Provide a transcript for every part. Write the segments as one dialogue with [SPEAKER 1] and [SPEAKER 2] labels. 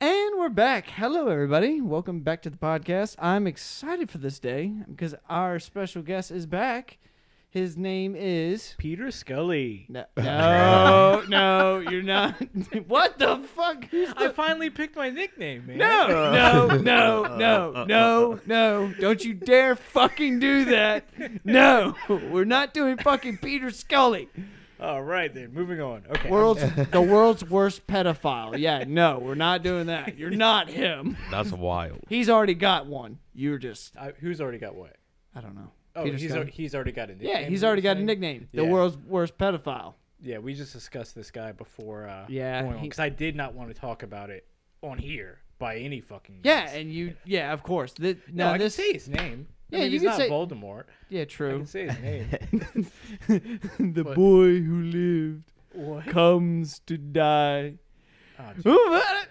[SPEAKER 1] we're back. Hello, everybody. Welcome back to the podcast. I'm excited for this day because our special guest is back. His name is.
[SPEAKER 2] Peter Scully.
[SPEAKER 1] No, no, no, you're not. what the fuck? Who's
[SPEAKER 2] I
[SPEAKER 1] the-
[SPEAKER 2] finally picked my nickname, man.
[SPEAKER 1] No, no, no, no, no, no. Don't you dare fucking do that. No, we're not doing fucking Peter Scully.
[SPEAKER 2] All right then, moving on. Okay.
[SPEAKER 1] World's the world's worst pedophile. Yeah, no, we're not doing that. You're not him.
[SPEAKER 3] That's wild.
[SPEAKER 1] He's already got one. You're just
[SPEAKER 2] I, who's already got what?
[SPEAKER 1] I don't know.
[SPEAKER 2] Oh,
[SPEAKER 1] Peter
[SPEAKER 2] he's,
[SPEAKER 1] Scully.
[SPEAKER 2] al- he's already got a nickname.
[SPEAKER 1] yeah, he's
[SPEAKER 2] you were
[SPEAKER 1] already got a
[SPEAKER 2] saying?
[SPEAKER 1] nickname. The
[SPEAKER 2] Yeah.
[SPEAKER 1] world's worst pedophile.
[SPEAKER 2] Yeah, we just discussed this guy before. Uh,
[SPEAKER 1] Yeah, he-
[SPEAKER 2] because I did not want to talk about it on here by any fucking.
[SPEAKER 1] Yeah,
[SPEAKER 2] means.
[SPEAKER 1] and you yeah, of course. Th-
[SPEAKER 2] no,
[SPEAKER 1] now
[SPEAKER 2] I
[SPEAKER 1] this
[SPEAKER 2] can say his name.
[SPEAKER 1] Yeah,
[SPEAKER 2] I mean,
[SPEAKER 1] you
[SPEAKER 2] he's
[SPEAKER 1] can
[SPEAKER 2] not
[SPEAKER 1] say-
[SPEAKER 2] Voldemort.
[SPEAKER 1] yeah,
[SPEAKER 2] I
[SPEAKER 1] true.
[SPEAKER 2] can say his name.
[SPEAKER 1] the
[SPEAKER 2] What?
[SPEAKER 1] boy who lived
[SPEAKER 2] what?
[SPEAKER 1] comes to die.
[SPEAKER 2] Oh,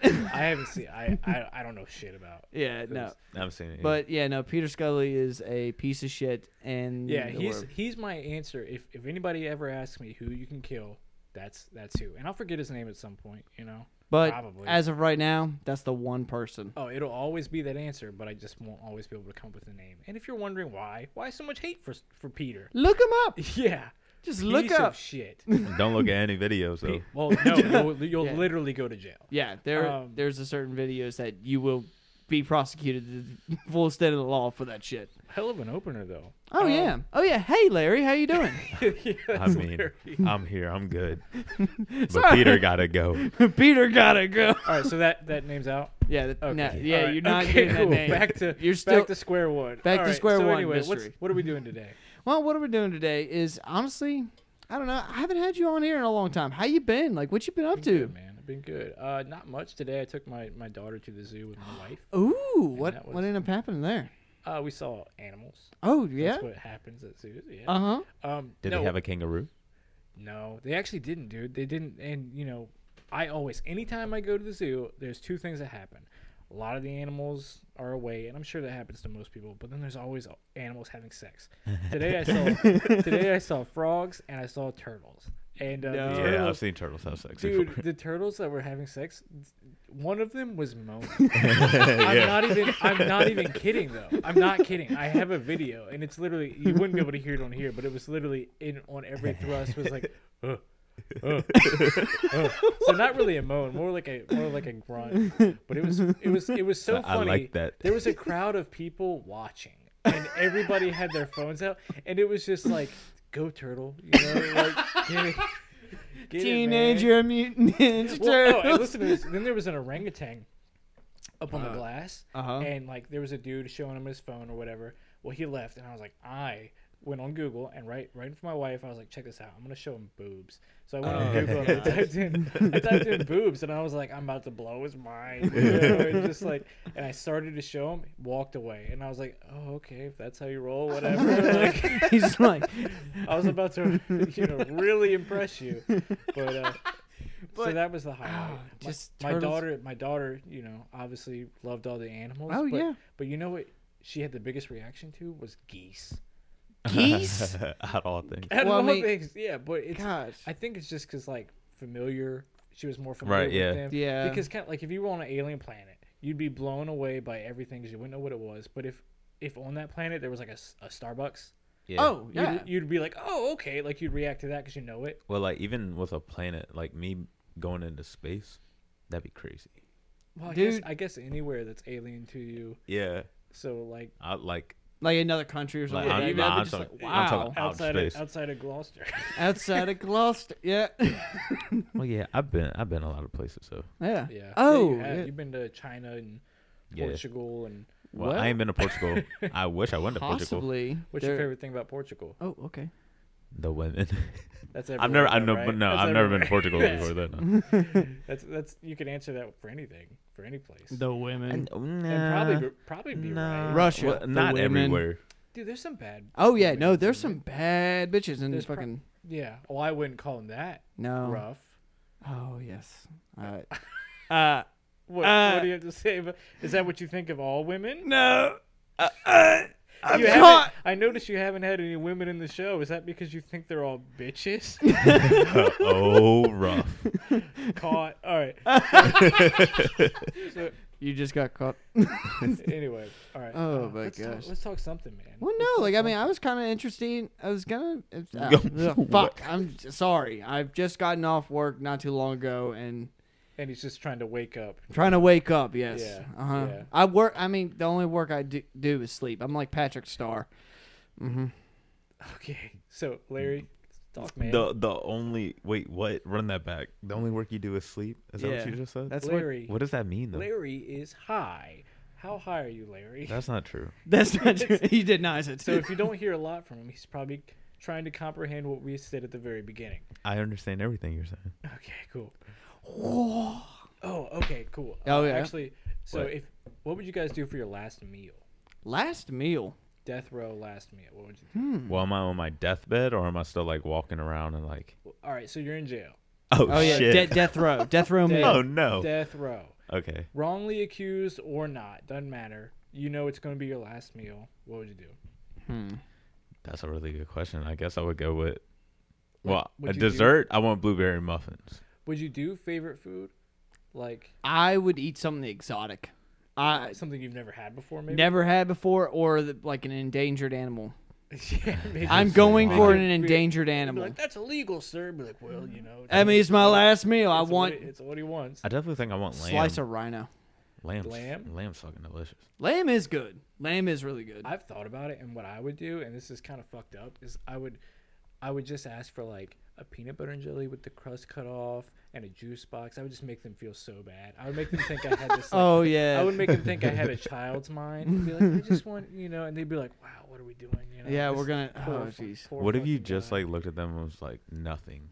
[SPEAKER 2] gee,
[SPEAKER 1] yeah,
[SPEAKER 2] I haven't seen. I, I I don't know shit about.
[SPEAKER 1] no.
[SPEAKER 2] those.
[SPEAKER 3] I've seen it.
[SPEAKER 1] But yeah, no, Peter Scully is a piece of shit and
[SPEAKER 2] Yeah, he's he's my answer. If if anybody ever asks me who you can kill, that's that's who. And I'll forget his name at some point, you know.
[SPEAKER 1] but
[SPEAKER 2] probably.
[SPEAKER 1] as of right now, that's the one person.
[SPEAKER 2] Oh, it'll always be that answer, but I just won't always be able to come up with a name. And if you're wondering why, why so much hate for for Peter?
[SPEAKER 1] Look him up.
[SPEAKER 2] Yeah,
[SPEAKER 1] Just look
[SPEAKER 2] piece of
[SPEAKER 1] up.
[SPEAKER 2] shit.
[SPEAKER 3] don't look at any videos though.
[SPEAKER 2] well, no, you'll, you'll
[SPEAKER 1] Yeah.
[SPEAKER 2] literally go to jail.
[SPEAKER 1] Yeah, there
[SPEAKER 2] Um,
[SPEAKER 1] there's a certain videos that you will be prosecuted to the full extent of the law for that shit.
[SPEAKER 2] Hell of an opener though.
[SPEAKER 1] Oh
[SPEAKER 2] Um,
[SPEAKER 1] yeah. Oh yeah. Hey Larry, how you doing?
[SPEAKER 2] yeah,
[SPEAKER 3] I
[SPEAKER 2] that's
[SPEAKER 3] mean,
[SPEAKER 2] hilarious.
[SPEAKER 3] I'm here. I'm good. But
[SPEAKER 1] Sorry.
[SPEAKER 3] Peter gotta go.
[SPEAKER 1] Peter gotta go.
[SPEAKER 2] All right, so that that name's out.
[SPEAKER 1] Yeah, that,
[SPEAKER 2] Okay.
[SPEAKER 1] no,
[SPEAKER 2] All
[SPEAKER 1] yeah,
[SPEAKER 2] right.
[SPEAKER 1] you're not
[SPEAKER 2] Okay,
[SPEAKER 1] getting
[SPEAKER 2] cool.
[SPEAKER 1] that name.
[SPEAKER 2] Back to
[SPEAKER 1] you're still
[SPEAKER 2] back to square one.
[SPEAKER 1] back
[SPEAKER 2] All
[SPEAKER 1] to
[SPEAKER 2] right,
[SPEAKER 1] square
[SPEAKER 2] so
[SPEAKER 1] one
[SPEAKER 2] Anyway, what's-
[SPEAKER 1] mystery.
[SPEAKER 2] what are we doing today?
[SPEAKER 1] Well, what we're doing today is honestly, I don't know. I haven't had you on here in a long time. How you been? Like, what you been up
[SPEAKER 2] Been
[SPEAKER 1] to?
[SPEAKER 2] good, man. I've been good. Uh, not much today. I took my, my daughter to the zoo with my wife.
[SPEAKER 1] Ooh,
[SPEAKER 2] that
[SPEAKER 1] what
[SPEAKER 2] was-
[SPEAKER 1] what ended up happening there?
[SPEAKER 2] Uh, we saw animals.
[SPEAKER 1] Oh yeah.
[SPEAKER 2] That's what happens at zoos. Yeah.
[SPEAKER 1] Uh huh.
[SPEAKER 2] um,
[SPEAKER 3] Did
[SPEAKER 2] no,
[SPEAKER 3] they have a kangaroo?
[SPEAKER 2] no, they actually didn't, dude. They didn't. And you know, I always, anytime I go to the zoo, there's two things that happen. A lot of the animals are away, and I'm sure that happens to most people. But then there's always animals having sex. Today I saw today I saw frogs and I saw turtles. And uh, the
[SPEAKER 1] No.
[SPEAKER 3] yeah,
[SPEAKER 2] turtles-
[SPEAKER 3] I've seen turtles have sex
[SPEAKER 2] Dude,
[SPEAKER 3] before.
[SPEAKER 2] the turtles that were having sex, one of them was moaning.
[SPEAKER 3] Yeah.
[SPEAKER 2] I'm not even. I'm not even kidding though. I'm not kidding. I have a video, and it's literally you wouldn't be able to hear it on here, but it was literally in on every thrust was like, uh, uh,
[SPEAKER 3] Oh.
[SPEAKER 2] uh. so not really a moan, more like a more like a grunt. But it was it was it was so
[SPEAKER 3] I- I
[SPEAKER 2] funny.
[SPEAKER 3] like that.
[SPEAKER 2] There was a crowd of people watching, and everybody had their phones out, and it was just like, go turtle, you know, like get it. Get it, man.
[SPEAKER 1] Teenager Mutant Ninja
[SPEAKER 2] Well, oh, and
[SPEAKER 1] Turtles.
[SPEAKER 2] listen to this. Then there was an orangutan up on the glass,
[SPEAKER 1] uh-huh.
[SPEAKER 2] and like there was a dude showing him his phone or whatever. Well, he left, and I was like, I went on Google and right, right in front of my wife, I was like, check this out. I'm gonna show him boobs. So I went on
[SPEAKER 3] Oh,
[SPEAKER 2] Google and I typed in, I typed in boobs, and I was like, I'm about to blow his mind. You know, and just like, and I started to show him, walked away, and I was like, oh, okay, if that's how you roll, whatever. like,
[SPEAKER 1] He's like,
[SPEAKER 2] I was about to, you know, really impress you, but, uh, so
[SPEAKER 1] But-
[SPEAKER 2] that was the highlight.
[SPEAKER 1] Oh,
[SPEAKER 2] My-
[SPEAKER 1] just
[SPEAKER 2] my,
[SPEAKER 1] turtles.
[SPEAKER 2] daughter, my daughter, you know, obviously loved all the animals.
[SPEAKER 1] Oh,
[SPEAKER 2] but,
[SPEAKER 1] yeah.
[SPEAKER 2] But you know what? She had the biggest reaction to was geese.
[SPEAKER 1] geese.
[SPEAKER 3] At all things.
[SPEAKER 2] Out of
[SPEAKER 1] Well, I
[SPEAKER 2] all
[SPEAKER 1] mean-
[SPEAKER 2] things, yeah. But it's,
[SPEAKER 1] Gosh.
[SPEAKER 2] I think it's just because like familiar. She was more familiar
[SPEAKER 3] Right,
[SPEAKER 2] with
[SPEAKER 3] yeah.
[SPEAKER 2] them.
[SPEAKER 1] Yeah.
[SPEAKER 2] Because kind of like if you were on an alien planet, you'd be blown away by everything 'cause you wouldn't know what it was. But if if on that planet there was like a, s- a Starbucks,
[SPEAKER 3] Yeah.
[SPEAKER 1] Oh yeah.
[SPEAKER 2] you'd, you'd be like, oh okay, like you'd react to that because you know it.
[SPEAKER 3] Well, like even with a planet, like me going into space, that'd be crazy.
[SPEAKER 2] Well, I
[SPEAKER 1] Dude.
[SPEAKER 2] guess I guess anywhere that's alien to you.
[SPEAKER 3] Yeah.
[SPEAKER 2] So like
[SPEAKER 3] I like.
[SPEAKER 1] like another country or
[SPEAKER 3] like
[SPEAKER 1] something.
[SPEAKER 2] Yeah,
[SPEAKER 3] I'm,
[SPEAKER 1] like
[SPEAKER 2] you'd be
[SPEAKER 3] nah,
[SPEAKER 1] that.
[SPEAKER 3] I'm
[SPEAKER 1] Just
[SPEAKER 3] talking,
[SPEAKER 1] like,
[SPEAKER 3] I'm
[SPEAKER 1] wow.
[SPEAKER 3] talking out
[SPEAKER 2] outside
[SPEAKER 3] space.
[SPEAKER 2] of, outside of Gloucester.
[SPEAKER 1] Outside of Gloucester. Yeah.
[SPEAKER 3] Well, yeah, I've been I've been a lot of places. So
[SPEAKER 1] yeah.
[SPEAKER 2] yeah.
[SPEAKER 1] Oh.
[SPEAKER 2] you have.
[SPEAKER 1] yeah.
[SPEAKER 2] You've been to China and
[SPEAKER 3] Yeah.
[SPEAKER 2] Portugal and
[SPEAKER 3] well,
[SPEAKER 1] Well,
[SPEAKER 3] I ain't been to Portugal. I wish I went to Portugal.
[SPEAKER 1] possibly.
[SPEAKER 2] what's your
[SPEAKER 1] there-
[SPEAKER 2] favorite thing about Portugal?
[SPEAKER 1] Oh, okay.
[SPEAKER 3] The women.
[SPEAKER 2] That's
[SPEAKER 3] I've never
[SPEAKER 2] everywhere,
[SPEAKER 3] I know
[SPEAKER 2] right?
[SPEAKER 3] but no
[SPEAKER 2] That's
[SPEAKER 3] I've never been to
[SPEAKER 2] everywhere.
[SPEAKER 3] Portugal before that. no.
[SPEAKER 2] that's that's you can answer that for anything for any place.
[SPEAKER 1] The women.
[SPEAKER 3] And,
[SPEAKER 2] and
[SPEAKER 3] nah,
[SPEAKER 2] probably be- probably be
[SPEAKER 3] nah.
[SPEAKER 2] right.
[SPEAKER 1] Russia,
[SPEAKER 3] Well,
[SPEAKER 1] the
[SPEAKER 3] not
[SPEAKER 1] women.
[SPEAKER 3] everywhere.
[SPEAKER 2] Dude, there's some bad.
[SPEAKER 1] Oh yeah,
[SPEAKER 2] women
[SPEAKER 1] no,
[SPEAKER 2] in
[SPEAKER 1] there's some
[SPEAKER 2] Finland.
[SPEAKER 1] bad bitches in
[SPEAKER 2] There's pro-
[SPEAKER 1] fucking.
[SPEAKER 2] Yeah. Oh, I wouldn't call them that
[SPEAKER 1] no.
[SPEAKER 2] rough.
[SPEAKER 1] Oh yes. Uh, uh
[SPEAKER 2] What,
[SPEAKER 1] Uh,
[SPEAKER 2] what do you have to say? About, is that what you think of all women?
[SPEAKER 1] no. Uh, uh,
[SPEAKER 2] You
[SPEAKER 1] I'm
[SPEAKER 2] haven't-
[SPEAKER 1] caught.
[SPEAKER 2] I noticed you haven't had any women in the show. Is that because you think they're all bitches?
[SPEAKER 3] oh, rough.
[SPEAKER 2] caught. All right. so
[SPEAKER 1] You just got caught.
[SPEAKER 2] anyway, all right.
[SPEAKER 1] Oh,
[SPEAKER 2] uh,
[SPEAKER 1] my
[SPEAKER 2] let's Talk,
[SPEAKER 1] gosh.
[SPEAKER 2] let's talk something, man.
[SPEAKER 1] Well,
[SPEAKER 2] Let's
[SPEAKER 1] no,
[SPEAKER 2] talk
[SPEAKER 1] like I mean,
[SPEAKER 2] something.
[SPEAKER 1] I was kind of interesting. I was gonna. Uh,
[SPEAKER 3] Yo,
[SPEAKER 1] ugh, fuck, I'm j- sorry. I've just gotten off work not too long ago and
[SPEAKER 2] and he's just trying to wake up.
[SPEAKER 1] trying to wake up. Yes.
[SPEAKER 2] Yeah,
[SPEAKER 1] Uh-huh.
[SPEAKER 2] yeah.
[SPEAKER 1] I work. I mean, the only work I do, do is sleep. I'm like Patrick Starr. Mm-hmm.
[SPEAKER 2] Okay, so Larry, talk, man.
[SPEAKER 3] The the only wait what run that back. The only work you do is sleep. Is that
[SPEAKER 1] Yeah.
[SPEAKER 3] what you just said?
[SPEAKER 1] That's what.
[SPEAKER 2] Larry,
[SPEAKER 3] what does that mean though?
[SPEAKER 2] Larry is high. How high are you, Larry?
[SPEAKER 3] That's not true.
[SPEAKER 1] That's not. true. he denies it.
[SPEAKER 2] so if you don't hear a lot from him, he's probably trying to comprehend what we said at the very beginning.
[SPEAKER 3] I understand everything you're saying.
[SPEAKER 2] Okay, cool. Oh, okay, cool.
[SPEAKER 1] Oh,
[SPEAKER 2] Uh,
[SPEAKER 1] yeah.
[SPEAKER 2] Actually, so
[SPEAKER 3] What?
[SPEAKER 2] if what would you guys do for your last meal?
[SPEAKER 1] Last meal.
[SPEAKER 2] Death row last meal. What would you?
[SPEAKER 3] Well, am I on my deathbed or am I still like walking around and like?
[SPEAKER 1] Hmm?
[SPEAKER 2] Do? All right, so you're in jail.
[SPEAKER 3] Oh,
[SPEAKER 1] Oh yeah,
[SPEAKER 3] shit!
[SPEAKER 1] de- death row. Death row meal.
[SPEAKER 3] oh no.
[SPEAKER 2] Death row.
[SPEAKER 3] Okay.
[SPEAKER 2] Wrongly accused or not, doesn't matter. You know it's going to be your last meal. What would you do?
[SPEAKER 3] That's a really good question. I guess I would go with. Well,
[SPEAKER 2] would
[SPEAKER 3] a
[SPEAKER 2] you do-
[SPEAKER 3] dessert. I want blueberry muffins.
[SPEAKER 2] Would you do favorite food, like
[SPEAKER 1] I would eat something exotic. I
[SPEAKER 2] something you've never had before? Maybe.
[SPEAKER 1] never had before, or the, like an endangered animal.
[SPEAKER 2] yeah, maybe.
[SPEAKER 1] I'm
[SPEAKER 3] That's
[SPEAKER 1] going
[SPEAKER 3] wild.
[SPEAKER 1] for an
[SPEAKER 2] Maybe-
[SPEAKER 1] endangered
[SPEAKER 2] You'd be
[SPEAKER 1] animal.
[SPEAKER 2] like, that's illegal, sir. Be like, well, you know.
[SPEAKER 1] I mean, it's my last meal. I
[SPEAKER 2] it's what
[SPEAKER 1] want
[SPEAKER 2] he- it's what he wants.
[SPEAKER 3] I definitely think I want lamb.
[SPEAKER 1] slice of rhino.
[SPEAKER 3] Lamb's,
[SPEAKER 2] Lamb?
[SPEAKER 3] Lamb's fucking delicious.
[SPEAKER 1] Lamb is good. Lamb is really good.
[SPEAKER 2] I've thought about it, and what I would do, and this is kind of fucked up, is I would, I would just ask for like a peanut butter and jelly with the crust cut off and a juice box. I would just make them feel so bad. I would make them think I had this. Like,
[SPEAKER 1] oh yeah.
[SPEAKER 2] I would make them think I had a child's mind. and be like, I just want you know, and they'd be like, Wow, what are we doing? You know,
[SPEAKER 1] yeah,
[SPEAKER 2] this
[SPEAKER 1] we're gonna.
[SPEAKER 2] poor
[SPEAKER 1] Oh
[SPEAKER 2] fu-
[SPEAKER 1] jeez.
[SPEAKER 2] poor
[SPEAKER 3] What if you
[SPEAKER 2] fucking
[SPEAKER 3] just
[SPEAKER 2] guy."
[SPEAKER 3] like looked at them and was like nothing?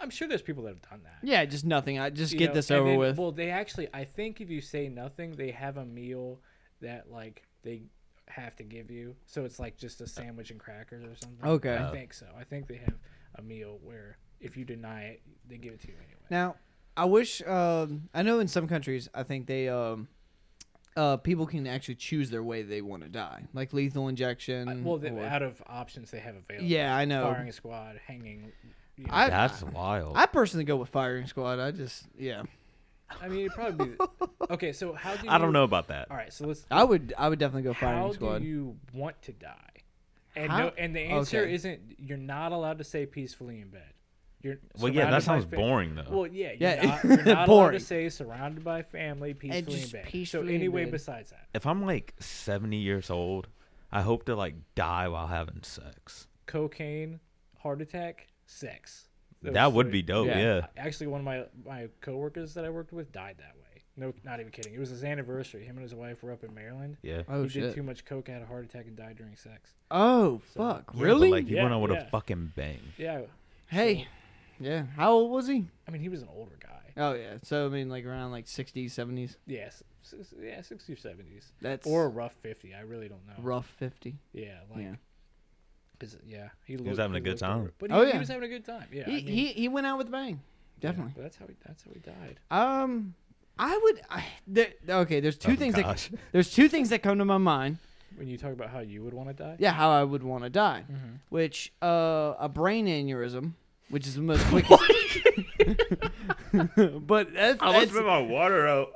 [SPEAKER 2] I'm sure there's people that have done that.
[SPEAKER 1] Yeah, just nothing. I just
[SPEAKER 2] you
[SPEAKER 1] get
[SPEAKER 2] know,
[SPEAKER 1] this
[SPEAKER 2] and
[SPEAKER 1] over
[SPEAKER 2] then-
[SPEAKER 1] with.
[SPEAKER 2] Well, they actually, I think if you say nothing, they have a meal that like they have to give you. So it's like just a sandwich and crackers or something.
[SPEAKER 1] Okay.
[SPEAKER 2] I
[SPEAKER 3] Oh.
[SPEAKER 2] think so. I think they have a meal where if you deny it, they give it to you anyway.
[SPEAKER 1] Now, I wish. Um, I know in some countries, I think they. Um, uh, people can actually choose their way they want to die, like lethal injection.
[SPEAKER 2] I- well, the,
[SPEAKER 1] or-
[SPEAKER 2] out of options they have available.
[SPEAKER 1] Mm, yeah, I know.
[SPEAKER 2] Firing squad, hanging. You know,
[SPEAKER 1] I-
[SPEAKER 2] I,
[SPEAKER 3] That's wild.
[SPEAKER 1] I personally go with firing squad. I just, yeah,
[SPEAKER 2] mean, it'd probably be. Okay, so how do you,
[SPEAKER 3] I don't know about that.
[SPEAKER 2] All right, so let's.
[SPEAKER 1] I would, I would definitely go firing
[SPEAKER 2] How
[SPEAKER 1] squad.
[SPEAKER 2] do you want to die? And
[SPEAKER 1] How-
[SPEAKER 2] no, and the answer
[SPEAKER 1] Okay.
[SPEAKER 2] isn't. You're not allowed to say peacefully in bed. You're
[SPEAKER 3] Well, yeah, that
[SPEAKER 2] surrounded by
[SPEAKER 3] sounds
[SPEAKER 2] fa-
[SPEAKER 3] boring though.
[SPEAKER 2] Well, yeah, you're
[SPEAKER 1] Yeah,
[SPEAKER 2] not, you're not allowed
[SPEAKER 1] boring.
[SPEAKER 2] to say surrounded by family, peacefully
[SPEAKER 1] just
[SPEAKER 2] in bed.
[SPEAKER 1] peacefully
[SPEAKER 2] so
[SPEAKER 1] in
[SPEAKER 2] anyway,
[SPEAKER 1] bed.
[SPEAKER 2] besides that,
[SPEAKER 3] if I'm like 70 years old, I hope to like die while having sex.
[SPEAKER 2] cocaine, heart attack, sex. Those
[SPEAKER 3] that would
[SPEAKER 2] three.
[SPEAKER 3] be dope.
[SPEAKER 1] Yeah.
[SPEAKER 3] Yeah.
[SPEAKER 2] Actually, one of my my coworkers that I worked with died that way. No, not even kidding. It was his anniversary. Him and his wife were up in Maryland.
[SPEAKER 3] Yeah.
[SPEAKER 1] oh
[SPEAKER 2] he
[SPEAKER 1] shit!
[SPEAKER 2] did too much coke, had a heart attack, and died during sex.
[SPEAKER 1] oh
[SPEAKER 2] So-
[SPEAKER 1] fuck!
[SPEAKER 3] Yeah, but,
[SPEAKER 1] really?
[SPEAKER 3] like he
[SPEAKER 2] Yeah,
[SPEAKER 3] went on with
[SPEAKER 2] yeah.
[SPEAKER 3] a fucking bang.
[SPEAKER 2] Yeah,
[SPEAKER 1] hey, yeah. How old was he?
[SPEAKER 2] I mean, he was an older guy.
[SPEAKER 1] Oh yeah. So I mean, like around like 60s, 70s.
[SPEAKER 2] Yes, s- yeah, sixty or seventies,
[SPEAKER 1] That's
[SPEAKER 2] or a rough fifty. I really don't know.
[SPEAKER 1] rough 50.
[SPEAKER 2] Yeah, like.
[SPEAKER 1] Yeah.
[SPEAKER 2] 'cause, yeah, he,
[SPEAKER 3] was
[SPEAKER 2] looked-
[SPEAKER 3] having a good
[SPEAKER 2] looked older.
[SPEAKER 3] time.
[SPEAKER 2] But he,
[SPEAKER 1] Oh,
[SPEAKER 2] he
[SPEAKER 1] yeah.
[SPEAKER 2] was having a good time. Yeah, I
[SPEAKER 1] he,
[SPEAKER 2] mean-
[SPEAKER 1] he he went out with a bang,
[SPEAKER 2] Yeah,
[SPEAKER 1] definitely.
[SPEAKER 2] but that's how he. That's how he died.
[SPEAKER 1] Um, I would. I, there, okay, there's two
[SPEAKER 3] Oh,
[SPEAKER 1] things.
[SPEAKER 3] gosh.
[SPEAKER 1] That, there's two things that come to my mind.
[SPEAKER 2] When you talk about how you would want to die.
[SPEAKER 1] Yeah, how I would want to die,
[SPEAKER 2] Mm-hmm.
[SPEAKER 1] which uh, a brain aneurysm, which is the most quickest. but that's, that's,
[SPEAKER 3] my water out.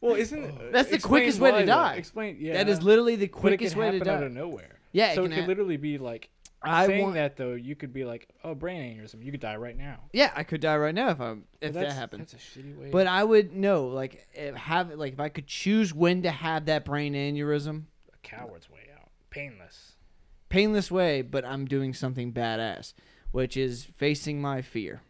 [SPEAKER 2] Well, isn't
[SPEAKER 1] That's the
[SPEAKER 2] explain
[SPEAKER 1] quickest way to
[SPEAKER 2] why, though.
[SPEAKER 1] die.
[SPEAKER 2] Explain. Yeah.
[SPEAKER 1] that is literally the
[SPEAKER 2] Oh. But it could
[SPEAKER 1] quickest way to
[SPEAKER 2] happen
[SPEAKER 1] die.
[SPEAKER 2] out of nowhere.
[SPEAKER 1] Yeah, it
[SPEAKER 2] So
[SPEAKER 1] can
[SPEAKER 2] it could
[SPEAKER 1] hap-
[SPEAKER 2] literally be like.
[SPEAKER 1] I
[SPEAKER 2] saying
[SPEAKER 1] want-
[SPEAKER 2] that though, you could be like, "Oh, brain aneurysm. You could die right now."
[SPEAKER 1] yeah, I could die right now if I if
[SPEAKER 2] Well,
[SPEAKER 1] that
[SPEAKER 2] that's-
[SPEAKER 1] happened.
[SPEAKER 2] That's a shitty way.
[SPEAKER 1] But I would know, like, if have like if I could choose when to have that brain aneurysm,
[SPEAKER 2] a coward's way out. Painless.
[SPEAKER 1] painless way, but I'm doing something badass, which is facing my fear,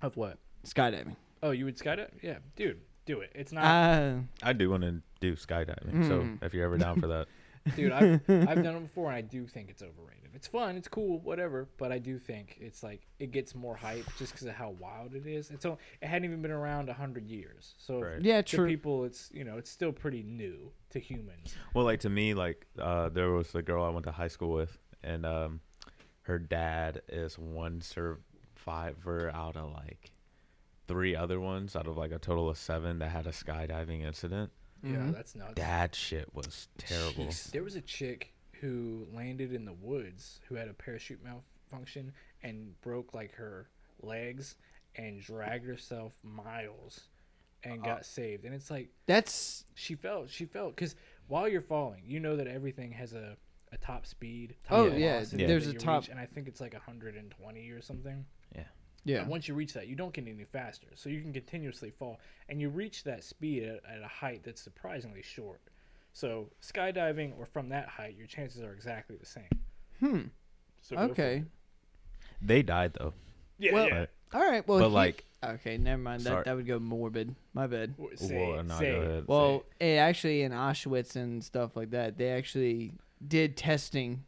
[SPEAKER 2] Of what?
[SPEAKER 1] skydiving.
[SPEAKER 2] Oh, you would skydive? Yeah, dude, do it. It's not.
[SPEAKER 1] Uh,
[SPEAKER 3] I do want to do skydiving. So if you're ever down for that,
[SPEAKER 2] dude I've, I've done it before and i do think it's overrated it's fun it's cool whatever but i do think it's like it gets more hype just because of how wild it is it's all, it hadn't even been around 100 years so
[SPEAKER 3] Right.
[SPEAKER 1] Yeah,
[SPEAKER 2] to
[SPEAKER 1] true.
[SPEAKER 2] people it's you know it's still pretty new to humans
[SPEAKER 3] well, like to me, like uh, there was a girl I went to high school with, and um, her dad is one survivor out of like three other ones out of like a total of seven that had a skydiving incident.
[SPEAKER 2] yeah that's nuts
[SPEAKER 3] That shit was terrible.
[SPEAKER 2] there was a chick who landed in the woods who had a parachute malfunction and broke like her legs and dragged herself miles and
[SPEAKER 1] Uh.
[SPEAKER 2] got saved. And it's like
[SPEAKER 1] That's
[SPEAKER 2] she felt she felt because while you're falling, you know that everything has a a top speed. Top
[SPEAKER 1] Oh, yeah,
[SPEAKER 2] velocity
[SPEAKER 1] there's
[SPEAKER 2] that
[SPEAKER 1] a
[SPEAKER 2] you
[SPEAKER 1] top-
[SPEAKER 2] reach, and I think it's like 120 or something.
[SPEAKER 1] yeah.
[SPEAKER 2] And once you reach that, you don't get any faster. So you can continuously fall. And you reach that speed at, at a height that's surprisingly short. So skydiving or from that height, your chances are exactly the same.
[SPEAKER 1] Hmm.
[SPEAKER 2] So go for
[SPEAKER 1] Okay.
[SPEAKER 2] it.
[SPEAKER 3] They died though.
[SPEAKER 2] Yeah,
[SPEAKER 1] Well-
[SPEAKER 2] yeah.
[SPEAKER 1] All right. Well,
[SPEAKER 3] But,
[SPEAKER 1] he-
[SPEAKER 3] like-
[SPEAKER 1] okay, never mind. That
[SPEAKER 3] Sorry.
[SPEAKER 1] that would go morbid. My bad.
[SPEAKER 2] W-
[SPEAKER 3] Well,
[SPEAKER 2] Say, it,
[SPEAKER 3] no, go
[SPEAKER 2] say it.
[SPEAKER 3] ahead, say
[SPEAKER 1] Well,
[SPEAKER 3] it.
[SPEAKER 1] it actually in Auschwitz and stuff like that, they actually did testing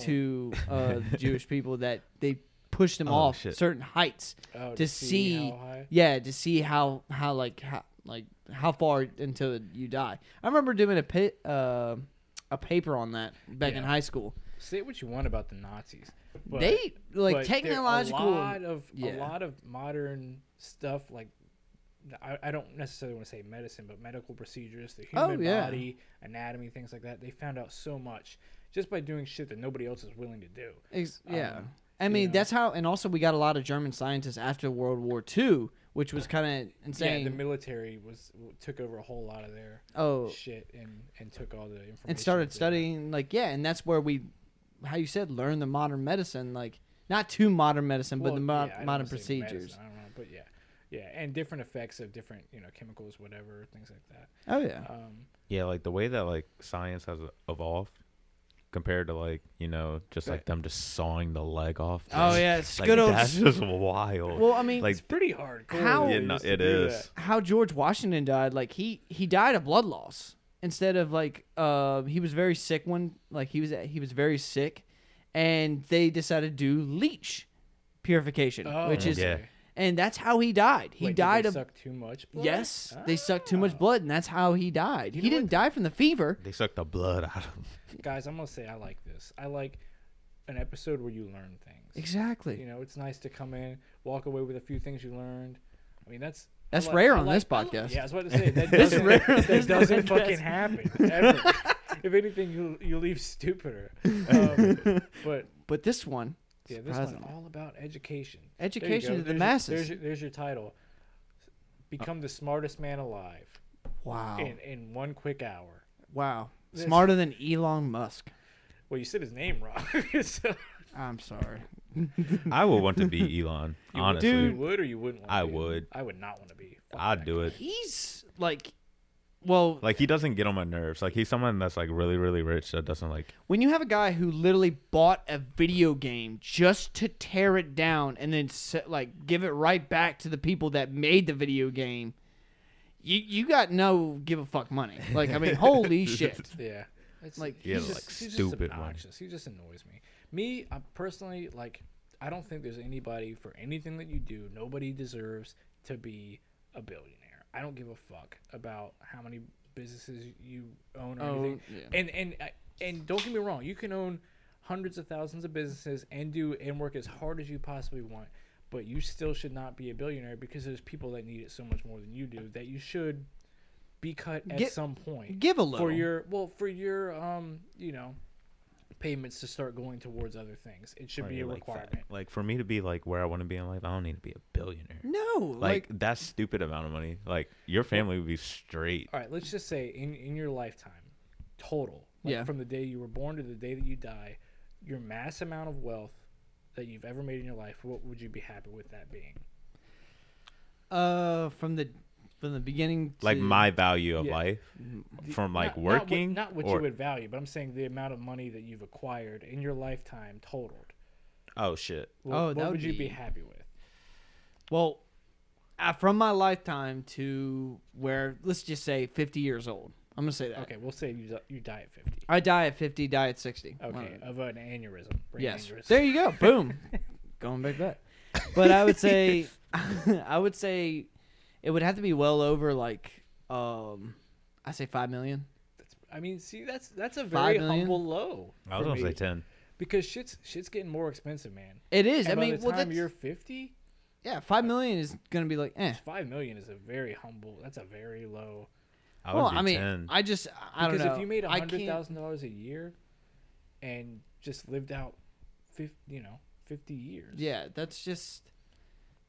[SPEAKER 2] Oh.
[SPEAKER 1] to uh, Jewish people that they pushed them
[SPEAKER 3] Oh,
[SPEAKER 1] off
[SPEAKER 3] shit.
[SPEAKER 1] certain heights.
[SPEAKER 2] Oh,
[SPEAKER 1] to see-
[SPEAKER 2] how high?
[SPEAKER 1] Yeah, to see how how like how like how far until you die. I remember doing a pit uh, a paper on that back in
[SPEAKER 2] Yeah.
[SPEAKER 1] high school.
[SPEAKER 2] Say what you want about the Nazis. But,
[SPEAKER 1] they like
[SPEAKER 2] but there-
[SPEAKER 1] technological.
[SPEAKER 2] A lot of
[SPEAKER 1] yeah.
[SPEAKER 2] a lot of modern stuff like. I, I don't necessarily want to say medicine, but medical procedures, the
[SPEAKER 1] Oh,
[SPEAKER 2] human
[SPEAKER 1] yeah.
[SPEAKER 2] body, anatomy, things like that. They found out so much just by doing shit that nobody else is willing to do.
[SPEAKER 1] Ex- yeah.
[SPEAKER 2] Um,
[SPEAKER 1] I mean,
[SPEAKER 2] know.
[SPEAKER 1] that's how, and also we got a lot of German scientists after World War II, which was kind of insane.
[SPEAKER 2] Yeah, the military was w- took over a whole lot of their
[SPEAKER 1] oh,
[SPEAKER 2] shit and and took all the information
[SPEAKER 1] and started
[SPEAKER 2] that they
[SPEAKER 1] studying, like, yeah, and that's where we, how you said, learn the modern medicine, like, not too modern medicine, but the
[SPEAKER 2] Well,
[SPEAKER 1] mo-
[SPEAKER 2] yeah, I don't
[SPEAKER 1] modern
[SPEAKER 2] wanna say medicine,
[SPEAKER 1] procedures.
[SPEAKER 2] I don't know, but yeah, yeah, and different effects of different you know chemicals, whatever things like that.
[SPEAKER 1] Oh, yeah.
[SPEAKER 2] Um,
[SPEAKER 3] Yeah, like the way that like science has evolved compared to like you know just like them just sawing the leg off.
[SPEAKER 1] Oh,
[SPEAKER 3] things.
[SPEAKER 1] yeah. It's
[SPEAKER 3] Like,
[SPEAKER 1] good old.
[SPEAKER 3] That's just wild.
[SPEAKER 1] well, I mean,
[SPEAKER 3] like
[SPEAKER 2] it's pretty hard.
[SPEAKER 1] How-
[SPEAKER 3] yeah, no, it is.
[SPEAKER 1] how George Washington died, like, he, he died of blood loss instead of, like, uh, he was very sick one, like, he was, he was very sick, and they decided to do leech purification,
[SPEAKER 2] Oh,
[SPEAKER 1] which is,
[SPEAKER 3] Yeah.
[SPEAKER 1] and that's how he died. He died of
[SPEAKER 2] suck too much. blood?
[SPEAKER 1] Yes,
[SPEAKER 2] Ah,
[SPEAKER 1] they sucked too much blood, and that's how he died.
[SPEAKER 2] You
[SPEAKER 1] he
[SPEAKER 2] know
[SPEAKER 1] didn't die from the fever.
[SPEAKER 3] They suck the blood out of them.
[SPEAKER 2] guys, I'm gonna say I like this. I like an episode where you learn things.
[SPEAKER 1] Exactly.
[SPEAKER 2] You know, it's nice to come in, walk away with a few things you learned. I mean, that's I
[SPEAKER 1] That's
[SPEAKER 2] like-
[SPEAKER 1] rare
[SPEAKER 2] I
[SPEAKER 1] on this
[SPEAKER 2] like- I
[SPEAKER 1] podcast.
[SPEAKER 2] Like, yeah, I was about to say that
[SPEAKER 1] This is
[SPEAKER 2] doesn't,
[SPEAKER 1] rare on this
[SPEAKER 2] that doesn't
[SPEAKER 1] podcast.
[SPEAKER 2] fucking happen. ever. if anything, you you leave stupider. Um, but
[SPEAKER 1] But this one,
[SPEAKER 2] yeah, this one's
[SPEAKER 1] Surprisingly.
[SPEAKER 2] all about education. There you
[SPEAKER 1] Education
[SPEAKER 2] go.
[SPEAKER 1] to the
[SPEAKER 2] There's your-
[SPEAKER 1] masses. Uh,
[SPEAKER 2] there's, your, there's your title. Become the smartest man alive
[SPEAKER 1] wow,
[SPEAKER 3] Oh.
[SPEAKER 2] in, in one quick hour.
[SPEAKER 1] wow,
[SPEAKER 2] This-
[SPEAKER 1] smarter than Elon Musk.
[SPEAKER 2] Well, you said his name wrong. so
[SPEAKER 1] I'm sorry.
[SPEAKER 3] I would want to be Elon.
[SPEAKER 2] you
[SPEAKER 3] honestly,
[SPEAKER 2] would, you would or you wouldn't. Want
[SPEAKER 3] I
[SPEAKER 2] to be.
[SPEAKER 3] would.
[SPEAKER 2] I would not want to be. Fuck
[SPEAKER 3] I'd
[SPEAKER 2] that
[SPEAKER 3] do it.
[SPEAKER 1] He's like, well,
[SPEAKER 3] Like he doesn't get on my nerves. Like he's someone that's like really, really rich that doesn't like.
[SPEAKER 1] when you have a guy who literally bought a video game just to tear it down and then set, like give it right back to the people that made the video game, you you got no give a fuck money. Like I mean, holy shit.
[SPEAKER 2] Yeah. It's
[SPEAKER 1] Like,
[SPEAKER 3] Yeah,
[SPEAKER 2] he's
[SPEAKER 3] like,
[SPEAKER 2] just, he's
[SPEAKER 3] stupid
[SPEAKER 2] just
[SPEAKER 3] one.
[SPEAKER 2] obnoxious. He just annoys me. Me, I personally like I don't think there's anybody for anything that you do, nobody deserves to be a billionaire. I don't give a fuck about how many businesses you own or
[SPEAKER 1] Oh,
[SPEAKER 2] anything.
[SPEAKER 1] yeah.
[SPEAKER 2] And and and don't get me wrong, you can own hundreds of thousands of businesses and do and work as hard as you possibly want. But you still should not be a billionaire because there's people that need it so much more than you do that you should be cut at
[SPEAKER 1] Get-
[SPEAKER 2] some point
[SPEAKER 1] Give a little
[SPEAKER 2] for your well for your um you know payments to start going towards other things it should
[SPEAKER 1] Oh,
[SPEAKER 3] like,
[SPEAKER 2] be a
[SPEAKER 3] like, fat-
[SPEAKER 2] requirement
[SPEAKER 3] Like for me to be like where I want to be in life, I don't need to be a billionaire.
[SPEAKER 1] No,
[SPEAKER 3] Like, that's stupid amount of money. Like your family would be straight.
[SPEAKER 2] all right let's just say in in your lifetime total like
[SPEAKER 1] Yeah.
[SPEAKER 2] from the day you were born to the day that you die your mass amount of wealth that you've ever made in your life what would you be happy with that being
[SPEAKER 1] uh, from the from the beginning, to,
[SPEAKER 3] Like my value of
[SPEAKER 2] Yeah.
[SPEAKER 3] life
[SPEAKER 2] The-
[SPEAKER 3] from like
[SPEAKER 2] not- not what-
[SPEAKER 3] working.
[SPEAKER 2] not what,
[SPEAKER 3] or,
[SPEAKER 2] you would value but i'm saying the amount of money that you've acquired in your lifetime totaled
[SPEAKER 3] Oh shit.
[SPEAKER 2] Wh-
[SPEAKER 1] Oh,
[SPEAKER 2] what
[SPEAKER 1] that would
[SPEAKER 2] would you be
[SPEAKER 1] be- Uh,
[SPEAKER 2] happy with
[SPEAKER 1] well, uh, from my lifetime to where let's just say fifty years old. I'm gonna say that.
[SPEAKER 2] okay we'll say you, di- you die at 50
[SPEAKER 1] I die at fifty, die at sixty. One
[SPEAKER 2] okay
[SPEAKER 1] of them.
[SPEAKER 2] of an aneurysm brain
[SPEAKER 1] yes.
[SPEAKER 2] aneurysm.
[SPEAKER 1] There you go. Boom. Going back that. But I would say, I would say, it would have to be well over like, um, I say five million.
[SPEAKER 2] That's, I mean, see, that's that's a
[SPEAKER 1] Five
[SPEAKER 2] very
[SPEAKER 1] million?
[SPEAKER 2] humble low.
[SPEAKER 3] I was
[SPEAKER 2] for
[SPEAKER 3] gonna say
[SPEAKER 2] me,
[SPEAKER 3] ten.
[SPEAKER 2] because shit's shit's getting more expensive, man.
[SPEAKER 1] It is.
[SPEAKER 2] And
[SPEAKER 1] I
[SPEAKER 2] by
[SPEAKER 1] mean,
[SPEAKER 2] the
[SPEAKER 1] well,
[SPEAKER 2] time
[SPEAKER 1] that's,
[SPEAKER 2] you're fifty,
[SPEAKER 1] yeah, five million is gonna be like, eh.
[SPEAKER 2] five million is a very humble. That's a very low.
[SPEAKER 3] I would
[SPEAKER 1] Well,
[SPEAKER 3] be
[SPEAKER 1] I mean,
[SPEAKER 3] ten.
[SPEAKER 1] I just, I don't
[SPEAKER 2] because
[SPEAKER 1] know.
[SPEAKER 2] if you made a
[SPEAKER 1] I
[SPEAKER 2] hundred
[SPEAKER 1] can't-
[SPEAKER 2] thousand dollars a year, and just lived out, fifty, you know, fifty years.
[SPEAKER 1] Yeah, that's just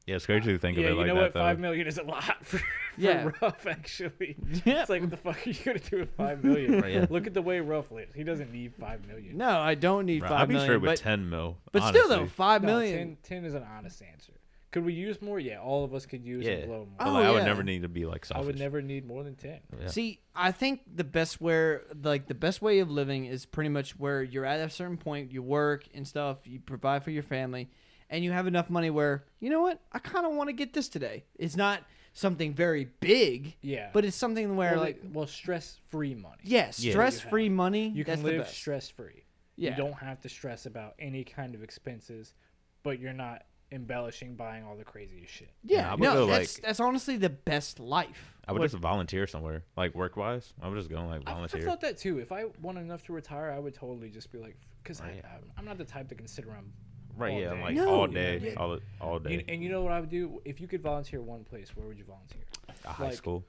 [SPEAKER 3] Yeah, it's crazy to think
[SPEAKER 2] yeah,
[SPEAKER 3] of it
[SPEAKER 2] you
[SPEAKER 3] like
[SPEAKER 2] know
[SPEAKER 3] that
[SPEAKER 2] what?
[SPEAKER 3] though.
[SPEAKER 2] Five million is a lot for, for
[SPEAKER 1] Yeah.
[SPEAKER 2] Ruff. Actually,
[SPEAKER 1] Yeah.
[SPEAKER 2] it's like what the fuck are you gonna do with five million?
[SPEAKER 3] Right, yeah.
[SPEAKER 2] Look at the way Ruff lives. He doesn't need five million.
[SPEAKER 1] No, I don't need
[SPEAKER 3] Bro,
[SPEAKER 1] five
[SPEAKER 3] I'd be
[SPEAKER 1] million,
[SPEAKER 3] sure with
[SPEAKER 1] but,
[SPEAKER 3] ten mil.
[SPEAKER 1] but still though,
[SPEAKER 3] honestly.
[SPEAKER 1] five
[SPEAKER 2] No,
[SPEAKER 1] million.
[SPEAKER 2] 10, 10 is an honest answer. Could we use more? Yeah, all of us could use
[SPEAKER 3] yeah.
[SPEAKER 2] and blow more.
[SPEAKER 3] But,
[SPEAKER 1] Oh,
[SPEAKER 3] like, I
[SPEAKER 1] yeah.
[SPEAKER 3] would never need to be like
[SPEAKER 2] I
[SPEAKER 3] selfish.
[SPEAKER 2] would never need more than ten.
[SPEAKER 3] Yeah.
[SPEAKER 1] See, I think the best where like the best way of living is pretty much where you're at a certain point, you work and stuff, you provide for your family, and you have enough money where, you know what, I kinda wanna get this today. It's not something very big,
[SPEAKER 2] Yeah,
[SPEAKER 1] but it's something where
[SPEAKER 2] well, they-
[SPEAKER 1] like
[SPEAKER 2] well, stress-free money.
[SPEAKER 1] yeah,
[SPEAKER 3] Yeah.
[SPEAKER 1] stress free
[SPEAKER 2] You
[SPEAKER 1] money.
[SPEAKER 2] you
[SPEAKER 1] that's
[SPEAKER 2] can
[SPEAKER 1] the
[SPEAKER 2] live
[SPEAKER 1] best.
[SPEAKER 2] stress-free.
[SPEAKER 1] yeah.
[SPEAKER 2] You don't have to stress about any kind of expenses, but you're not embellishing buying all the craziest shit.
[SPEAKER 1] yeah,
[SPEAKER 3] Yeah, I would
[SPEAKER 1] no,
[SPEAKER 3] go,
[SPEAKER 1] that's
[SPEAKER 3] like-
[SPEAKER 1] that's honestly the best life.
[SPEAKER 3] I would
[SPEAKER 1] What-
[SPEAKER 3] just volunteer somewhere, like work wise. I'm just going like
[SPEAKER 2] I, I
[SPEAKER 3] volunteer.
[SPEAKER 2] thought that too. If I won enough to retire, I would totally just be like, because
[SPEAKER 3] Right.
[SPEAKER 2] I'm, I'm not the type that can sit around.
[SPEAKER 3] right?
[SPEAKER 2] all
[SPEAKER 3] yeah,
[SPEAKER 2] day.
[SPEAKER 3] like
[SPEAKER 1] No,
[SPEAKER 3] all
[SPEAKER 1] you
[SPEAKER 3] day,
[SPEAKER 2] know,
[SPEAKER 3] all all
[SPEAKER 2] You-
[SPEAKER 3] day.
[SPEAKER 2] and you know what I would do? If you could volunteer one place, where would you volunteer?
[SPEAKER 3] A high
[SPEAKER 2] like,
[SPEAKER 3] school.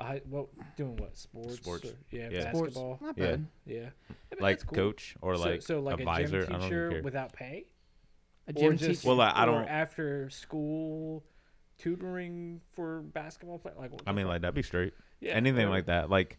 [SPEAKER 2] A high, well, doing what? Sports.
[SPEAKER 3] Sports.
[SPEAKER 2] or- yeah,
[SPEAKER 3] Yeah.
[SPEAKER 1] Sports,
[SPEAKER 2] Basketball.
[SPEAKER 1] not
[SPEAKER 3] Yeah.
[SPEAKER 1] bad.
[SPEAKER 2] Yeah. I mean,
[SPEAKER 3] like
[SPEAKER 2] that's cool.
[SPEAKER 3] coach or
[SPEAKER 2] So-
[SPEAKER 3] like,
[SPEAKER 2] so, like
[SPEAKER 3] advisor.
[SPEAKER 2] a gym
[SPEAKER 3] I don't
[SPEAKER 2] teacher
[SPEAKER 3] care.
[SPEAKER 2] without pay.
[SPEAKER 1] A
[SPEAKER 2] or
[SPEAKER 1] gym
[SPEAKER 2] just
[SPEAKER 1] teacher.
[SPEAKER 3] Well, like, I
[SPEAKER 2] or
[SPEAKER 3] don't-
[SPEAKER 2] after school tutoring for basketball play. Like what
[SPEAKER 3] I
[SPEAKER 2] the
[SPEAKER 3] mean,
[SPEAKER 2] fuck?
[SPEAKER 3] like that'd be straight.
[SPEAKER 2] Yeah,
[SPEAKER 3] Anything
[SPEAKER 2] whatever.
[SPEAKER 3] like that. Like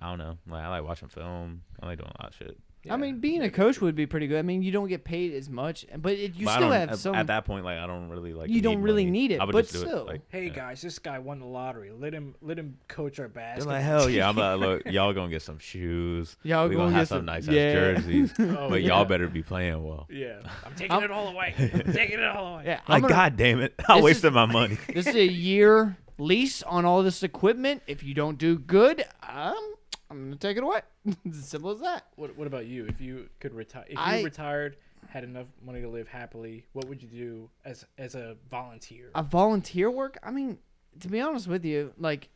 [SPEAKER 3] I don't know. Like I like watching film. I like doing a lot of shit.
[SPEAKER 1] I
[SPEAKER 2] Yeah.
[SPEAKER 1] mean, being a coach would be pretty good. I mean, you don't get paid as much, but it, you
[SPEAKER 3] But I
[SPEAKER 1] still
[SPEAKER 3] don't-
[SPEAKER 1] have
[SPEAKER 3] at-
[SPEAKER 1] some.
[SPEAKER 3] At that point, like I don't really like.
[SPEAKER 1] You don't really
[SPEAKER 3] money.
[SPEAKER 1] need it,
[SPEAKER 3] I would
[SPEAKER 1] but
[SPEAKER 3] just do
[SPEAKER 1] still.
[SPEAKER 3] It, like,
[SPEAKER 2] Hey
[SPEAKER 3] yeah.
[SPEAKER 2] guys, this guy won the lottery. Let him let him coach our
[SPEAKER 3] They're
[SPEAKER 2] basketball.
[SPEAKER 3] like hell yeah! I'm like, look, y'all gonna get some shoes.
[SPEAKER 1] Y'all
[SPEAKER 3] we
[SPEAKER 1] gonna
[SPEAKER 3] have
[SPEAKER 1] get some-
[SPEAKER 3] some nice
[SPEAKER 1] yeah.
[SPEAKER 3] ass jerseys,
[SPEAKER 2] Oh,
[SPEAKER 3] but
[SPEAKER 2] yeah.
[SPEAKER 3] y'all better be playing well.
[SPEAKER 2] Yeah, I'm taking it all away. I'm taking it all away.
[SPEAKER 1] yeah, I'm
[SPEAKER 3] Like
[SPEAKER 1] gonna-
[SPEAKER 3] god damn it! I
[SPEAKER 1] This is-
[SPEAKER 3] wasted my money.
[SPEAKER 1] This is a year lease on all this equipment. If you don't do good, um, I'm gonna take it away. it's as simple as that.
[SPEAKER 2] What What about you? If you could retire, if you
[SPEAKER 1] I-
[SPEAKER 2] retired, had enough money to live happily, what would you do as as a volunteer?
[SPEAKER 1] A volunteer work. I mean, to be honest with you, like,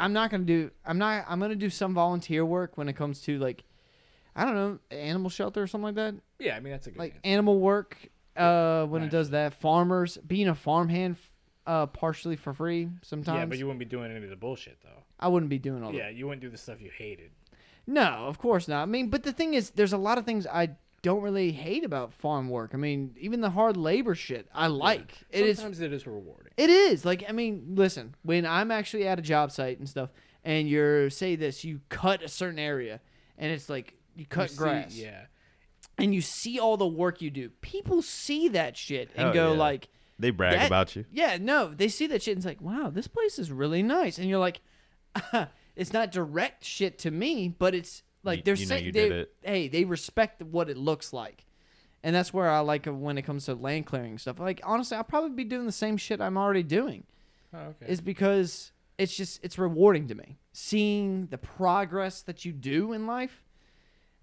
[SPEAKER 1] I'm not gonna do. I'm not. I'm gonna do some volunteer work when it comes to like, I don't know, animal shelter or something like that.
[SPEAKER 2] yeah, I mean that's a good.
[SPEAKER 1] Like
[SPEAKER 2] answer.
[SPEAKER 1] animal work. Uh, when it
[SPEAKER 2] Right.
[SPEAKER 1] does that, farmers being a farmhand, uh, partially for free sometimes.
[SPEAKER 2] yeah, but you wouldn't be doing any of the bullshit though.
[SPEAKER 1] I wouldn't be doing all that.
[SPEAKER 2] Yeah, you wouldn't do the stuff you hated.
[SPEAKER 1] No, of course not. I mean, but the thing is, there's a lot of things I don't really hate about farm work. I mean, even the hard labor shit, I like. It is.
[SPEAKER 2] Sometimes it is rewarding.
[SPEAKER 1] It is like I mean, listen. When I'm actually at a job site and stuff, and you're say this, you cut a certain area, and it's like you cut
[SPEAKER 2] You see-
[SPEAKER 1] grass,
[SPEAKER 2] yeah,
[SPEAKER 1] and you see all the work you do. People see that shit and
[SPEAKER 3] Hell
[SPEAKER 1] go
[SPEAKER 3] yeah.
[SPEAKER 1] like,
[SPEAKER 3] They brag
[SPEAKER 1] that-
[SPEAKER 3] about you.
[SPEAKER 1] Yeah, no, they see that shit and it's like, wow, this place is really nice, and you're like, it's not direct shit to me, but it's like
[SPEAKER 3] You-
[SPEAKER 1] they're
[SPEAKER 3] you know
[SPEAKER 1] saying,
[SPEAKER 3] you
[SPEAKER 1] they,
[SPEAKER 3] did it.
[SPEAKER 1] hey, they respect what it looks like, and that's where I like it when it comes to land clearing stuff. Like honestly, I'll probably be doing the same shit I'm already doing.
[SPEAKER 2] oh, okay.
[SPEAKER 1] Is because it's just it's rewarding to me seeing the progress that you do in life.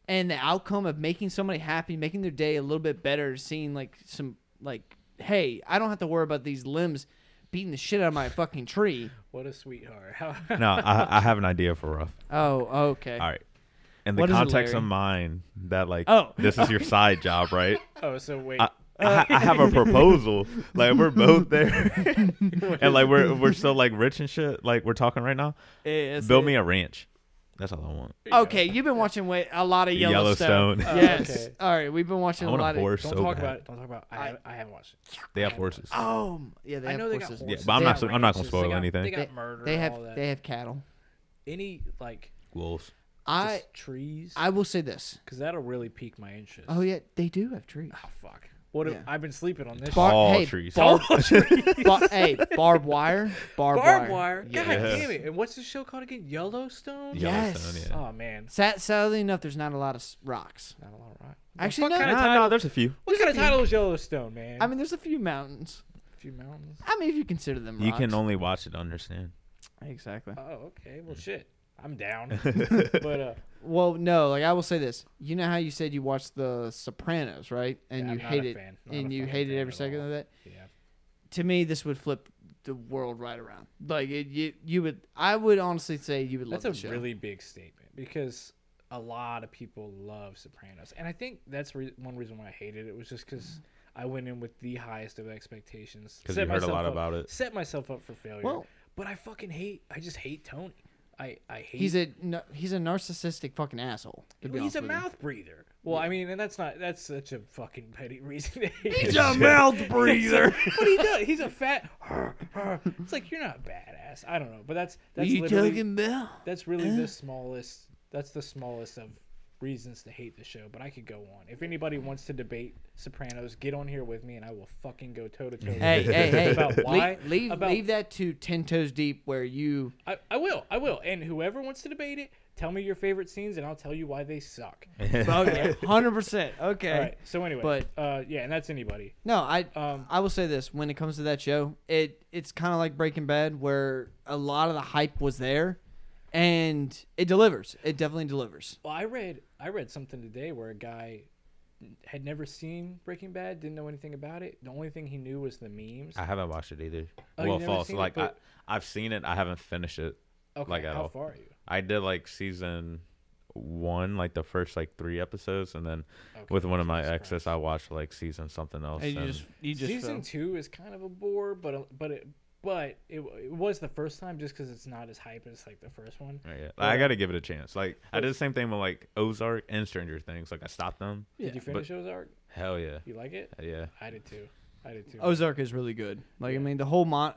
[SPEAKER 1] And the outcome of making somebody happy, making their day a little bit better, seeing like some like, hey, I don't have to worry about these limbs beating the shit out of my fucking tree.
[SPEAKER 2] What a sweetheart. How,
[SPEAKER 3] No, I, I have an idea for rough.
[SPEAKER 1] Oh, okay.
[SPEAKER 3] All right. In the
[SPEAKER 1] What is it,
[SPEAKER 3] context of
[SPEAKER 1] Larry?
[SPEAKER 3] mine, that like
[SPEAKER 1] Oh. Uh.
[SPEAKER 3] this is your side job, right?
[SPEAKER 2] oh, so wait.
[SPEAKER 3] I, I, ha- I have a proposal. Like we're both there, and like we're we're so like rich and shit. Like we're talking right now. Build me a ranch. That's all I want.
[SPEAKER 2] There you go.
[SPEAKER 1] Okay, you've been watching way, a lot of Yellowstone.
[SPEAKER 3] Yellowstone.
[SPEAKER 2] Oh,
[SPEAKER 1] yes.
[SPEAKER 2] okay.
[SPEAKER 1] All right, we've been watching
[SPEAKER 3] I want
[SPEAKER 1] a
[SPEAKER 3] a
[SPEAKER 1] lot
[SPEAKER 3] horse
[SPEAKER 2] Don't
[SPEAKER 3] so
[SPEAKER 2] talk
[SPEAKER 3] bad.
[SPEAKER 2] about it. Don't talk about it. I,
[SPEAKER 1] I-
[SPEAKER 2] haven't, I haven't watched it.
[SPEAKER 3] They have horses.
[SPEAKER 1] of. Oh, yeah, they
[SPEAKER 2] I
[SPEAKER 1] have
[SPEAKER 2] know they got
[SPEAKER 1] horses.
[SPEAKER 2] horses.
[SPEAKER 3] Yeah, but I'm
[SPEAKER 2] they
[SPEAKER 3] not
[SPEAKER 2] got
[SPEAKER 3] so- I'm not gonna
[SPEAKER 2] ranches,
[SPEAKER 3] spoil
[SPEAKER 2] they got-
[SPEAKER 3] anything.
[SPEAKER 2] They got
[SPEAKER 1] They-
[SPEAKER 2] murder.
[SPEAKER 1] they have
[SPEAKER 2] all that.
[SPEAKER 1] they have cattle.
[SPEAKER 2] any like
[SPEAKER 3] Wolves.
[SPEAKER 1] I
[SPEAKER 2] just trees.
[SPEAKER 1] I will say this.
[SPEAKER 2] Because that'll really pique my interest.
[SPEAKER 1] Oh yeah, they do have trees.
[SPEAKER 2] Oh, fuck. What? if
[SPEAKER 1] Yeah.
[SPEAKER 2] I've been sleeping on this.
[SPEAKER 1] Bar-
[SPEAKER 3] Tall
[SPEAKER 1] hey,
[SPEAKER 3] trees.
[SPEAKER 1] Bar-
[SPEAKER 2] Tall trees.
[SPEAKER 1] bar- hey, barbed wire, barbed,
[SPEAKER 2] barbed wire.
[SPEAKER 1] Yeah.
[SPEAKER 2] God
[SPEAKER 3] Yes.
[SPEAKER 2] damn it! And what's the show called again? Yellowstone.
[SPEAKER 1] Yeah.
[SPEAKER 3] Yellowstone.
[SPEAKER 1] Yes.
[SPEAKER 3] Yeah.
[SPEAKER 2] Oh man.
[SPEAKER 1] Sa- sadly enough, there's not a lot of s- rocks.
[SPEAKER 2] Not a lot of rock.
[SPEAKER 1] Actually,
[SPEAKER 2] what
[SPEAKER 1] no.
[SPEAKER 2] Kind of
[SPEAKER 1] No,
[SPEAKER 2] title,
[SPEAKER 3] there's a few.
[SPEAKER 2] what kind of title is Yellowstone, man?
[SPEAKER 1] I mean, there's a few mountains.
[SPEAKER 2] a few mountains.
[SPEAKER 1] I mean, if you consider them,
[SPEAKER 3] You can
[SPEAKER 1] rocks.
[SPEAKER 3] only watch it to understand.
[SPEAKER 1] exactly.
[SPEAKER 2] Oh, okay. Well, shit. I'm down. but uh,
[SPEAKER 1] Well, no, like I will say this. You know how you said you watched The Sopranos, right? And
[SPEAKER 2] Yeah,
[SPEAKER 1] you
[SPEAKER 2] I'm not a
[SPEAKER 1] hated
[SPEAKER 2] fan. Not a
[SPEAKER 1] and you
[SPEAKER 2] fucking
[SPEAKER 1] hated
[SPEAKER 2] fan
[SPEAKER 1] every
[SPEAKER 2] at
[SPEAKER 1] second
[SPEAKER 2] all.
[SPEAKER 1] of that.
[SPEAKER 2] yeah.
[SPEAKER 1] To me, this would flip the world right around. Like it, you, you would. I would honestly say you would love
[SPEAKER 2] That's
[SPEAKER 1] the
[SPEAKER 2] a
[SPEAKER 1] show.
[SPEAKER 2] really big statement because a lot of people love Sopranos, and I think that's re- one reason why I hated it was just because I went in with the highest of expectations.
[SPEAKER 3] 'Cause
[SPEAKER 2] set
[SPEAKER 3] you heard a
[SPEAKER 2] myself
[SPEAKER 3] lot
[SPEAKER 2] up-
[SPEAKER 3] about it.
[SPEAKER 2] Set myself up for failure.
[SPEAKER 1] Well-
[SPEAKER 2] but I fucking hate. I just hate Tony. I I hate.
[SPEAKER 1] He's a nar- he's a narcissistic fucking asshole. to be
[SPEAKER 2] Well,
[SPEAKER 1] honest
[SPEAKER 2] he's a
[SPEAKER 1] with you.
[SPEAKER 2] mouth breather. Well, I mean, and that's not that's such a fucking petty reason. To hate
[SPEAKER 1] He's
[SPEAKER 2] him.
[SPEAKER 1] a mouth breather.
[SPEAKER 2] what he does? He's a fat. it's like you're not badass. I don't know, but that's
[SPEAKER 1] What
[SPEAKER 2] that's
[SPEAKER 1] you Eh.
[SPEAKER 2] literally
[SPEAKER 1] talking about?
[SPEAKER 2] that's really the smallest. That's the smallest of reasons to hate the show. But I could go on. If anybody wants to debate Sopranos, get on here with me, and I will fucking go toe to toe.
[SPEAKER 1] Hey, hey, hey!
[SPEAKER 2] About why?
[SPEAKER 1] Leave, leave,
[SPEAKER 2] about
[SPEAKER 1] leave that to ten toes deep, where you
[SPEAKER 2] I, I will. I will. And whoever wants to debate it, tell me your favorite scenes, and I'll tell you why they suck.
[SPEAKER 1] Oh yeah, hundred percent. Okay.
[SPEAKER 2] All right. So anyway,
[SPEAKER 1] But-
[SPEAKER 2] uh, yeah, and that's anybody.
[SPEAKER 1] No, I
[SPEAKER 2] Um,
[SPEAKER 1] I will say this when it comes to that show, it it's kind of like Breaking Bad, where a lot of the hype was there, and it delivers. It definitely delivers.
[SPEAKER 2] Well, I read I read something today where a guy had never seen Breaking Bad, didn't know anything about it. The only thing he knew was the memes.
[SPEAKER 3] I haven't watched it either.
[SPEAKER 2] Oh, you've
[SPEAKER 3] well,
[SPEAKER 2] never
[SPEAKER 3] false.
[SPEAKER 2] seen it,
[SPEAKER 3] Like
[SPEAKER 2] but-
[SPEAKER 3] I, I've seen it. I haven't finished it.
[SPEAKER 2] Okay,
[SPEAKER 3] like at
[SPEAKER 2] how
[SPEAKER 3] all.
[SPEAKER 2] far are you?
[SPEAKER 3] I did like season one, like the first like three episodes, and then with one of my
[SPEAKER 2] Jesus
[SPEAKER 3] exes, I watched like season something else.
[SPEAKER 1] And you
[SPEAKER 3] and-
[SPEAKER 1] just you just
[SPEAKER 2] Season two is kind of a bore, but but it but it, it was the first time just because it's not as hype as like the first one.
[SPEAKER 3] Right, yeah. I gotta give it a chance. Like I did the same thing with like Ozark and Stranger Things. Like I stopped them.
[SPEAKER 2] Did you finish Ozark?
[SPEAKER 3] Hell yeah,
[SPEAKER 2] You like it?
[SPEAKER 3] yeah.
[SPEAKER 2] I did too. I did too.
[SPEAKER 3] Oh,
[SPEAKER 1] Ozark is really good. Like I mean, the whole mon.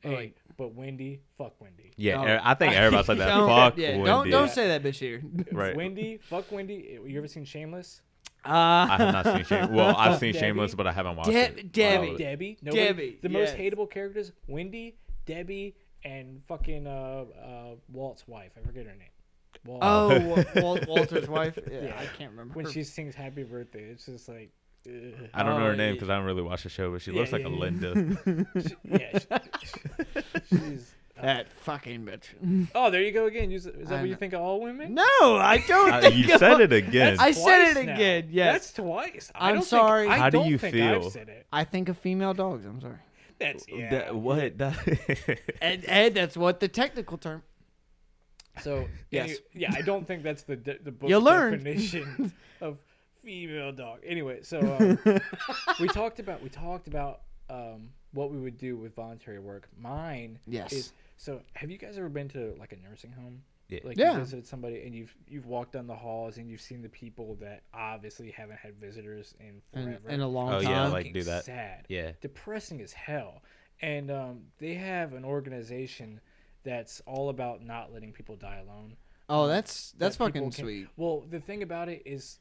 [SPEAKER 2] Hey,
[SPEAKER 1] like,
[SPEAKER 2] but Wendy, fuck Wendy.
[SPEAKER 3] Yeah,
[SPEAKER 1] Oh.
[SPEAKER 3] er- I think everybody said that. Fuck
[SPEAKER 1] yeah,
[SPEAKER 3] Wendy.
[SPEAKER 1] don't don't say that bitch here.
[SPEAKER 3] Right.
[SPEAKER 2] Wendy, fuck Wendy. You ever seen Shameless?
[SPEAKER 1] Uh,
[SPEAKER 3] I have not seen Shameless. Well, I've seen
[SPEAKER 2] Debbie?
[SPEAKER 3] Shameless, but I haven't watched
[SPEAKER 1] De-
[SPEAKER 3] it.
[SPEAKER 1] Debbie.
[SPEAKER 3] Uh,
[SPEAKER 2] Debbie. Nobody,
[SPEAKER 1] Debbie,
[SPEAKER 2] The
[SPEAKER 1] yes.
[SPEAKER 2] most hateable characters: Wendy, Debbie, and fucking uh, uh, Walt's wife. I forget her name. Walt.
[SPEAKER 1] oh, Wa- Wal- Walter's wife. Yeah,
[SPEAKER 2] Yeah.
[SPEAKER 1] I can't remember.
[SPEAKER 2] when
[SPEAKER 1] her-
[SPEAKER 2] she sings "Happy Birthday," it's just like, ugh.
[SPEAKER 3] I don't know
[SPEAKER 1] Oh,
[SPEAKER 3] her name
[SPEAKER 1] yeah.
[SPEAKER 3] because I don't really watch the show, but she
[SPEAKER 2] Yeah,
[SPEAKER 3] looks like
[SPEAKER 2] yeah,
[SPEAKER 3] a
[SPEAKER 2] yeah.
[SPEAKER 3] Linda.
[SPEAKER 2] She- yeah. she- she's, uh,
[SPEAKER 1] that fucking bitch.
[SPEAKER 2] oh, there you go again. You, is that
[SPEAKER 1] I
[SPEAKER 2] what you
[SPEAKER 1] know.
[SPEAKER 2] think of all women?
[SPEAKER 1] No, I don't.
[SPEAKER 3] Uh,
[SPEAKER 1] think
[SPEAKER 3] you said it again.
[SPEAKER 1] I said
[SPEAKER 2] Twice
[SPEAKER 1] it
[SPEAKER 2] now.
[SPEAKER 1] again. Yes.
[SPEAKER 2] that's twice. I
[SPEAKER 1] I'm
[SPEAKER 2] don't think-
[SPEAKER 1] sorry.
[SPEAKER 2] I
[SPEAKER 3] How do
[SPEAKER 2] don't
[SPEAKER 3] you
[SPEAKER 2] think
[SPEAKER 3] feel?
[SPEAKER 2] I've said it.
[SPEAKER 1] I think of female dogs. I'm sorry.
[SPEAKER 2] That's yeah.
[SPEAKER 3] That- what? That-
[SPEAKER 1] And, and that's what the technical term.
[SPEAKER 2] So
[SPEAKER 1] Yes.
[SPEAKER 2] any- yeah, I don't think that's the de- the book
[SPEAKER 1] You learned.
[SPEAKER 2] definition of female dog. Anyway, so um, we talked about we talked about um, what we would do with voluntary work. Mine
[SPEAKER 1] Yes.
[SPEAKER 2] is so. Have you guys ever been to like a nursing home?
[SPEAKER 3] Yeah.
[SPEAKER 2] Like
[SPEAKER 1] Yeah.
[SPEAKER 2] you visited somebody and you've you've walked down the halls and you've seen the people that obviously haven't had visitors in
[SPEAKER 1] in,
[SPEAKER 2] forever.
[SPEAKER 1] in a long
[SPEAKER 3] Oh,
[SPEAKER 1] time.
[SPEAKER 3] yeah,
[SPEAKER 2] Fucking
[SPEAKER 3] like- do that.
[SPEAKER 2] Sad
[SPEAKER 3] yeah.
[SPEAKER 2] depressing as hell. And um, they have an organization that's all about not letting people die alone.
[SPEAKER 1] oh, that's that's
[SPEAKER 2] that
[SPEAKER 1] fucking
[SPEAKER 2] people can-
[SPEAKER 1] sweet.
[SPEAKER 2] Well, the thing about it is,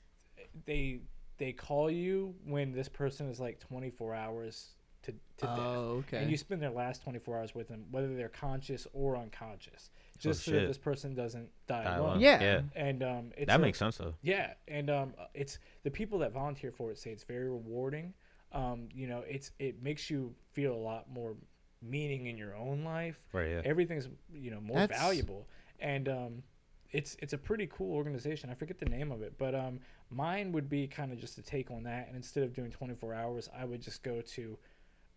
[SPEAKER 2] they they call you when this person is like 24 hours to, to death.
[SPEAKER 1] Oh, okay.
[SPEAKER 2] And you spend their last 24 hours with them, whether they're conscious or unconscious, just so that
[SPEAKER 3] Oh, shit.
[SPEAKER 2] this person doesn't die,
[SPEAKER 3] I
[SPEAKER 2] alone.
[SPEAKER 3] love-
[SPEAKER 1] Yeah.
[SPEAKER 2] And um, it's
[SPEAKER 3] That
[SPEAKER 2] a-
[SPEAKER 3] makes sense though.
[SPEAKER 2] yeah, and um, it's the people that volunteer for it say it's very rewarding. Um, you know, it's it makes you feel a lot more meaning in your own life.
[SPEAKER 3] Right, yeah.
[SPEAKER 2] Everything's you know more
[SPEAKER 1] That's-
[SPEAKER 2] valuable, and um, it's it's a pretty cool organization. I forget the name of it, but um, mine would be kind of just a take on that. And instead of doing 24 hours, I would just go to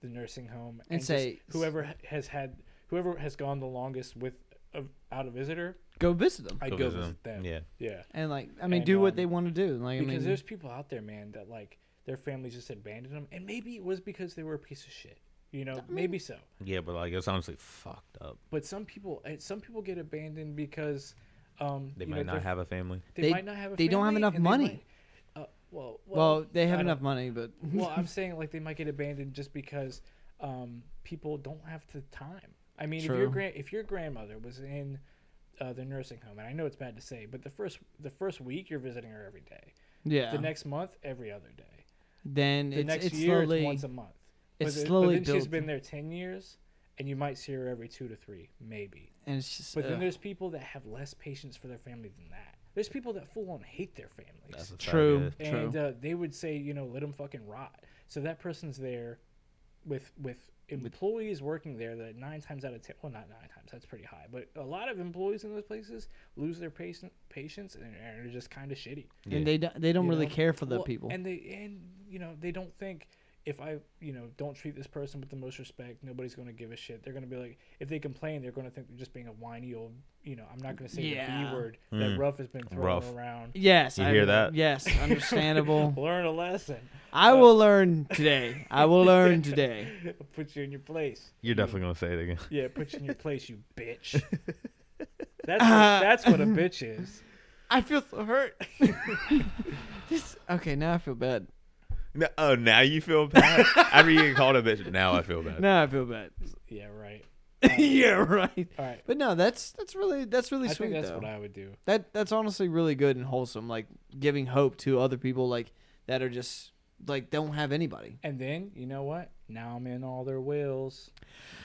[SPEAKER 2] the nursing home
[SPEAKER 1] And say-
[SPEAKER 2] just whoever ha- has had whoever has gone the longest with a, out a visitor,
[SPEAKER 1] go visit them
[SPEAKER 2] I
[SPEAKER 3] Go
[SPEAKER 2] go
[SPEAKER 3] visit
[SPEAKER 2] visit
[SPEAKER 3] them.
[SPEAKER 2] them.
[SPEAKER 3] Yeah.
[SPEAKER 2] yeah
[SPEAKER 1] and like I mean,
[SPEAKER 2] And,
[SPEAKER 1] do
[SPEAKER 2] um,
[SPEAKER 1] what they want to do. Like I
[SPEAKER 2] because
[SPEAKER 1] mean,
[SPEAKER 2] there's people out there, man, that like their families just abandoned them, and maybe it was because they were a piece of shit. You
[SPEAKER 1] Mm.
[SPEAKER 2] know, maybe so.
[SPEAKER 3] Yeah, but like it's honestly fucked up.
[SPEAKER 2] But some people, eh, some people get abandoned because um,
[SPEAKER 3] They
[SPEAKER 2] you know,
[SPEAKER 3] might
[SPEAKER 2] their-
[SPEAKER 3] not have a family.
[SPEAKER 2] They,
[SPEAKER 1] They-
[SPEAKER 2] might not have. A
[SPEAKER 1] they don't have
[SPEAKER 2] family,
[SPEAKER 1] enough
[SPEAKER 2] and they
[SPEAKER 1] money.
[SPEAKER 2] might- uh, well, well,
[SPEAKER 1] well, they have
[SPEAKER 2] I don't-
[SPEAKER 1] enough money, but
[SPEAKER 2] well, I'm saying like they might get abandoned just because um, people don't have the time. I mean, if your
[SPEAKER 1] True.
[SPEAKER 2] grand if your grandmother was in uh, the nursing home, and I know it's bad to say, but the first the first week you're visiting her every day,
[SPEAKER 1] yeah.
[SPEAKER 2] the next month every other day.
[SPEAKER 1] then
[SPEAKER 2] the
[SPEAKER 1] it's
[SPEAKER 2] next
[SPEAKER 1] it's
[SPEAKER 2] year
[SPEAKER 1] slowly
[SPEAKER 2] it's once a month.
[SPEAKER 1] it's
[SPEAKER 2] but, the-
[SPEAKER 1] slowly
[SPEAKER 2] but then she's
[SPEAKER 1] built.
[SPEAKER 2] been there ten years, and you might see her every two to three, maybe.
[SPEAKER 1] and it's just uh,
[SPEAKER 2] But then
[SPEAKER 1] ugh.
[SPEAKER 2] there's people that have less patience for their family than that. There's people that full on hate their families,
[SPEAKER 3] a fact,
[SPEAKER 1] true,
[SPEAKER 3] yeah.
[SPEAKER 1] true.
[SPEAKER 2] and uh, they would say, you know, let them fucking rot. So that person's there, with with employees working there that nine times out of ten, well, not nine times, that's pretty high, but a lot of employees in those places lose their patient, patience and are just kind of shitty
[SPEAKER 1] and they don't they don't
[SPEAKER 2] you
[SPEAKER 1] really
[SPEAKER 2] know?
[SPEAKER 1] care for the
[SPEAKER 2] Well,
[SPEAKER 1] people.
[SPEAKER 2] and they and you know they don't think if i you know don't treat this person with the most respect nobody's going to give a shit they're going to be like if they complain they're going to think they're just being a whiny old you know i'm not going to say the
[SPEAKER 1] Yeah.
[SPEAKER 2] b word that
[SPEAKER 1] Hmm.
[SPEAKER 2] rough has been thrown
[SPEAKER 3] Rough.
[SPEAKER 2] around
[SPEAKER 1] Yes,
[SPEAKER 3] You
[SPEAKER 1] I
[SPEAKER 3] hear
[SPEAKER 1] mean,
[SPEAKER 3] that?
[SPEAKER 1] Yes, understandable.
[SPEAKER 2] learn a lesson uh,
[SPEAKER 1] I will learn today. I will learn today.
[SPEAKER 2] put you in your place
[SPEAKER 3] You're definitely gonna say it again.
[SPEAKER 2] yeah put you in your place you bitch That's what, that's what a bitch is.
[SPEAKER 1] I feel so hurt. this, okay, now I feel bad.
[SPEAKER 3] No, oh, now you feel bad. After you get called a bitch, now I feel bad.
[SPEAKER 1] Now I feel bad.
[SPEAKER 2] Yeah, right.
[SPEAKER 1] yeah, right.
[SPEAKER 2] All right.
[SPEAKER 1] But no, that's that's really that's really
[SPEAKER 2] I
[SPEAKER 1] sweet
[SPEAKER 2] think that's
[SPEAKER 1] though.
[SPEAKER 2] what I would do.
[SPEAKER 1] that that's honestly really good and wholesome. Like giving hope to other people like that are just like don't have anybody.
[SPEAKER 2] And then you know what? Now I'm in all their wills.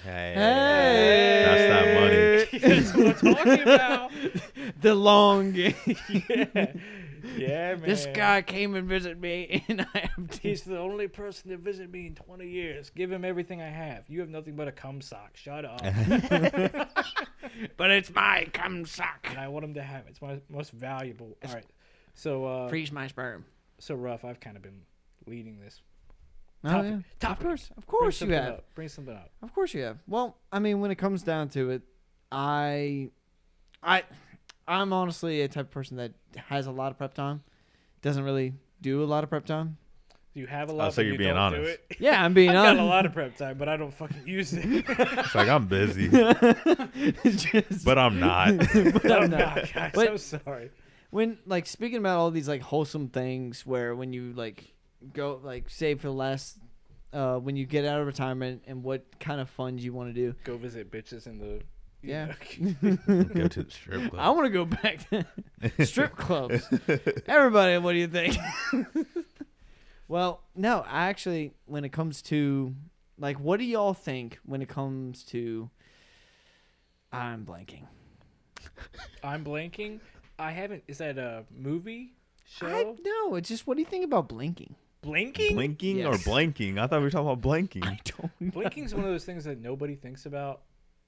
[SPEAKER 3] Hey,
[SPEAKER 1] Hey.
[SPEAKER 3] that's
[SPEAKER 1] that
[SPEAKER 2] that's what I'm talking about.
[SPEAKER 1] The long game.
[SPEAKER 2] Yeah, yeah, man.
[SPEAKER 1] This guy came and visited me, and I am.
[SPEAKER 2] He's the only person to visit me in 20 years. Give him everything I have. You have nothing but a cum sock. Shut up.
[SPEAKER 1] but it's my cum sock.
[SPEAKER 2] and I want him to have it. It's my most valuable. All right. So, uh,
[SPEAKER 1] Freeze my sperm.
[SPEAKER 2] so rough. I've kind of been leading this.
[SPEAKER 1] Oh,
[SPEAKER 2] Topic.
[SPEAKER 1] yeah. Of
[SPEAKER 2] Topic.
[SPEAKER 1] course, of
[SPEAKER 2] Bring
[SPEAKER 1] course you
[SPEAKER 2] something
[SPEAKER 1] have.
[SPEAKER 2] Up. Bring something up.
[SPEAKER 1] Of course you have. Well, I mean, when it comes down to it, I, I, I'm honestly a type of person that has a lot of prep time. Doesn't really do a lot of prep time.
[SPEAKER 2] You have a
[SPEAKER 1] Oh,
[SPEAKER 2] lot.
[SPEAKER 3] so
[SPEAKER 2] but
[SPEAKER 3] you're
[SPEAKER 2] you
[SPEAKER 3] being
[SPEAKER 2] don't do
[SPEAKER 3] honest.
[SPEAKER 2] it.
[SPEAKER 1] Yeah, I'm being
[SPEAKER 2] I've got
[SPEAKER 1] honest.
[SPEAKER 2] a lot of prep time, but I don't fucking use it.
[SPEAKER 3] funny. It's like I'm busy,
[SPEAKER 1] Just-
[SPEAKER 3] but I'm not.
[SPEAKER 2] I'm not, guys.
[SPEAKER 1] But-
[SPEAKER 2] I'm sorry.
[SPEAKER 1] when like speaking about all these like wholesome things where when you like go like save for the last uh when you get out of retirement and what kind of funds you want to do
[SPEAKER 2] Go visit bitches in the.
[SPEAKER 1] yeah
[SPEAKER 3] Go to the strip
[SPEAKER 1] i
[SPEAKER 3] club.
[SPEAKER 1] want to go back to strip clubs everybody what do you think well no I actually when it comes to like what do y'all think when it comes to i'm blanking
[SPEAKER 2] I'm blanking. I haven't. Is that a movie show?
[SPEAKER 1] I, no it's just what do you think about blinking
[SPEAKER 2] Blinking.
[SPEAKER 3] Blinking
[SPEAKER 1] Yes.
[SPEAKER 3] or blanking? I thought we were talking about
[SPEAKER 1] i
[SPEAKER 3] blanking.
[SPEAKER 1] don't know.
[SPEAKER 2] Blinking's one of those things that nobody thinks about.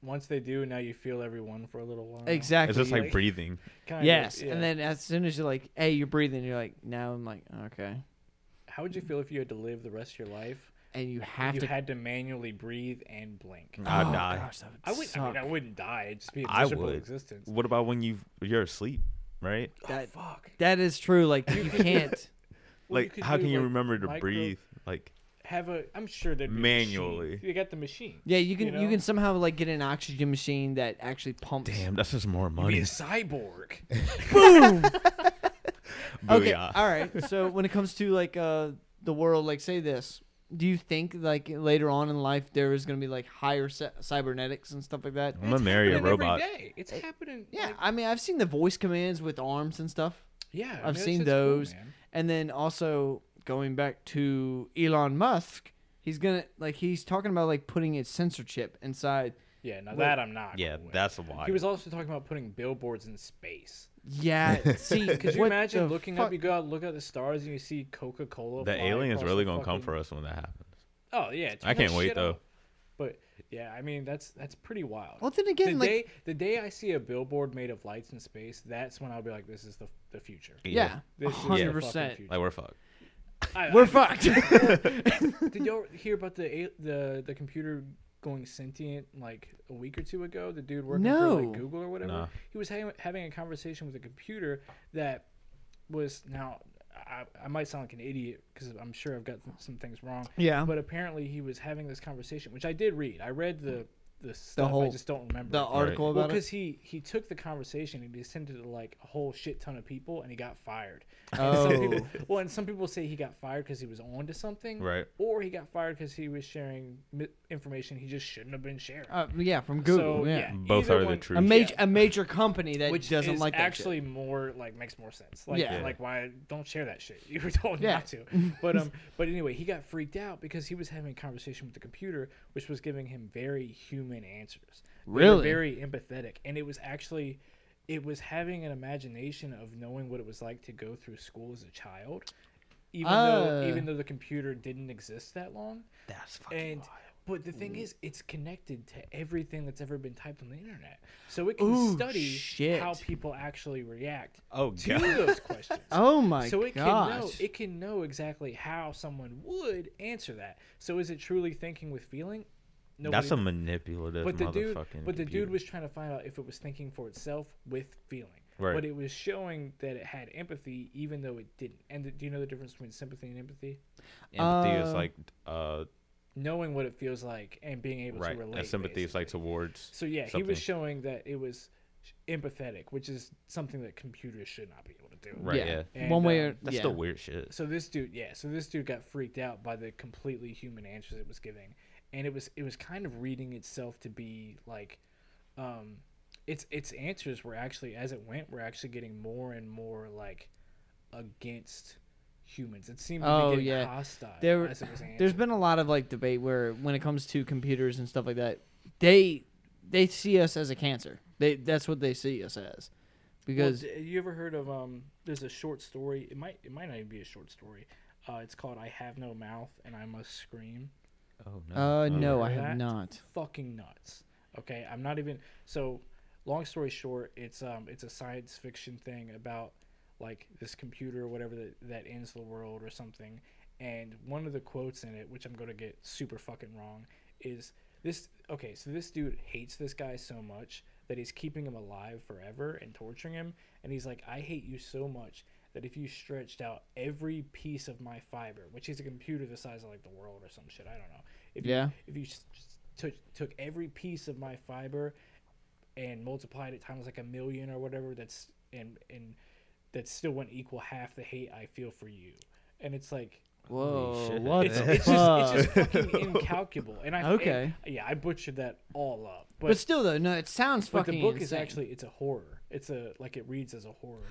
[SPEAKER 2] Once they do, now you feel everyone for a little while.
[SPEAKER 1] exactly
[SPEAKER 3] It's just like
[SPEAKER 2] Like-
[SPEAKER 3] breathing.
[SPEAKER 2] Kind of,
[SPEAKER 1] Yes,
[SPEAKER 2] yeah.
[SPEAKER 1] and then as soon as you're like, "Hey, you're breathing," you're like, "Now I'm like, okay,"
[SPEAKER 2] how would you feel if you had to live the rest of your life?
[SPEAKER 1] and you have
[SPEAKER 2] You
[SPEAKER 1] to.
[SPEAKER 2] had to manually breathe and blink.
[SPEAKER 1] oh,
[SPEAKER 3] I'd die.
[SPEAKER 1] Gosh, that would
[SPEAKER 2] I would. I,
[SPEAKER 1] suck.
[SPEAKER 2] mean, I wouldn't die. It'd just be a
[SPEAKER 3] I
[SPEAKER 2] miserable
[SPEAKER 3] would.
[SPEAKER 2] existence.
[SPEAKER 3] What about when you you're asleep, right?
[SPEAKER 1] That-
[SPEAKER 2] oh, fuck.
[SPEAKER 1] that is true. Like you can't.
[SPEAKER 2] Well, you
[SPEAKER 3] like,
[SPEAKER 2] could
[SPEAKER 3] how
[SPEAKER 2] do,
[SPEAKER 3] can you
[SPEAKER 2] like,
[SPEAKER 3] remember to
[SPEAKER 2] micro-
[SPEAKER 3] breathe? Like,
[SPEAKER 2] Have a. I'm sure that
[SPEAKER 3] Manually.
[SPEAKER 2] You got the machine.
[SPEAKER 1] Yeah, you can. You,
[SPEAKER 2] know?
[SPEAKER 1] can somehow like get an oxygen machine that actually pumps.
[SPEAKER 3] damn, that's just more
[SPEAKER 2] Be a
[SPEAKER 3] money.
[SPEAKER 2] cyborg.
[SPEAKER 1] Okay.
[SPEAKER 3] Booyah.
[SPEAKER 1] All right. So when it comes to like uh the world, like say this, do you think like later on in life there is gonna be like higher cy- cybernetics and stuff like that?
[SPEAKER 3] I'm gonna marry a
[SPEAKER 2] Happening every
[SPEAKER 3] robot.
[SPEAKER 2] day. It's happening.
[SPEAKER 1] Yeah,
[SPEAKER 2] like-
[SPEAKER 1] I mean, I've seen the voice commands with arms and stuff.
[SPEAKER 2] yeah. I mean,
[SPEAKER 1] I've
[SPEAKER 2] that
[SPEAKER 1] seen
[SPEAKER 2] shit's cool,
[SPEAKER 1] those.
[SPEAKER 2] man.
[SPEAKER 1] and then also going back to Elon Musk, he's gonna like he's talking about like putting a sensor chip inside.
[SPEAKER 2] yeah. Now
[SPEAKER 1] Wait.
[SPEAKER 2] that I'm not.
[SPEAKER 3] Yeah,
[SPEAKER 2] cool with.
[SPEAKER 3] that's why.
[SPEAKER 2] He was also talking about putting billboards in space.
[SPEAKER 1] Yeah, see,
[SPEAKER 2] Could you
[SPEAKER 1] what
[SPEAKER 2] imagine
[SPEAKER 1] the
[SPEAKER 2] looking
[SPEAKER 1] fuck?
[SPEAKER 2] up? e- You go out, look at the stars, and you see Coca Cola.
[SPEAKER 3] the aliens really gonna come for us when that happens.
[SPEAKER 2] Oh yeah,
[SPEAKER 3] I can't wait though.
[SPEAKER 2] But yeah, I mean that's that's pretty wild.
[SPEAKER 1] Well, then again,
[SPEAKER 2] the
[SPEAKER 1] like
[SPEAKER 2] day the day I see a billboard made of lights in space, that's when I'll be like, this is the the future.
[SPEAKER 1] yeah, a
[SPEAKER 2] This is the
[SPEAKER 1] hundred
[SPEAKER 2] fucking
[SPEAKER 1] percent.
[SPEAKER 2] future.
[SPEAKER 3] Like we're fucked.
[SPEAKER 2] I-
[SPEAKER 1] We're
[SPEAKER 2] I-
[SPEAKER 1] fucked.
[SPEAKER 2] Did y'all hear about the a- the the computer going sentient like a week or two ago? The dude working for
[SPEAKER 1] No.
[SPEAKER 2] like Google or whatever.
[SPEAKER 3] Nah.
[SPEAKER 2] He was having, having a conversation with a computer that was now. I, I might sound like an idiot because I'm sure I've got some things wrong.
[SPEAKER 1] yeah,
[SPEAKER 2] But apparently he was having this conversation, which I did read. I read the the stuff. I
[SPEAKER 1] whole-
[SPEAKER 2] just don't remember.
[SPEAKER 1] the
[SPEAKER 2] it.
[SPEAKER 1] article
[SPEAKER 2] Well,
[SPEAKER 1] about it.
[SPEAKER 2] because he he took the conversation and he sent it to like a whole shit ton of people, and he got fired.
[SPEAKER 1] Oh,
[SPEAKER 2] Some people, well, and some people say he got fired because he was on to something,
[SPEAKER 3] Right.
[SPEAKER 2] Or he got fired because he was sharing mi- information he just shouldn't have been sharing.
[SPEAKER 1] uh, yeah, from Google.
[SPEAKER 2] So,
[SPEAKER 1] yeah.
[SPEAKER 3] Both
[SPEAKER 2] either
[SPEAKER 3] are the
[SPEAKER 2] one-
[SPEAKER 3] truth.
[SPEAKER 1] a major
[SPEAKER 2] yeah.
[SPEAKER 1] a major company that
[SPEAKER 2] Which
[SPEAKER 1] doesn't
[SPEAKER 2] is
[SPEAKER 1] like that shit.
[SPEAKER 2] actually more like makes more sense. Like,
[SPEAKER 1] Yeah.
[SPEAKER 2] like why don't share that shit? You were told
[SPEAKER 1] Yeah.
[SPEAKER 2] not to. But um, but anyway, he got freaked out because he was having a conversation with the computer, which was giving him very human answers. They were
[SPEAKER 1] Really?
[SPEAKER 2] very empathetic, and it was actually, it was having an imagination of knowing what it was like to go through school as a child, even
[SPEAKER 1] Ah.
[SPEAKER 2] though even though the computer didn't exist that long.
[SPEAKER 3] That's fucking
[SPEAKER 2] And but the thing is, it's connected to everything that's ever been typed on the internet, so it can
[SPEAKER 1] Ooh,
[SPEAKER 2] study how
[SPEAKER 1] shit.
[SPEAKER 2] people actually react
[SPEAKER 3] Oh
[SPEAKER 2] to
[SPEAKER 3] god.
[SPEAKER 2] those questions.
[SPEAKER 1] oh my
[SPEAKER 2] so it
[SPEAKER 1] gosh.
[SPEAKER 2] can know it can know exactly how someone would answer that. So is it truly thinking with feeling?
[SPEAKER 3] That's a
[SPEAKER 2] knows.
[SPEAKER 3] manipulative
[SPEAKER 2] but the
[SPEAKER 3] motherfucking.
[SPEAKER 2] dude but the
[SPEAKER 3] computer.
[SPEAKER 2] dude was trying to find out if it was thinking for itself with feeling.
[SPEAKER 3] Right.
[SPEAKER 2] But it was showing that it had empathy, even though it didn't. And the, do you know the difference between sympathy and empathy?
[SPEAKER 3] empathy is
[SPEAKER 1] Uh,
[SPEAKER 3] like uh
[SPEAKER 2] Knowing what it feels like and being able
[SPEAKER 3] right.
[SPEAKER 2] to relate.
[SPEAKER 3] And sympathy is like
[SPEAKER 2] basically.
[SPEAKER 3] towards
[SPEAKER 2] So yeah, he
[SPEAKER 3] something.
[SPEAKER 2] was showing that it was empathetic, which is something that computers should not be able to do.
[SPEAKER 3] Right, yeah.
[SPEAKER 2] And,
[SPEAKER 1] One way
[SPEAKER 2] um,
[SPEAKER 1] or
[SPEAKER 3] That's
[SPEAKER 1] yeah.
[SPEAKER 3] the weird shit.
[SPEAKER 2] So this dude, yeah, so this dude got freaked out by the completely human answers it was giving, and it was it was kind of reading itself to be like, um, its its answers were actually as it went were actually getting more and more like against humans. It seemed
[SPEAKER 1] Oh,
[SPEAKER 2] to be getting
[SPEAKER 1] yeah.
[SPEAKER 2] hostile
[SPEAKER 1] There-
[SPEAKER 2] as it was
[SPEAKER 1] There's
[SPEAKER 2] answered.
[SPEAKER 1] been a lot of like debate where when it comes to computers and stuff like that, they they see us as a cancer. They that's what they see us as.
[SPEAKER 2] Well,
[SPEAKER 1] Because
[SPEAKER 2] d- you ever heard of um? There's a short story. It might it might not even be a short story. Uh, it's called "I Have No Mouth and I Must Scream."
[SPEAKER 3] Oh no.
[SPEAKER 1] uh no, I
[SPEAKER 2] heard
[SPEAKER 1] have
[SPEAKER 2] that?
[SPEAKER 1] not.
[SPEAKER 2] fucking nuts. Okay, I'm not even so. Long story short, it's um, it's a science fiction thing about like this computer or whatever that, that ends the world or something. And one of the quotes in it, which I'm gonna get super fucking wrong, is this. Okay, so this dude hates this guy so much that he's keeping him alive forever and torturing him. And he's like, I hate you so much that if you stretched out every piece of my fiber, which is a computer the size of like the world or some shit, I don't know. If you-
[SPEAKER 1] Yeah.
[SPEAKER 2] if you s- s- took took every piece of my fiber and multiplied it times like a million or whatever that's and and that still wouldn't equal half the hate I feel for you. And it's like
[SPEAKER 1] Whoa,
[SPEAKER 3] shit.
[SPEAKER 1] what
[SPEAKER 2] it's,
[SPEAKER 1] the
[SPEAKER 2] it's
[SPEAKER 1] fuck?
[SPEAKER 2] just it's just fucking incalculable. And I and-
[SPEAKER 1] Okay.
[SPEAKER 2] yeah, I butchered that all up. But,
[SPEAKER 1] but, still though, no, it sounds
[SPEAKER 2] but
[SPEAKER 1] fucking
[SPEAKER 2] the book is
[SPEAKER 1] insane.
[SPEAKER 2] actually it's a horror. It's a like it reads as a horror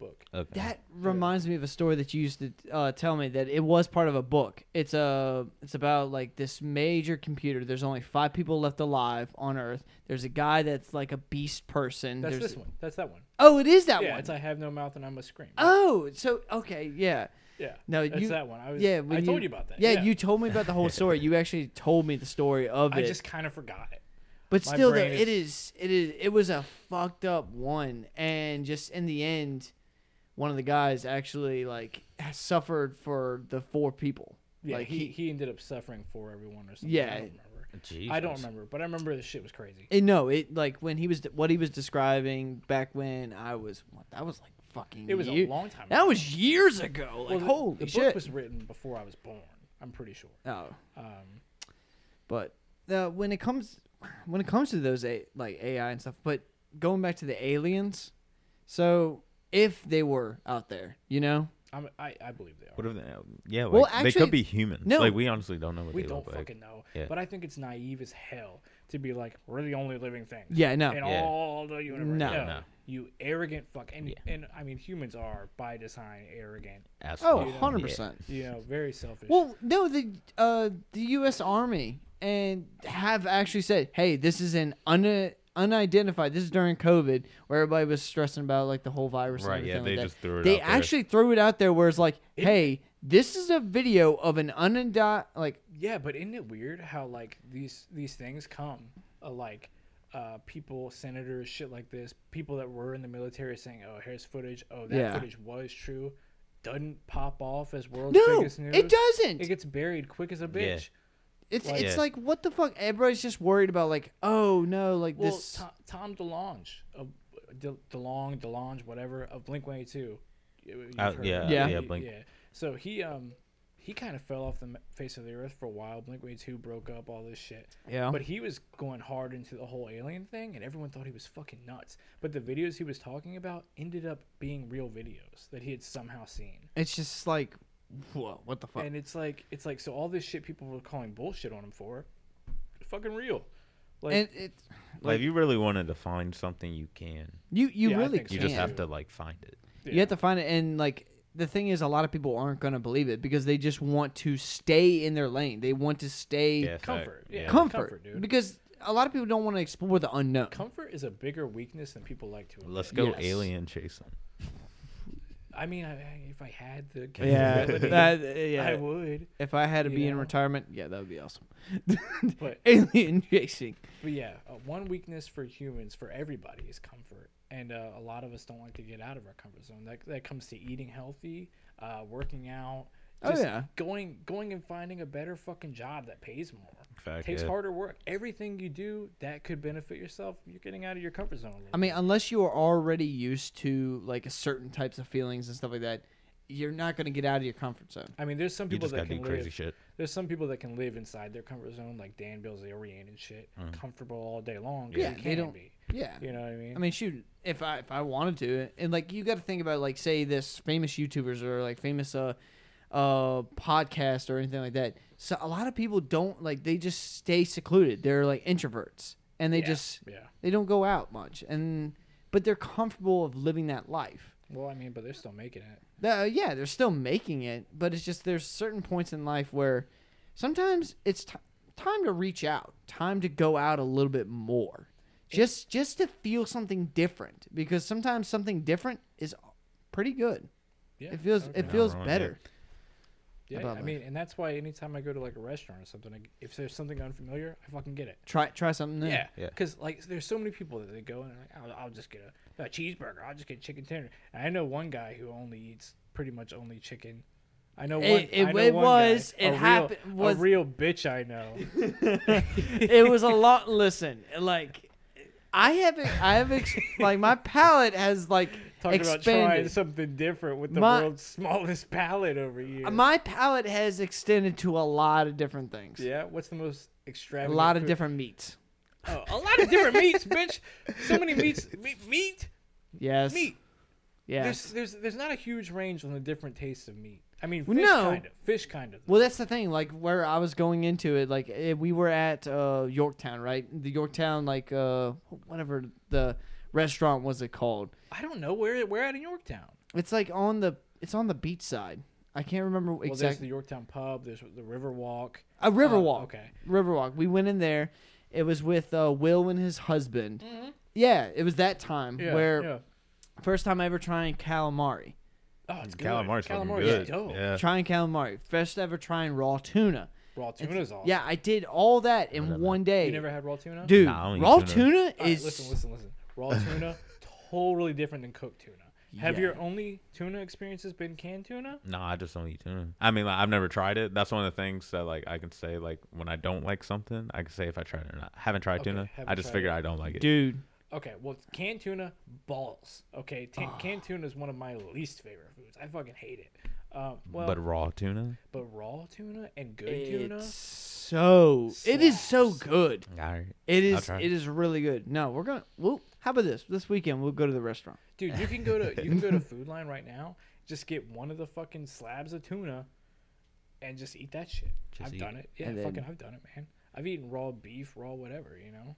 [SPEAKER 2] book.
[SPEAKER 3] Okay.
[SPEAKER 1] That reminds me of a story that you used to uh, tell me that it was part of a book. It's a it's about like this major computer. There's only five people left alive on Earth. There's a guy that's like a beast person.
[SPEAKER 2] That's
[SPEAKER 1] There's,
[SPEAKER 2] this one. That's that one.
[SPEAKER 1] Oh, it is that
[SPEAKER 2] yeah,
[SPEAKER 1] one.
[SPEAKER 2] it's I have no mouth and I must scream.
[SPEAKER 1] oh, so okay, yeah.
[SPEAKER 2] yeah.
[SPEAKER 1] No,
[SPEAKER 2] that's
[SPEAKER 1] you-
[SPEAKER 2] that one. I was
[SPEAKER 1] yeah,
[SPEAKER 2] I
[SPEAKER 1] when
[SPEAKER 2] told you about that.
[SPEAKER 1] Yeah, you told me about the whole story. you actually told me the story of
[SPEAKER 2] I
[SPEAKER 1] it.
[SPEAKER 2] just kind of forgot it.
[SPEAKER 1] But
[SPEAKER 2] My
[SPEAKER 1] still, though,
[SPEAKER 2] brain
[SPEAKER 1] it is it is it was a fucked up one, and just in the end, one of the guys actually like suffered for the four people.
[SPEAKER 2] Yeah,
[SPEAKER 1] like
[SPEAKER 2] he, he, ended up suffering for everyone or something.
[SPEAKER 1] Yeah.
[SPEAKER 2] I don't remember.
[SPEAKER 3] Jesus.
[SPEAKER 2] I don't remember, but I remember the shit was crazy.
[SPEAKER 1] And no, it like when he was what he was describing back when I was that was like fucking.
[SPEAKER 2] It was a
[SPEAKER 1] year-
[SPEAKER 2] long time
[SPEAKER 1] That
[SPEAKER 2] ago.
[SPEAKER 1] was years ago. Like
[SPEAKER 2] the,
[SPEAKER 1] holy
[SPEAKER 2] the
[SPEAKER 1] shit.
[SPEAKER 2] book was written before I was born. I'm pretty sure.
[SPEAKER 1] oh,
[SPEAKER 2] Um,
[SPEAKER 1] but uh, when it comes when it comes to those a- like AI and stuff, but going back to the aliens, so if they were out there, you know,
[SPEAKER 2] I'm, I I believe they are.
[SPEAKER 3] What if they, uh, yeah, like,
[SPEAKER 1] Well,
[SPEAKER 3] they
[SPEAKER 1] actually-
[SPEAKER 3] could be humans.
[SPEAKER 1] no.
[SPEAKER 3] like we honestly don't know what
[SPEAKER 2] we
[SPEAKER 3] they
[SPEAKER 2] don't
[SPEAKER 3] look like.
[SPEAKER 2] fucking know.
[SPEAKER 3] Yeah.
[SPEAKER 2] But I think it's naive as hell to be like we're the only living things.
[SPEAKER 1] Yeah, no.
[SPEAKER 2] In
[SPEAKER 3] Yeah.
[SPEAKER 2] all the universe.
[SPEAKER 1] No.
[SPEAKER 3] No.
[SPEAKER 2] You arrogant fuck. And
[SPEAKER 3] Yeah.
[SPEAKER 2] and I mean humans are by design arrogant.
[SPEAKER 3] As
[SPEAKER 1] Oh,
[SPEAKER 3] fuck. Yeah.
[SPEAKER 1] 100%.
[SPEAKER 2] You know, very selfish.
[SPEAKER 1] Well, no, the uh, the U.S. Army and have actually said, "Hey, this is an un- unidentified." This is during COVID, where everybody was stressing about like the whole virus.
[SPEAKER 3] Right,
[SPEAKER 1] And
[SPEAKER 3] yeah,
[SPEAKER 1] everything like
[SPEAKER 3] they
[SPEAKER 1] that.
[SPEAKER 3] just threw it
[SPEAKER 1] They
[SPEAKER 3] out there.
[SPEAKER 1] actually threw it out there, where it's like, "Hey, this is a video of an unidentified like."
[SPEAKER 2] Yeah, but isn't it weird how like these these things come uh, like uh, people, senators, shit like this, people that were in the military saying, "Oh, here's footage. Oh, that
[SPEAKER 1] Yeah.
[SPEAKER 2] footage was true." Doesn't pop off as world's
[SPEAKER 1] No,
[SPEAKER 2] biggest news.
[SPEAKER 1] it doesn't.
[SPEAKER 2] It gets buried quick as a
[SPEAKER 3] Yeah.
[SPEAKER 2] bitch.
[SPEAKER 1] It's
[SPEAKER 2] Like-
[SPEAKER 1] it's
[SPEAKER 3] Yeah.
[SPEAKER 1] like what the fuck? Everybody's just worried about like, oh no, like
[SPEAKER 2] Well,
[SPEAKER 1] this.
[SPEAKER 2] Tom, Tom DeLonge of De, DeLong, DeLonge, whatever of Blink One Eighty Two.
[SPEAKER 3] Uh, yeah,
[SPEAKER 1] Yeah.
[SPEAKER 3] yeah, Blink.
[SPEAKER 2] Yeah. So he um he kind of fell off the m- face of the earth for a while. Blink One Eighty Two broke up, all this shit.
[SPEAKER 1] Yeah.
[SPEAKER 2] But he was going hard into the whole alien thing, and everyone thought he was fucking nuts. But the videos he was talking about ended up being real videos that he had somehow seen.
[SPEAKER 1] It's just like, whoa, what the fuck?
[SPEAKER 2] And it's like it's like so all this shit people were calling bullshit on him for, fucking real. Like
[SPEAKER 1] And it,
[SPEAKER 3] Like, if you really wanted to find something, you can.
[SPEAKER 1] you you
[SPEAKER 2] Yeah, I
[SPEAKER 1] really
[SPEAKER 2] think so.
[SPEAKER 3] You
[SPEAKER 1] can't.
[SPEAKER 3] just
[SPEAKER 2] Yeah.
[SPEAKER 3] have to like find it.
[SPEAKER 1] You have to find it, and like the thing is, a lot of people aren't gonna believe it because they just want to stay in their lane. They want to stay
[SPEAKER 3] Yeah, fact.
[SPEAKER 2] Comfort, yeah.
[SPEAKER 3] Yeah.
[SPEAKER 1] comfort,
[SPEAKER 2] comfort, dude.
[SPEAKER 1] because a lot of people don't want to explore the unknown.
[SPEAKER 2] comfort is a bigger weakness than people like to admit.
[SPEAKER 3] Let's go
[SPEAKER 1] Yes.
[SPEAKER 3] alien chasing.
[SPEAKER 2] I mean, I, if I had the
[SPEAKER 1] yeah,
[SPEAKER 2] capability,
[SPEAKER 1] that- uh, yeah.
[SPEAKER 2] I would.
[SPEAKER 1] if I had to
[SPEAKER 2] you
[SPEAKER 1] be in
[SPEAKER 2] know.
[SPEAKER 1] retirement, yeah, that would be awesome.
[SPEAKER 2] But
[SPEAKER 1] Alien chasing.
[SPEAKER 2] But yeah, uh, one weakness for humans, for everybody, is comfort, and uh, a lot of us don't like to get out of our comfort zone. That that comes to eating healthy, uh, working out,
[SPEAKER 1] Oh,
[SPEAKER 2] just
[SPEAKER 1] yeah.
[SPEAKER 2] going going and finding a better fucking job that pays more,
[SPEAKER 3] Fact,
[SPEAKER 2] takes
[SPEAKER 3] yeah.
[SPEAKER 2] harder work. Everything you do that could benefit yourself, you're getting out of your comfort zone. a little
[SPEAKER 1] I mean, unless you are already used to like certain types of feelings and stuff like that, you're not going to get out of your comfort zone.
[SPEAKER 2] I mean, there's some
[SPEAKER 3] You
[SPEAKER 2] people
[SPEAKER 3] just
[SPEAKER 2] that
[SPEAKER 3] gotta do
[SPEAKER 2] can
[SPEAKER 3] crazy
[SPEAKER 2] live.
[SPEAKER 3] shit.
[SPEAKER 2] There's some people that can live inside their comfort zone, like Dan Bilzerian and shit,
[SPEAKER 3] Mm.
[SPEAKER 2] comfortable all day long. 'cause
[SPEAKER 1] Yeah,
[SPEAKER 2] you
[SPEAKER 1] they
[SPEAKER 2] can
[SPEAKER 1] don't-
[SPEAKER 2] Be,
[SPEAKER 1] Yeah.
[SPEAKER 2] you know what I mean?
[SPEAKER 1] I mean, shoot, if I if I wanted to, and like you got to think about like say this famous YouTubers or like famous uh uh podcast or anything like that. So a lot of people don't like they just stay secluded. They're like introverts and they
[SPEAKER 2] Yeah,
[SPEAKER 1] just
[SPEAKER 2] yeah.
[SPEAKER 1] they don't go out much and but they're comfortable of living that life.
[SPEAKER 2] Well, I mean, but they're still making it.
[SPEAKER 1] Uh, yeah, they're still making it, but it's just there's certain points in life where sometimes it's t- time to reach out, time to go out a little bit more, just just to feel something different because sometimes something different is pretty good.
[SPEAKER 2] Yeah,
[SPEAKER 1] It feels
[SPEAKER 2] okay.
[SPEAKER 1] it feels
[SPEAKER 3] wrong with
[SPEAKER 1] better.
[SPEAKER 2] Yeah,
[SPEAKER 1] about
[SPEAKER 2] I
[SPEAKER 1] life.
[SPEAKER 2] mean, and that's why anytime I go to like a restaurant or something, like, if there's something unfamiliar, I fucking get it.
[SPEAKER 1] Try try something new.
[SPEAKER 2] Yeah,
[SPEAKER 3] Yeah.
[SPEAKER 2] Because like, there's so many people that they go and they're like, I'll, I'll just get a, a cheeseburger. I'll just get chicken tender. And I know one guy who only eats pretty much only chicken. I know
[SPEAKER 1] It-
[SPEAKER 2] one.
[SPEAKER 1] it-
[SPEAKER 2] I know
[SPEAKER 1] it
[SPEAKER 2] one guy,
[SPEAKER 1] was- it
[SPEAKER 2] a real-
[SPEAKER 1] happened- was-
[SPEAKER 2] a real bitch. I know.
[SPEAKER 1] it was a lot. Listen, like I haven't I have ex- like my palate has like
[SPEAKER 2] Talking
[SPEAKER 1] expanded.
[SPEAKER 2] about trying something different with the
[SPEAKER 1] My-
[SPEAKER 2] world's smallest palate over here.
[SPEAKER 1] My palate has extended to a lot of different things.
[SPEAKER 2] yeah, what's the most
[SPEAKER 1] A
[SPEAKER 2] extravagant?
[SPEAKER 1] lot of
[SPEAKER 2] food?
[SPEAKER 1] different meats.
[SPEAKER 2] Oh, a lot of different meats, bitch. So many meats. Me- meat,
[SPEAKER 1] Yes.
[SPEAKER 2] meat.
[SPEAKER 1] Yes.
[SPEAKER 2] There's there's there's not a huge range on the different tastes of meat. I mean,
[SPEAKER 1] Well,
[SPEAKER 2] fish
[SPEAKER 1] no.
[SPEAKER 2] kind of, fish kind of.
[SPEAKER 1] Well, that's the thing. Like where I was going into it, like eh, we were at uh, Yorktown, right? The Yorktown, like uh, whatever the restaurant was it called?
[SPEAKER 2] I don't know where we're at in Yorktown.
[SPEAKER 1] It's like on the it's on the beach side. I can't remember
[SPEAKER 2] Well, there's
[SPEAKER 1] exactly.
[SPEAKER 2] the Yorktown pub. There's the Riverwalk.
[SPEAKER 1] A Riverwalk.
[SPEAKER 2] Uh, okay.
[SPEAKER 1] Riverwalk. We went in there. It was with uh, Will and his husband. Yeah, it was that time
[SPEAKER 2] Mm-hmm. Yeah,
[SPEAKER 1] where
[SPEAKER 2] yeah.
[SPEAKER 1] first time ever trying calamari.
[SPEAKER 2] oh, it's good.
[SPEAKER 3] Calamari's fucking
[SPEAKER 2] Calamari
[SPEAKER 3] good.
[SPEAKER 2] is dope.
[SPEAKER 3] Yeah.
[SPEAKER 1] Trying calamari. First ever trying raw tuna.
[SPEAKER 2] Raw tuna's awesome.
[SPEAKER 1] Yeah, I did all that in
[SPEAKER 3] Whatever.
[SPEAKER 1] one day.
[SPEAKER 2] You never had raw tuna,
[SPEAKER 1] Dude,
[SPEAKER 3] Nah, I don't eat
[SPEAKER 1] raw
[SPEAKER 3] tuna.
[SPEAKER 1] tuna,
[SPEAKER 2] All right,
[SPEAKER 1] is
[SPEAKER 2] listen, listen, listen. Raw tuna, totally different than cooked tuna. Have
[SPEAKER 1] Yeah.
[SPEAKER 2] your only tuna experiences been canned tuna?
[SPEAKER 3] No, I just don't eat tuna. I mean, like, I've never tried it. That's one of the things that like I can say like when I don't like something, I can say if I tried it or not. haven't tried
[SPEAKER 2] Okay,
[SPEAKER 3] tuna.
[SPEAKER 2] haven't
[SPEAKER 3] I just
[SPEAKER 2] tried
[SPEAKER 3] figured
[SPEAKER 2] it.
[SPEAKER 3] I don't like it.
[SPEAKER 1] dude.
[SPEAKER 2] Okay, well, canned tuna balls. Okay, Tan
[SPEAKER 1] Ah.
[SPEAKER 2] canned tuna is one of my least favorite foods. I fucking hate it. Um, well,
[SPEAKER 3] but raw tuna,
[SPEAKER 2] but raw tuna and good tuna.
[SPEAKER 1] It's so it is so
[SPEAKER 2] Slaps.
[SPEAKER 1] good.
[SPEAKER 3] all right.
[SPEAKER 1] It
[SPEAKER 3] I'll
[SPEAKER 1] is
[SPEAKER 3] try.
[SPEAKER 1] it is really good. No, we're gonna. Well, how about this? This weekend we'll go to the restaurant.
[SPEAKER 2] Dude, you can go to you can go to Food Line right now. Just get one of the fucking slabs of tuna, and just eat that shit.
[SPEAKER 3] Just
[SPEAKER 2] I've
[SPEAKER 3] eat
[SPEAKER 2] done it. Yeah,
[SPEAKER 1] And
[SPEAKER 2] fucking,
[SPEAKER 1] then-
[SPEAKER 2] I've done it, man. I've eaten raw beef, raw whatever, you know.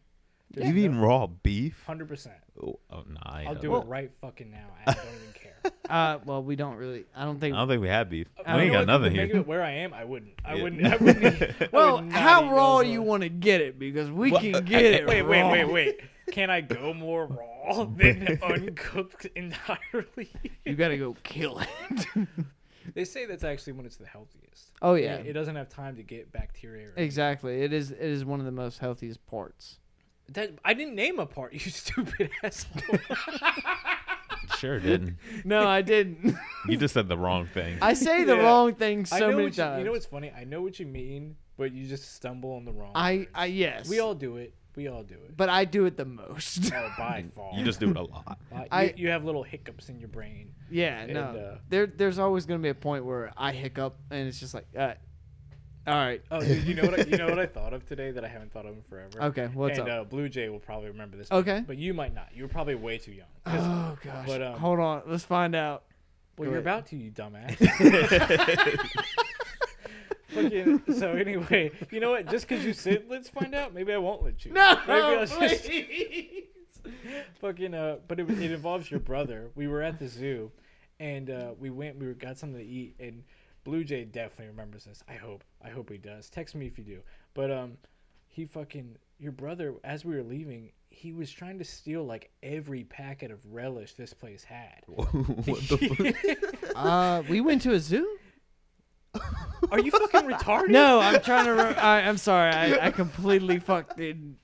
[SPEAKER 3] You've eaten raw beef?
[SPEAKER 2] Hundred percent.
[SPEAKER 3] Oh, oh no, I ain't
[SPEAKER 2] I'll
[SPEAKER 3] done
[SPEAKER 2] do
[SPEAKER 3] that.
[SPEAKER 2] it right fucking now. I don't even care.
[SPEAKER 1] Uh, well, we don't really. I don't think.
[SPEAKER 3] I don't think we have beef.
[SPEAKER 2] I
[SPEAKER 3] we
[SPEAKER 2] mean,
[SPEAKER 3] ain't got
[SPEAKER 2] what,
[SPEAKER 3] nothing
[SPEAKER 2] to think of
[SPEAKER 3] here.
[SPEAKER 2] it Where I am, I wouldn't. I
[SPEAKER 3] Yeah.
[SPEAKER 2] wouldn't. I wouldn't. I would
[SPEAKER 1] well,
[SPEAKER 2] not eat
[SPEAKER 1] how raw
[SPEAKER 2] those
[SPEAKER 1] do you
[SPEAKER 2] raw-
[SPEAKER 1] want to get it? Because we
[SPEAKER 3] Well,
[SPEAKER 1] can
[SPEAKER 3] uh,
[SPEAKER 1] get it.
[SPEAKER 2] Wait, wait,
[SPEAKER 1] raw.
[SPEAKER 2] wait, wait. Can I go more raw than uncooked entirely?
[SPEAKER 1] You gotta go kill it.
[SPEAKER 2] they say that's actually when it's the healthiest.
[SPEAKER 1] oh
[SPEAKER 2] Yeah,
[SPEAKER 1] yeah,
[SPEAKER 2] it doesn't have time to get bacteria. Or
[SPEAKER 1] exactly. It is. It is one of the most healthiest parts.
[SPEAKER 2] That I didn't name a part, you stupid asshole.
[SPEAKER 3] Sure didn't.
[SPEAKER 1] No, I didn't.
[SPEAKER 3] You just said the wrong thing.
[SPEAKER 1] I say the
[SPEAKER 2] Yeah.
[SPEAKER 1] wrong thing so
[SPEAKER 2] I know
[SPEAKER 1] many
[SPEAKER 2] what you,
[SPEAKER 1] times.
[SPEAKER 2] you know what's funny? I know what you mean, but you just stumble on the wrong.
[SPEAKER 1] I,
[SPEAKER 2] words.
[SPEAKER 1] I yes.
[SPEAKER 2] we all do it. We all do it.
[SPEAKER 1] but I do it the most.
[SPEAKER 2] Oh, by far.
[SPEAKER 3] You just do it a lot.
[SPEAKER 2] Uh, you,
[SPEAKER 1] I-
[SPEAKER 2] you have little hiccups in your brain.
[SPEAKER 1] Yeah,
[SPEAKER 2] And,
[SPEAKER 1] no.
[SPEAKER 2] uh,
[SPEAKER 1] there, there's always going to be a point where I hiccup, and it's just like, uh, all right,
[SPEAKER 2] Oh, dude, you know what? I, you know what I thought of today that I haven't thought of in forever.
[SPEAKER 1] okay, what's
[SPEAKER 2] and
[SPEAKER 1] up?
[SPEAKER 2] Uh, Blue Jay will probably remember this. one,
[SPEAKER 1] Okay.
[SPEAKER 2] but you might not. You were probably way too young. 'Cause-
[SPEAKER 1] oh gosh,
[SPEAKER 2] but, um,
[SPEAKER 1] hold on, let's find out.
[SPEAKER 2] well, you're
[SPEAKER 1] ahead.
[SPEAKER 2] about to, you dumbass. Fucking, so anyway, you know what? Just because you said, let's find out. Maybe I won't let you.
[SPEAKER 1] No,
[SPEAKER 2] Maybe I'll just
[SPEAKER 1] please.
[SPEAKER 2] fucking. Uh, but it, it involves your brother. We were at the zoo, and uh, we went. We got something to eat, and Blue Jay definitely remembers this. I hope. I hope he does. Text me if you do. But um, he fucking your brother. As we were leaving, he was trying to steal like every packet of relish this place had.
[SPEAKER 3] what the
[SPEAKER 1] uh, we went to a zoo.
[SPEAKER 2] Are you fucking retarded?
[SPEAKER 1] No, I'm trying to. Re- I, I'm sorry, I, I completely fucked in.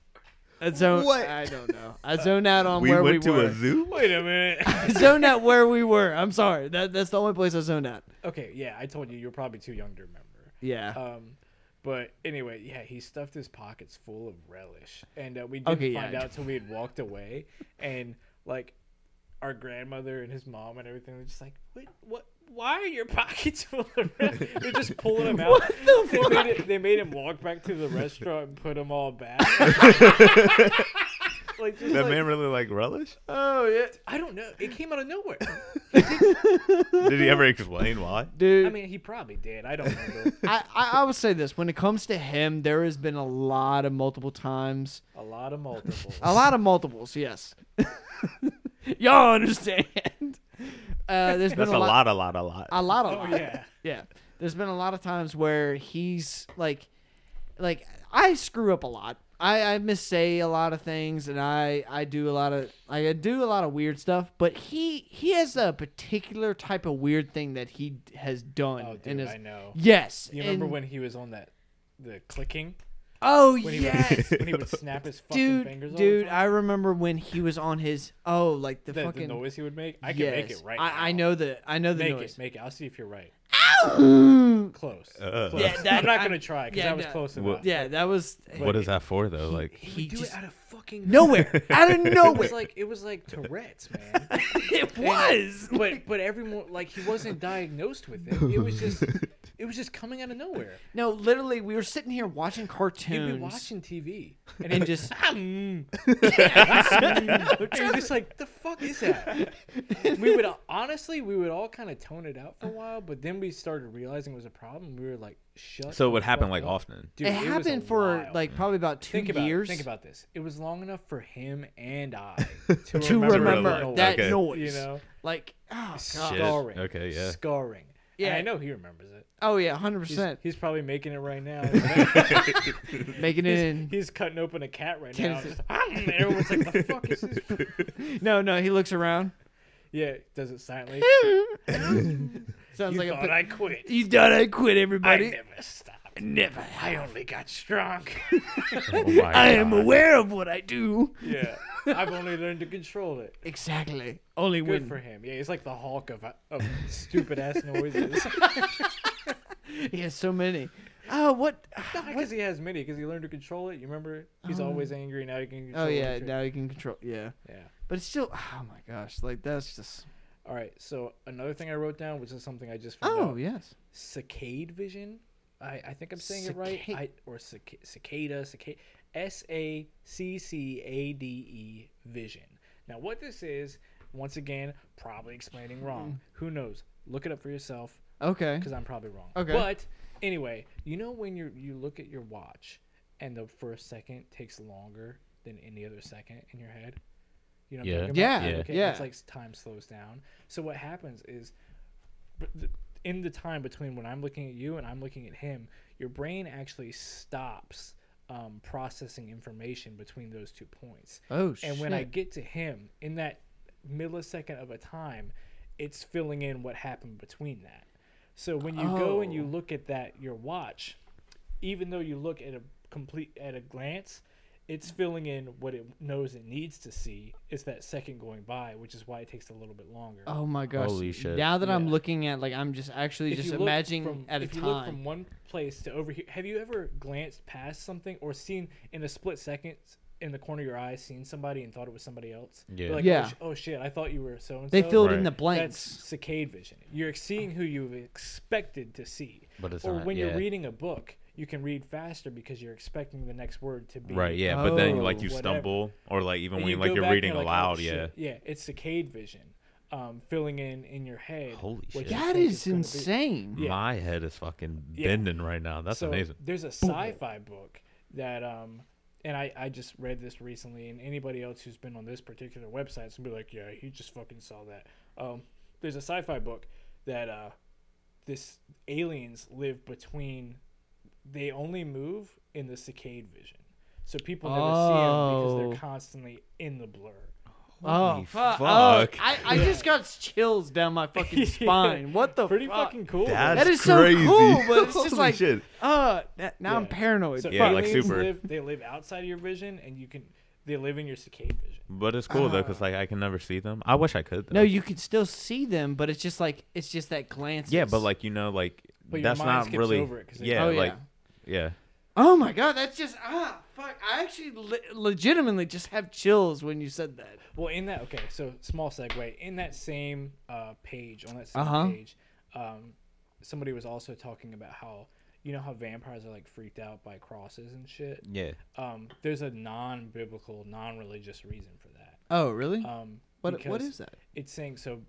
[SPEAKER 1] I zoned,
[SPEAKER 3] What?
[SPEAKER 1] I don't know. I zoned out on
[SPEAKER 3] fuck? We
[SPEAKER 1] where
[SPEAKER 3] went
[SPEAKER 1] we
[SPEAKER 3] to
[SPEAKER 1] were.
[SPEAKER 3] a zoo?
[SPEAKER 2] Wait a minute.
[SPEAKER 1] I zoned out where we were. I'm sorry. That that's the only place I zoned out.
[SPEAKER 2] okay, yeah, I told you you're probably too young to remember.
[SPEAKER 1] Yeah.
[SPEAKER 2] Um, but anyway, yeah, he stuffed his pockets full of relish, and uh, we didn't
[SPEAKER 1] Okay, yeah,
[SPEAKER 2] find
[SPEAKER 1] I-
[SPEAKER 2] out till we had walked away. And like, our grandmother and his mom and everything. They're just like, what? What? Why are your pockets full of? Red? They're just pulling him out. What the they, Made it, they made him walk back to the restaurant and put them all back. like just
[SPEAKER 3] That
[SPEAKER 2] like, Uh,
[SPEAKER 3] man really like relish?
[SPEAKER 1] Oh yeah,
[SPEAKER 2] I don't know. It came out of nowhere.
[SPEAKER 3] Did he ever explain why?
[SPEAKER 1] dude.
[SPEAKER 2] I mean, he probably did. I don't remember.
[SPEAKER 1] I, I, I will say this when it comes to him, there has been a lot of multiple times.
[SPEAKER 2] A lot of multiples.
[SPEAKER 1] A lot of multiples, yes. Y'all understand. Uh, there's been
[SPEAKER 3] That's
[SPEAKER 1] a,
[SPEAKER 3] a
[SPEAKER 1] lot,
[SPEAKER 3] lot, a lot, a lot.
[SPEAKER 1] A lot of
[SPEAKER 2] Oh yeah.
[SPEAKER 1] Yeah. There's been a lot of times where he's like like I screw up a lot. I, I missay a lot of things and I, I do a lot of I do a lot of weird stuff, but he he has a particular type of weird thing that he has done
[SPEAKER 2] Oh,
[SPEAKER 1] in
[SPEAKER 2] dude,
[SPEAKER 1] his
[SPEAKER 2] I know.
[SPEAKER 1] Yes.
[SPEAKER 2] You remember
[SPEAKER 1] and-
[SPEAKER 2] when he was on that, the clicking?
[SPEAKER 1] Oh
[SPEAKER 2] When he,
[SPEAKER 1] yes.
[SPEAKER 2] would, when he would snap his fucking fingers
[SPEAKER 1] dude,
[SPEAKER 2] all
[SPEAKER 1] dude,
[SPEAKER 2] the
[SPEAKER 1] I
[SPEAKER 2] time?
[SPEAKER 1] remember when he was on his oh, like the,
[SPEAKER 2] the,
[SPEAKER 1] fucking
[SPEAKER 2] the noise he would make? I can make
[SPEAKER 1] Yes.
[SPEAKER 2] it right now.
[SPEAKER 1] I, I know the I know the
[SPEAKER 2] Make
[SPEAKER 1] noise.
[SPEAKER 2] it, make it. I'll see if you're right. Close.
[SPEAKER 3] Uh.
[SPEAKER 2] Close.
[SPEAKER 1] Yeah, that-
[SPEAKER 2] I'm not
[SPEAKER 1] I-
[SPEAKER 2] gonna try because
[SPEAKER 1] yeah,
[SPEAKER 2] I was
[SPEAKER 1] no.
[SPEAKER 2] close
[SPEAKER 3] Well-
[SPEAKER 2] enough.
[SPEAKER 1] Yeah, that was
[SPEAKER 3] what is that for though? Like,
[SPEAKER 2] he, would
[SPEAKER 1] He
[SPEAKER 2] do
[SPEAKER 1] just-
[SPEAKER 2] it out of fucking
[SPEAKER 1] nowhere out of
[SPEAKER 2] It
[SPEAKER 1] nowhere.
[SPEAKER 2] was like it was like Tourette's, man.
[SPEAKER 1] it was.
[SPEAKER 2] but but everyone like he wasn't diagnosed with it. It was just it was just coming out of nowhere.
[SPEAKER 1] No, literally, we were sitting here watching
[SPEAKER 2] You'd be
[SPEAKER 1] cartoons.
[SPEAKER 2] watching TV and,
[SPEAKER 1] And
[SPEAKER 2] it
[SPEAKER 1] just-
[SPEAKER 2] just and you're just like the fuck is that? We would honestly we would all kind of tone it out for a while, but then we started realizing it was a problem. We were like, shut.
[SPEAKER 3] so it
[SPEAKER 2] the
[SPEAKER 3] would happen
[SPEAKER 2] fuck
[SPEAKER 3] like
[SPEAKER 2] up.
[SPEAKER 3] often.
[SPEAKER 2] Dude,
[SPEAKER 1] it
[SPEAKER 2] was a
[SPEAKER 1] happened for
[SPEAKER 2] while.
[SPEAKER 1] like probably about two
[SPEAKER 2] think about it,
[SPEAKER 1] years
[SPEAKER 2] think about this. It was long enough for him and I to,
[SPEAKER 1] to
[SPEAKER 2] remember,
[SPEAKER 1] remember
[SPEAKER 2] the
[SPEAKER 3] noise.
[SPEAKER 1] that
[SPEAKER 3] Okay.
[SPEAKER 1] noise.
[SPEAKER 2] You know,
[SPEAKER 1] Like, oh, God.
[SPEAKER 3] Shit.
[SPEAKER 2] scarring.
[SPEAKER 3] Okay, yeah.
[SPEAKER 2] Scarring. Yeah,
[SPEAKER 1] Yeah.
[SPEAKER 2] I know he remembers it.
[SPEAKER 1] oh yeah, hundred
[SPEAKER 2] He's,
[SPEAKER 1] percent.
[SPEAKER 2] he's probably making it right now.
[SPEAKER 3] Oh
[SPEAKER 1] Making it
[SPEAKER 2] he's,
[SPEAKER 1] in.
[SPEAKER 2] he's cutting open a cat right now.
[SPEAKER 1] Tennessee.
[SPEAKER 2] Just, "Ah," and everyone's like, "The fuck is this?"
[SPEAKER 1] No, no, he looks around.
[SPEAKER 2] Yeah, does it silently?
[SPEAKER 1] Sounds
[SPEAKER 2] you
[SPEAKER 1] like a.
[SPEAKER 2] thought
[SPEAKER 1] pit-
[SPEAKER 2] I quit.
[SPEAKER 1] He's done. I quit,
[SPEAKER 2] I
[SPEAKER 1] everybody.
[SPEAKER 2] never stopped.
[SPEAKER 1] never.
[SPEAKER 2] I only got strong.
[SPEAKER 3] Oh my
[SPEAKER 1] I am
[SPEAKER 3] God.
[SPEAKER 1] aware of what I do.
[SPEAKER 2] yeah, I've only learned to control it.
[SPEAKER 1] Exactly. Only
[SPEAKER 2] Good
[SPEAKER 1] when
[SPEAKER 2] for him. Yeah, he's like the Hulk of, of stupid ass noises.
[SPEAKER 1] he has so many. Oh, what?
[SPEAKER 2] Because he has many. Because he learned to control it. You remember? He's always angry. Now he can. Control
[SPEAKER 1] Oh yeah,
[SPEAKER 2] everything.
[SPEAKER 1] now you can control. Yeah,
[SPEAKER 2] Yeah.
[SPEAKER 1] but it's still. Oh my gosh, like that's just.
[SPEAKER 2] All right. So another thing I wrote down, which is something I just found
[SPEAKER 1] Oh
[SPEAKER 2] out.
[SPEAKER 1] yes.
[SPEAKER 2] Cicade vision. I, I think I'm saying it
[SPEAKER 1] Cicade-
[SPEAKER 2] right. I, or cic- cicada, cicada, S A C C A D E vision. Now what this is, once again, probably explaining wrong. Who knows? Look it up for yourself.
[SPEAKER 1] Okay.
[SPEAKER 2] because I'm probably wrong.
[SPEAKER 1] Okay.
[SPEAKER 2] But anyway, you know when you you look at your watch and the first second takes longer than any other second in your head. You know what
[SPEAKER 3] Yeah.
[SPEAKER 2] I'm talking
[SPEAKER 1] Yeah,
[SPEAKER 2] about?
[SPEAKER 3] yeah.
[SPEAKER 2] Okay,
[SPEAKER 1] yeah.
[SPEAKER 2] It's like time slows down. So what happens is b- th- in the time between when I'm looking at you and I'm looking at him, your brain actually stops um, processing information between those two points.
[SPEAKER 1] Oh
[SPEAKER 2] And when I get to him in that millisecond of a time, it's filling in what happened between that. So when you go and you
[SPEAKER 1] Oh.
[SPEAKER 2] look at that your watch, even though you look at a complete at a glance, it's filling in what it knows it needs to see. It's that second going by, which is why it takes a little bit longer.
[SPEAKER 1] Oh my gosh.
[SPEAKER 3] Holy shit.
[SPEAKER 1] Now that I'm
[SPEAKER 2] Yeah.
[SPEAKER 1] looking at like I'm just actually
[SPEAKER 2] If
[SPEAKER 1] just
[SPEAKER 2] you look
[SPEAKER 1] imagining
[SPEAKER 2] from-
[SPEAKER 1] at a
[SPEAKER 2] if you look
[SPEAKER 1] time.
[SPEAKER 2] from one place to over here, have you ever glanced past something or seen in a split second in the corner of your eye, seen somebody and thought it was somebody else? You're
[SPEAKER 3] Yeah.
[SPEAKER 2] Like,
[SPEAKER 1] Yeah.
[SPEAKER 2] Oh, sh- oh shit! I thought you were so and so.
[SPEAKER 1] they filled in
[SPEAKER 3] Right.
[SPEAKER 1] the
[SPEAKER 2] That's
[SPEAKER 1] blanks.
[SPEAKER 2] cicade vision. You're seeing who you've expected to see.
[SPEAKER 3] But it's
[SPEAKER 2] or
[SPEAKER 3] not-
[SPEAKER 2] when
[SPEAKER 3] yeah.
[SPEAKER 2] you're reading a book, you can read faster because you're expecting the next word to be
[SPEAKER 3] Right, yeah, but then like
[SPEAKER 1] Oh,
[SPEAKER 3] you
[SPEAKER 2] whatever.
[SPEAKER 3] stumble, or like even
[SPEAKER 2] And
[SPEAKER 3] when
[SPEAKER 2] you
[SPEAKER 3] like
[SPEAKER 2] go
[SPEAKER 3] you're
[SPEAKER 2] back and
[SPEAKER 3] reading
[SPEAKER 2] you're like, oh,
[SPEAKER 3] aloud, yeah.
[SPEAKER 2] shit. Yeah, it's cicade vision, um, filling in in your head.
[SPEAKER 3] Holy
[SPEAKER 2] what
[SPEAKER 3] shit.
[SPEAKER 2] you
[SPEAKER 1] That
[SPEAKER 2] think
[SPEAKER 1] is
[SPEAKER 2] it's gonna be.
[SPEAKER 1] insane.
[SPEAKER 2] Yeah.
[SPEAKER 3] My head is fucking
[SPEAKER 2] Yeah.
[SPEAKER 3] bending right now. That's
[SPEAKER 2] so
[SPEAKER 3] amazing.
[SPEAKER 2] There's a sci-fi book that um and I, I just read this recently and anybody else who's been on this particular website is gonna be like, Yeah, he just fucking saw that. Um there's a sci-fi book that uh this aliens live between they only move in the cicade vision. So people never see them because
[SPEAKER 1] Oh.
[SPEAKER 2] they're constantly in the blur.
[SPEAKER 1] Oh,
[SPEAKER 3] Holy
[SPEAKER 1] fu- oh,
[SPEAKER 3] fuck.
[SPEAKER 1] I, I just got chills down my fucking
[SPEAKER 2] Yeah.
[SPEAKER 1] spine. What the
[SPEAKER 2] Pretty
[SPEAKER 1] fuck?
[SPEAKER 2] fucking cool.
[SPEAKER 3] That's
[SPEAKER 1] That is
[SPEAKER 3] crazy.
[SPEAKER 1] so cool, but it's just
[SPEAKER 3] Holy
[SPEAKER 1] like,
[SPEAKER 3] shit.
[SPEAKER 1] uh, that- now I'm
[SPEAKER 2] Yeah.
[SPEAKER 1] paranoid.
[SPEAKER 2] So
[SPEAKER 1] Fuck.
[SPEAKER 3] Yeah, like
[SPEAKER 2] aliens
[SPEAKER 3] super.
[SPEAKER 2] live they live outside of your vision and you can they live in your cicade vision.
[SPEAKER 3] But it's cool
[SPEAKER 2] Uh-huh.
[SPEAKER 3] though, cause like I can never see them. I wish I could. Though.
[SPEAKER 1] No, you can still see them, but it's just like it's just that glance.
[SPEAKER 3] yeah, but like you know, like
[SPEAKER 2] But your
[SPEAKER 3] that's
[SPEAKER 2] mind
[SPEAKER 3] not
[SPEAKER 2] skips
[SPEAKER 3] really.
[SPEAKER 2] over it 'cause they-
[SPEAKER 3] yeah,
[SPEAKER 1] Oh,
[SPEAKER 3] like
[SPEAKER 1] yeah.
[SPEAKER 3] yeah,
[SPEAKER 1] Oh my god, that's just ah fuck. I actually le- legitimately just have chills when you said that.
[SPEAKER 2] Well, in that okay, so small segue. In that same uh, page, on that same
[SPEAKER 1] Uh-huh.
[SPEAKER 2] page, um, somebody was also talking about how you know how vampires are like freaked out by crosses and shit.
[SPEAKER 3] Yeah.
[SPEAKER 2] Um, there's a non-biblical, non-religious reason for that.
[SPEAKER 1] Oh really?
[SPEAKER 2] Um,
[SPEAKER 1] what what
[SPEAKER 2] because
[SPEAKER 1] is that?
[SPEAKER 2] It's saying so.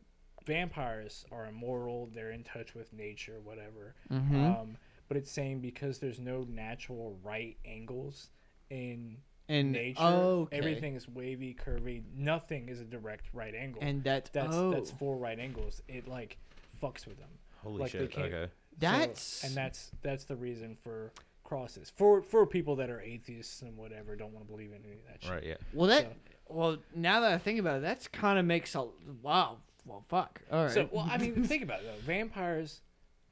[SPEAKER 2] Vampires are immoral. They're in touch with nature, whatever.
[SPEAKER 1] Mm-hmm.
[SPEAKER 2] Um, but it's saying because there's no natural right angles in
[SPEAKER 1] And
[SPEAKER 2] nature,
[SPEAKER 1] okay.
[SPEAKER 2] everything is wavy, curvy. Nothing is a direct right angle.
[SPEAKER 1] And that's
[SPEAKER 2] that's
[SPEAKER 1] oh,
[SPEAKER 2] that's four right angles. It like fucks with them.
[SPEAKER 3] Holy
[SPEAKER 2] Like, they
[SPEAKER 3] shit.
[SPEAKER 2] can't-
[SPEAKER 3] Okay.
[SPEAKER 1] that's
[SPEAKER 2] so, and that's that's the reason for crosses for for people that are atheists and whatever don't want to believe in any of that shit.
[SPEAKER 3] Right. Yeah.
[SPEAKER 1] well that well now that I think about it, that's kind of makes a wow. Well, fuck. All right.
[SPEAKER 2] So well, I mean, think about it though. Vampires,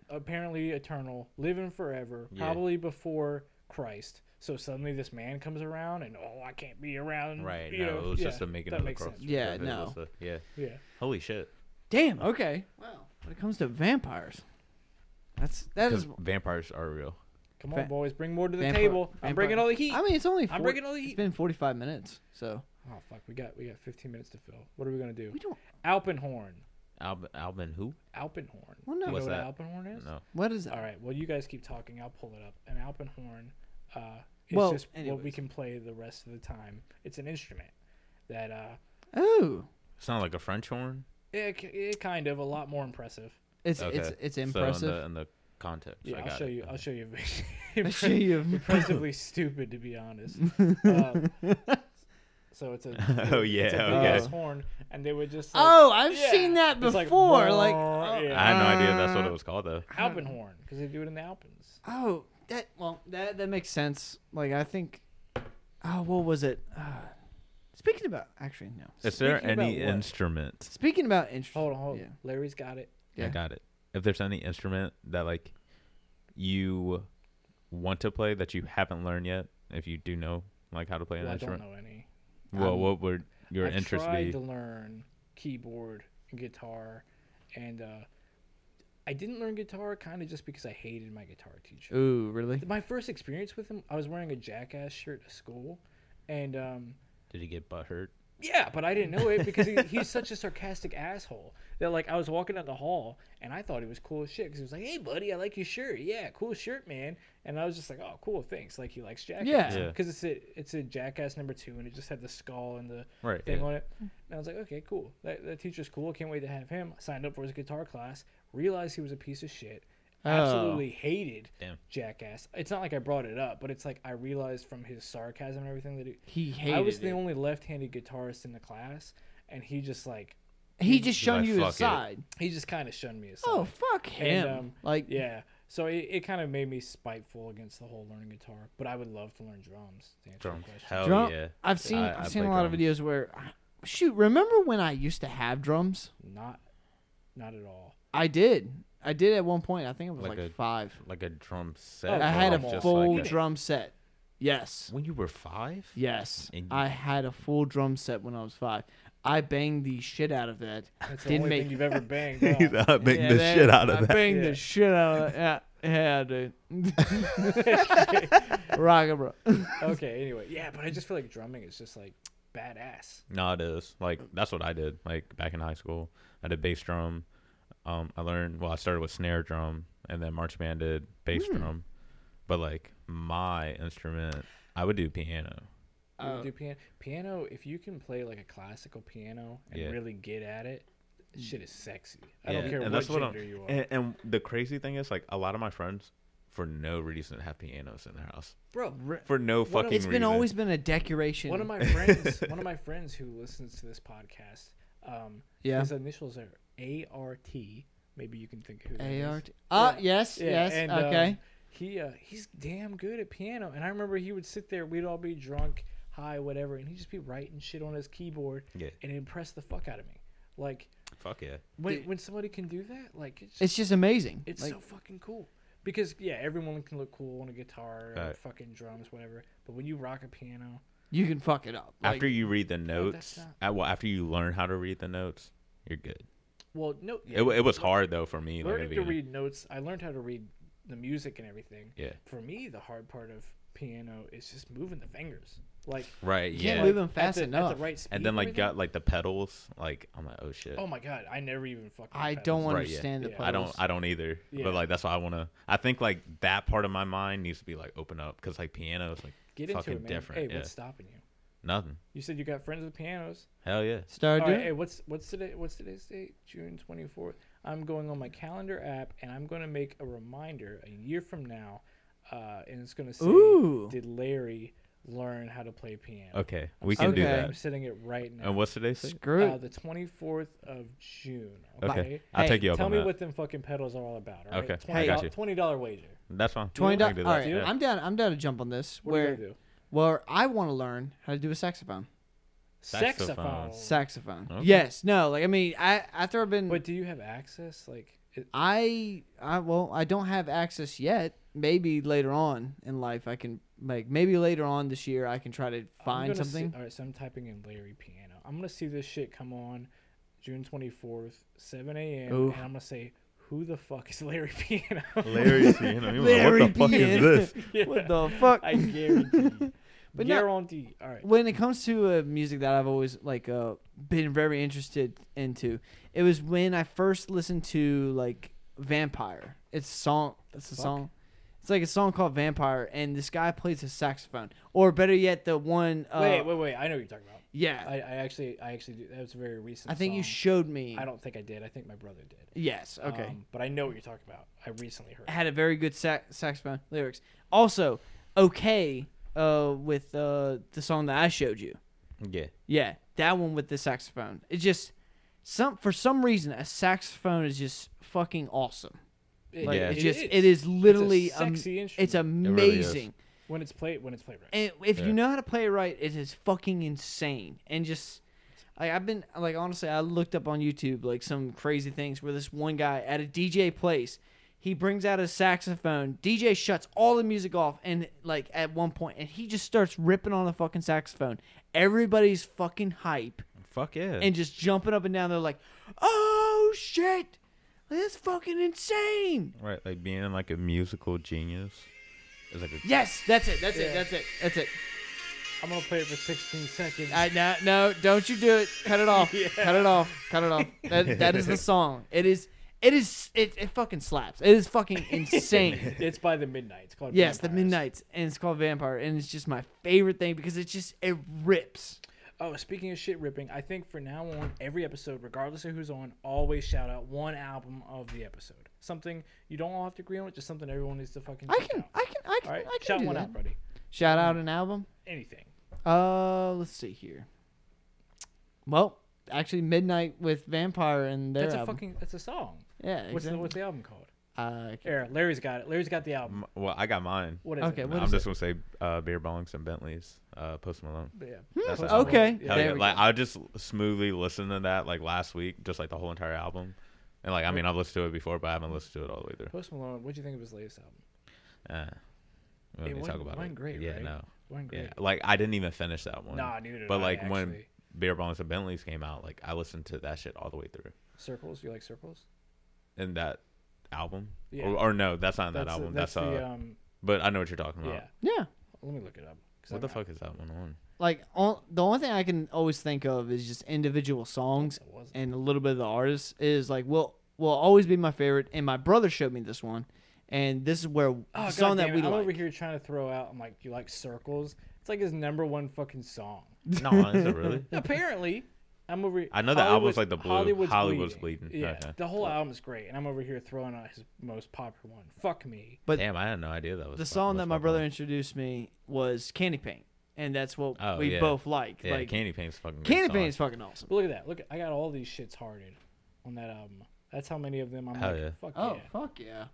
[SPEAKER 2] apparently eternal, living forever,
[SPEAKER 3] Yeah.
[SPEAKER 2] probably before Christ. So suddenly this man comes around and oh, I can't be around.
[SPEAKER 3] Right.
[SPEAKER 2] You
[SPEAKER 3] no,
[SPEAKER 2] know,
[SPEAKER 3] it was
[SPEAKER 2] yeah,
[SPEAKER 3] just a making
[SPEAKER 2] that
[SPEAKER 3] of the
[SPEAKER 2] makes
[SPEAKER 3] cross.
[SPEAKER 2] sense.
[SPEAKER 1] Yeah,
[SPEAKER 3] It was
[SPEAKER 1] no.
[SPEAKER 3] the- yeah.
[SPEAKER 2] Yeah.
[SPEAKER 3] Holy shit.
[SPEAKER 1] Damn. Okay. Wow. When it comes to vampires, that's that
[SPEAKER 3] Because
[SPEAKER 1] is.
[SPEAKER 3] vampires are real.
[SPEAKER 2] Come on,
[SPEAKER 1] Va-
[SPEAKER 2] boys, bring more to the
[SPEAKER 1] vampire-
[SPEAKER 2] table. I'm
[SPEAKER 1] vampire-
[SPEAKER 2] bringing all the heat.
[SPEAKER 1] I mean, it's only. 40,
[SPEAKER 2] I'm bringing all the
[SPEAKER 1] It's
[SPEAKER 2] heat.
[SPEAKER 1] been forty-five minutes, so
[SPEAKER 2] Oh fuck, we got we got 15 minutes to fill. What are we gonna do?
[SPEAKER 1] we don't.
[SPEAKER 2] Alpenhorn.
[SPEAKER 3] Alb- Albin who?
[SPEAKER 2] Alpenhorn.
[SPEAKER 1] Well,
[SPEAKER 2] Do
[SPEAKER 1] no.
[SPEAKER 2] you
[SPEAKER 3] What's
[SPEAKER 2] know
[SPEAKER 3] that?
[SPEAKER 2] what an Alpenhorn is?
[SPEAKER 3] No.
[SPEAKER 1] What is that?
[SPEAKER 2] All right. Well, you guys keep talking. I'll pull it up. An Alpenhorn uh, is
[SPEAKER 1] Well,
[SPEAKER 2] just what we
[SPEAKER 1] anyways.
[SPEAKER 2] can play the rest of the time. It's an instrument that uh,
[SPEAKER 1] Oh,
[SPEAKER 3] It's not like a French horn.
[SPEAKER 2] it, k- it kind of a lot more impressive.
[SPEAKER 1] it's
[SPEAKER 3] Okay.
[SPEAKER 1] it's it's
[SPEAKER 3] So in
[SPEAKER 1] impressive.
[SPEAKER 3] the- in the context.
[SPEAKER 2] Yeah,
[SPEAKER 3] I
[SPEAKER 2] I'll
[SPEAKER 3] got
[SPEAKER 2] show
[SPEAKER 3] it.
[SPEAKER 2] you. I'll show you. a vid-
[SPEAKER 1] I show you.
[SPEAKER 2] impressively stupid, to be honest. Uh, so it's a
[SPEAKER 3] Oh,
[SPEAKER 2] it's a
[SPEAKER 3] yeah,
[SPEAKER 2] big
[SPEAKER 1] okay.
[SPEAKER 2] ass horn, and they would just like,
[SPEAKER 1] Oh, I've
[SPEAKER 2] Yeah.
[SPEAKER 1] seen that
[SPEAKER 2] It's like,
[SPEAKER 1] before. Like,
[SPEAKER 2] "Brrr,"
[SPEAKER 1] oh, uh,
[SPEAKER 2] yeah.
[SPEAKER 3] I had no idea that's
[SPEAKER 2] Uh,
[SPEAKER 3] what it was called though.
[SPEAKER 2] Alpenhorn because they do it in the Alpens.
[SPEAKER 1] oh, that well, that that makes sense. Like, I think. Oh, what was it? Uh, speaking about actually no.
[SPEAKER 3] Is there
[SPEAKER 2] Speaking about
[SPEAKER 3] any
[SPEAKER 2] what?
[SPEAKER 3] instrument?
[SPEAKER 1] Speaking about interest.
[SPEAKER 2] Hold on, hold.
[SPEAKER 1] Yeah.
[SPEAKER 2] on. Larry's got it.
[SPEAKER 3] I
[SPEAKER 1] Yeah.
[SPEAKER 3] got it. If there's any instrument that like you want to play that you haven't learned yet, if you do know like how to play an
[SPEAKER 2] Well, I don't
[SPEAKER 3] instrument,
[SPEAKER 2] know any.
[SPEAKER 3] well,
[SPEAKER 1] Um,
[SPEAKER 3] what would your
[SPEAKER 2] I
[SPEAKER 3] interest
[SPEAKER 2] tried
[SPEAKER 3] be?
[SPEAKER 2] to learn keyboard and guitar, and uh, I didn't learn guitar kind of just because I hated my guitar teacher.
[SPEAKER 1] Ooh, really?
[SPEAKER 2] My first experience with him, I was wearing a jackass shirt to school, and um,
[SPEAKER 3] Did you get butthurt?
[SPEAKER 2] yeah, but I didn't know it because he, he's such a sarcastic asshole that like I was walking down the hall and I thought he was cool as shit because he was like, "Hey, buddy, I like your shirt. Yeah, cool shirt, man." And I was just like, "Oh, cool, thanks." Like he likes jackass.
[SPEAKER 1] Yeah.
[SPEAKER 3] Yeah.
[SPEAKER 2] Because it's a it's a jackass number two and it just had the skull and the
[SPEAKER 3] Right.
[SPEAKER 2] thing
[SPEAKER 3] yeah.
[SPEAKER 2] on it. And I was like, okay, cool. That, that teacher's cool. Can't wait to have him. Signed up for his guitar class. Realized he was a piece of shit. Absolutely hated
[SPEAKER 3] Damn.
[SPEAKER 2] jackass. It's not like I brought it up, but it's like I realized from his sarcasm and everything that he,
[SPEAKER 1] He hated.
[SPEAKER 2] I was the
[SPEAKER 1] it.
[SPEAKER 2] only left-handed guitarist in the class, and he just like
[SPEAKER 1] He just
[SPEAKER 3] He's like,
[SPEAKER 1] shown you
[SPEAKER 3] "Fuck
[SPEAKER 1] his
[SPEAKER 3] it."
[SPEAKER 1] side.
[SPEAKER 2] he just kind of shunned me aside.
[SPEAKER 1] Oh, fuck him.
[SPEAKER 2] um,
[SPEAKER 1] like,
[SPEAKER 2] yeah. So it, it kind of made me spiteful against the whole learning guitar, but I would love to learn drums. To answer your
[SPEAKER 3] Drums.
[SPEAKER 2] question.
[SPEAKER 3] Hell
[SPEAKER 1] Drum-
[SPEAKER 3] Oh, yeah.
[SPEAKER 1] I've seen
[SPEAKER 3] I-
[SPEAKER 1] I,
[SPEAKER 3] I
[SPEAKER 1] have seen a
[SPEAKER 3] play
[SPEAKER 1] lot of
[SPEAKER 3] drums.
[SPEAKER 1] videos where shoot, remember when I used to have drums?
[SPEAKER 2] Not, not at all.
[SPEAKER 1] I did. I did at one point. I think it was
[SPEAKER 3] Like
[SPEAKER 1] like,
[SPEAKER 3] a-
[SPEAKER 1] 5.
[SPEAKER 3] Like a drum set.
[SPEAKER 2] I
[SPEAKER 3] or
[SPEAKER 1] I had
[SPEAKER 2] drum
[SPEAKER 3] like
[SPEAKER 1] a
[SPEAKER 3] just
[SPEAKER 1] full
[SPEAKER 3] like a-
[SPEAKER 1] drum set. Yes.
[SPEAKER 3] When you were five?
[SPEAKER 1] Yes.
[SPEAKER 3] And you-
[SPEAKER 1] I had a full drum set when I was 5. I banged the shit out of that.
[SPEAKER 2] That's the
[SPEAKER 1] Didn't
[SPEAKER 2] only
[SPEAKER 1] make
[SPEAKER 2] thing you've ever banged. huh?
[SPEAKER 3] making
[SPEAKER 1] Yeah, that- I banged
[SPEAKER 2] Yeah.
[SPEAKER 1] the shit out of that. Yeah, yeah dude. Rock and roll.
[SPEAKER 2] okay, anyway. Yeah, but I just feel like drumming is just like badass.
[SPEAKER 3] No, it is. Like that's what I did. Like back in high school, I did bass drum. Um, I learned. Well, I started with snare drum, and then march band did bass
[SPEAKER 1] Hmm.
[SPEAKER 3] drum. But like my instrument, I would do piano.
[SPEAKER 2] You would
[SPEAKER 1] Oh.
[SPEAKER 2] do piano. Piano, if you can play like a classical piano and
[SPEAKER 3] Yeah.
[SPEAKER 2] really get at it,
[SPEAKER 1] Mm.
[SPEAKER 2] shit is sexy. I
[SPEAKER 3] Yeah,
[SPEAKER 2] don't care what
[SPEAKER 3] and that's what
[SPEAKER 2] gender
[SPEAKER 3] I'm-
[SPEAKER 2] you are.
[SPEAKER 3] And, and the crazy thing is, like a lot of my friends, for no reason, have pianos in their house.
[SPEAKER 2] Bro,
[SPEAKER 3] For no
[SPEAKER 2] One of-
[SPEAKER 3] fucking
[SPEAKER 1] It's
[SPEAKER 3] reason.
[SPEAKER 1] been always been a decoration.
[SPEAKER 2] one of my friends, one of my friends who listens to this podcast, um,
[SPEAKER 1] Yeah.
[SPEAKER 2] his initials are ART. Maybe you can think of who that is.
[SPEAKER 1] ART. Ah,
[SPEAKER 2] Yeah.
[SPEAKER 1] yes,
[SPEAKER 2] Yeah,
[SPEAKER 1] yes.
[SPEAKER 2] and, um,
[SPEAKER 1] okay.
[SPEAKER 2] he uh, he's damn good at piano, and I remember he would sit there. We'd all be drunk, high, whatever, and he'd just be writing shit on his keyboard,
[SPEAKER 3] Yeah.
[SPEAKER 2] and it impressed the fuck out of me. Like
[SPEAKER 3] Fuck yeah.
[SPEAKER 2] when
[SPEAKER 1] Dude.
[SPEAKER 2] when somebody can do that, like it's just,
[SPEAKER 1] it's just amazing.
[SPEAKER 2] it's
[SPEAKER 1] like,
[SPEAKER 2] so fucking cool. Because yeah, everyone can look cool on a guitar, or
[SPEAKER 3] Right.
[SPEAKER 2] fucking drums, whatever. But when you rock a piano,
[SPEAKER 1] you can fuck it up. Like,
[SPEAKER 3] after you read the
[SPEAKER 2] No, that's
[SPEAKER 3] notes, uh, well, after you learn how to read the notes, you're good.
[SPEAKER 2] well, no,
[SPEAKER 3] It It, wa- it was hard though for me. Like, at the
[SPEAKER 2] learning to
[SPEAKER 3] beginning.
[SPEAKER 2] read notes. I learned how to read the music and everything.
[SPEAKER 3] Yeah.
[SPEAKER 2] For me, the hard part of piano is just moving the fingers. Like
[SPEAKER 3] Right.
[SPEAKER 1] You
[SPEAKER 3] Yeah.
[SPEAKER 1] can't
[SPEAKER 2] like,
[SPEAKER 1] move them
[SPEAKER 2] at
[SPEAKER 1] fast
[SPEAKER 2] the- at the
[SPEAKER 1] enough.
[SPEAKER 2] right speed
[SPEAKER 3] and then like
[SPEAKER 2] everything.
[SPEAKER 3] got like the pedals. Like I'm like, oh shit.
[SPEAKER 2] Oh my god, I never even fucking.
[SPEAKER 1] I
[SPEAKER 2] pedals.
[SPEAKER 1] don't
[SPEAKER 3] Right, yeah.
[SPEAKER 1] understand the
[SPEAKER 2] Yeah.
[SPEAKER 1] pedals.
[SPEAKER 3] I don't. I don't either.
[SPEAKER 2] Yeah.
[SPEAKER 3] But like that's why I want to. I think like that part of my mind needs to be like open up because like piano is like
[SPEAKER 2] get into
[SPEAKER 3] fucking
[SPEAKER 2] it, man.
[SPEAKER 3] different.
[SPEAKER 2] Hey,
[SPEAKER 3] yeah.
[SPEAKER 2] what's stopping you?
[SPEAKER 3] Nothing.
[SPEAKER 2] You said you got friends with pianos.
[SPEAKER 3] Hell yeah.
[SPEAKER 1] Start
[SPEAKER 2] All
[SPEAKER 1] doing.
[SPEAKER 2] right, hey, what's what's today? What's today's date? June twenty fourth. I'm going on my calendar app and I'm going to make a reminder a year from now, uh, and it's going to say,
[SPEAKER 1] Ooh.
[SPEAKER 2] "Did Larry learn how to play piano?"
[SPEAKER 3] Okay. We can do
[SPEAKER 1] Okay.
[SPEAKER 2] I'm
[SPEAKER 3] that.
[SPEAKER 2] setting it right now.
[SPEAKER 3] And what's today's date?
[SPEAKER 1] Screw
[SPEAKER 2] Uh,
[SPEAKER 1] it.
[SPEAKER 2] the 24th of June. Okay.
[SPEAKER 3] Okay. I'll
[SPEAKER 1] Hey,
[SPEAKER 3] take you up
[SPEAKER 2] Tell
[SPEAKER 3] on
[SPEAKER 2] me
[SPEAKER 3] that.
[SPEAKER 2] what them fucking pedals are all about. All right?
[SPEAKER 3] Okay,
[SPEAKER 1] I got
[SPEAKER 2] $20,
[SPEAKER 3] you.
[SPEAKER 2] $20 wager.
[SPEAKER 3] That's fine.
[SPEAKER 1] Twenty
[SPEAKER 3] I
[SPEAKER 1] dollars.
[SPEAKER 3] can do
[SPEAKER 1] All
[SPEAKER 3] that,
[SPEAKER 1] right,
[SPEAKER 3] yeah.
[SPEAKER 1] I'm down. I'm down to jump on this.
[SPEAKER 2] What are
[SPEAKER 1] where,
[SPEAKER 2] we gonna do?
[SPEAKER 1] where I want to learn how to do a saxophone.
[SPEAKER 2] Saxophone.
[SPEAKER 3] Saxophone.
[SPEAKER 1] Saxophone.
[SPEAKER 3] Okay.
[SPEAKER 1] Yes. No. Like I mean, I after I've been,
[SPEAKER 2] But do you have access? Like, it,
[SPEAKER 1] I, I well, I don't have access yet. Maybe later on in life, I can like maybe later on this year, I can try to find something.
[SPEAKER 2] all right, so I'm typing in Larry Piano. I'm gonna see this shit come on June 24th, 7 a.m.
[SPEAKER 1] Oof.
[SPEAKER 2] And I'm gonna say, who the fuck is Larry Piano?
[SPEAKER 3] Larry Piano. You're like,
[SPEAKER 1] Larry
[SPEAKER 3] what the fuck
[SPEAKER 1] Piano.
[SPEAKER 3] is this?
[SPEAKER 2] Yeah,
[SPEAKER 1] What the fuck?
[SPEAKER 2] I guarantee.
[SPEAKER 1] But no-
[SPEAKER 2] guarantee. all right.
[SPEAKER 1] when it comes to uh, music that I've always like uh, been very interested into, it was when I first listened to like Vampire. It's a song. It's a
[SPEAKER 2] fuck?
[SPEAKER 1] song. It's like a song called Vampire, and this guy plays a saxophone, or better yet, the one. Uh,
[SPEAKER 2] wait, wait, wait. I know what you're talking about.
[SPEAKER 1] Yeah, I,
[SPEAKER 2] I, I actually, I actually, do. that was a very recent.
[SPEAKER 1] think you
[SPEAKER 2] song.
[SPEAKER 1] showed me.
[SPEAKER 2] I don't think I did. I think my brother did.
[SPEAKER 1] Yes. Okay.
[SPEAKER 2] Um, but I know what you're talking about. I recently heard. it.
[SPEAKER 1] had a very good sax- saxophone lyrics. Also, okay, uh, with uh the song that I showed you.
[SPEAKER 3] Yeah.
[SPEAKER 1] Yeah, that one with the saxophone. It's just some for some reason a saxophone is just fucking awesome.
[SPEAKER 2] It-
[SPEAKER 1] Like
[SPEAKER 3] Yeah.
[SPEAKER 1] it's just it is literally
[SPEAKER 2] it's a sexy
[SPEAKER 1] am-
[SPEAKER 2] instrument
[SPEAKER 1] it's
[SPEAKER 3] really is.
[SPEAKER 1] amazing.
[SPEAKER 2] when it's played when it's played right.
[SPEAKER 1] and if
[SPEAKER 3] Yeah.
[SPEAKER 1] you know how to play it right, it is fucking insane. And just like I've been like honestly, I looked up on YouTube like some crazy things where this one guy at a DJ place, he brings out his saxophone, DJ shuts all the music off and like at one point and he just starts ripping on the fucking saxophone. Everybody's fucking hype
[SPEAKER 3] Fuck yeah.
[SPEAKER 1] and just jumping up and down. They're like, "Oh shit, that's fucking insane!"
[SPEAKER 3] right. Like being like a musical genius is like a
[SPEAKER 1] Yes, that's it. That's
[SPEAKER 2] Yeah.
[SPEAKER 1] it. That's it. That's it.
[SPEAKER 2] I'm gonna play it for 16 seconds.
[SPEAKER 1] I, no, no, don't you do it. Cut it off.
[SPEAKER 2] Yeah.
[SPEAKER 1] Cut it off. Cut it off. That, that is the song. It is. It is. It, it fucking slaps. It is fucking insane.
[SPEAKER 2] it's by the midnight. It's called
[SPEAKER 1] yes, the
[SPEAKER 2] Vampires.
[SPEAKER 1] Midnight's, and it's called Vampire, and it's just my favorite thing because it just it rips.
[SPEAKER 2] Oh, speaking of shit ripping, I think for now on every episode, regardless of who's on, always shout out one album of the episode. Something you don't all have to agree on, just something everyone needs to fucking.
[SPEAKER 1] I
[SPEAKER 2] check
[SPEAKER 1] can.
[SPEAKER 2] out.
[SPEAKER 1] I can. I can.
[SPEAKER 2] All right,
[SPEAKER 1] I can
[SPEAKER 2] shout
[SPEAKER 1] do
[SPEAKER 2] one
[SPEAKER 1] that.
[SPEAKER 2] out, buddy.
[SPEAKER 1] Shout out an album.
[SPEAKER 2] Anything.
[SPEAKER 1] Uh, let's see here. Well, actually, Midnight with Vampire and their
[SPEAKER 2] that's a
[SPEAKER 1] album.
[SPEAKER 2] fucking. That's a song.
[SPEAKER 1] yeah.
[SPEAKER 2] What's the
[SPEAKER 1] exactly.
[SPEAKER 2] What's the album called?
[SPEAKER 1] Uh, okay.
[SPEAKER 2] Here, Larry's got it. Larry's got the album.
[SPEAKER 3] M- Well, I got mine.
[SPEAKER 2] What is
[SPEAKER 1] Okay,
[SPEAKER 2] it?
[SPEAKER 1] what
[SPEAKER 3] I'm
[SPEAKER 1] is
[SPEAKER 3] just gonna say uh, beer bongs and Bentleys. Uh, Post Malone.
[SPEAKER 2] Yeah.
[SPEAKER 3] That's
[SPEAKER 2] Post
[SPEAKER 3] the album.
[SPEAKER 1] Hmm. okay.
[SPEAKER 2] Malone.
[SPEAKER 3] Hell
[SPEAKER 1] There
[SPEAKER 3] yeah.
[SPEAKER 1] we
[SPEAKER 3] Like I just smoothly listened to that like last week, just like the whole entire album. And like I mean, I've listened to it before, but I haven't listened to it all the way through.
[SPEAKER 2] Post Malone. What do you think of his latest album?
[SPEAKER 3] Uh, we
[SPEAKER 2] It
[SPEAKER 3] don't need to talk
[SPEAKER 2] wasn't-
[SPEAKER 3] about
[SPEAKER 2] wasn't
[SPEAKER 3] it.
[SPEAKER 2] great,
[SPEAKER 3] yeah,
[SPEAKER 2] right?
[SPEAKER 3] no.
[SPEAKER 2] One
[SPEAKER 3] Yeah,
[SPEAKER 2] great.
[SPEAKER 3] like I didn't even finish that one.
[SPEAKER 2] Nah, neither did
[SPEAKER 3] But
[SPEAKER 2] I,
[SPEAKER 3] like when
[SPEAKER 2] actually.
[SPEAKER 3] Beer Bongs and Bentleys came out, like I listened to that shit all the way through.
[SPEAKER 2] Circles. You like circles?
[SPEAKER 3] And that album,
[SPEAKER 2] Yeah.
[SPEAKER 3] or, or no, that's not in that
[SPEAKER 2] That's-
[SPEAKER 3] album.
[SPEAKER 2] That's,
[SPEAKER 3] That's, uh,
[SPEAKER 2] the um.
[SPEAKER 3] but I know what you're talking about.
[SPEAKER 2] Yeah.
[SPEAKER 1] Yeah.
[SPEAKER 2] Let me look it up. 'cause I'm
[SPEAKER 3] What the
[SPEAKER 2] not-
[SPEAKER 3] fuck is that one on?
[SPEAKER 1] Like all, the only thing I can always think of is just individual songs
[SPEAKER 2] That wasn't-
[SPEAKER 1] and a little bit of the artist is like will will always be my favorite. And my brother showed me this one, and this is where
[SPEAKER 2] Oh,
[SPEAKER 1] the
[SPEAKER 2] God
[SPEAKER 1] song that
[SPEAKER 2] damn it,
[SPEAKER 1] we
[SPEAKER 2] I'm
[SPEAKER 1] like.
[SPEAKER 2] over here trying to throw out. I'm like, you like circles? It's like his number one fucking song.
[SPEAKER 3] No, is it really?
[SPEAKER 2] Apparently, I'm over.
[SPEAKER 3] I know the album's like the Blue- Hollywood's Bleeding.
[SPEAKER 2] Yeah,
[SPEAKER 3] Okay.
[SPEAKER 2] the whole album's great, and I'm over here throwing out his most popular one. Fuck me.
[SPEAKER 1] But
[SPEAKER 3] Damn, I had no idea that was
[SPEAKER 1] the
[SPEAKER 3] fuck-
[SPEAKER 1] song
[SPEAKER 3] was
[SPEAKER 1] that my
[SPEAKER 3] fucking-
[SPEAKER 1] brother introduced me was Candy Paint, and that's what
[SPEAKER 3] Oh,
[SPEAKER 1] we
[SPEAKER 3] yeah.
[SPEAKER 1] both like.
[SPEAKER 3] Yeah,
[SPEAKER 1] like Candy,
[SPEAKER 3] Candy Paint's a fucking.
[SPEAKER 1] Candy
[SPEAKER 3] great
[SPEAKER 1] Paint is
[SPEAKER 3] song.
[SPEAKER 1] fucking awesome.
[SPEAKER 2] But look at that. Look, at, I got all these shits hearted on that album. That's how many of them I'm
[SPEAKER 3] Hell
[SPEAKER 2] like,
[SPEAKER 3] yeah.
[SPEAKER 2] fuck
[SPEAKER 1] Oh
[SPEAKER 2] yeah,
[SPEAKER 1] fuck yeah!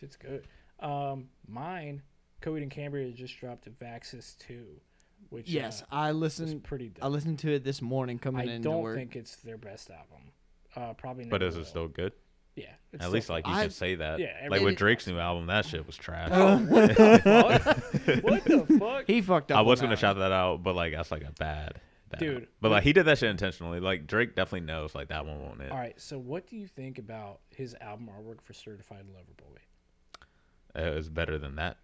[SPEAKER 2] shit's good. Um, mine, Cody and Cambria just dropped Vaxis two, which
[SPEAKER 1] Yes,
[SPEAKER 2] uh,
[SPEAKER 1] I
[SPEAKER 2] is
[SPEAKER 1] listened.
[SPEAKER 2] pretty.
[SPEAKER 1] I
[SPEAKER 2] Dope.
[SPEAKER 1] listened to it this morning coming
[SPEAKER 2] I
[SPEAKER 1] in to
[SPEAKER 2] don't
[SPEAKER 1] work.
[SPEAKER 2] think it's their best album. Uh, probably.
[SPEAKER 3] But
[SPEAKER 2] never
[SPEAKER 3] is
[SPEAKER 2] will.
[SPEAKER 3] it still good?
[SPEAKER 2] Yeah. it's
[SPEAKER 3] At
[SPEAKER 2] still
[SPEAKER 3] least like you
[SPEAKER 1] I-
[SPEAKER 3] can say that.
[SPEAKER 2] Yeah,
[SPEAKER 3] like
[SPEAKER 2] everything-
[SPEAKER 3] with Drake's new album, that shit was trash.
[SPEAKER 1] Oh,
[SPEAKER 2] fuck? what the fuck?
[SPEAKER 1] he fucked up.
[SPEAKER 3] I was
[SPEAKER 1] on
[SPEAKER 3] gonna
[SPEAKER 1] that one.
[SPEAKER 3] shout that out, but like that's like a bad, bad
[SPEAKER 2] Dude,
[SPEAKER 3] album. But
[SPEAKER 2] what-
[SPEAKER 3] like he did that shit intentionally. Like Drake definitely knows like that one won't hit.
[SPEAKER 2] All right, so what do you think about his album artwork for Certified Lover Boy?
[SPEAKER 3] It was better than that.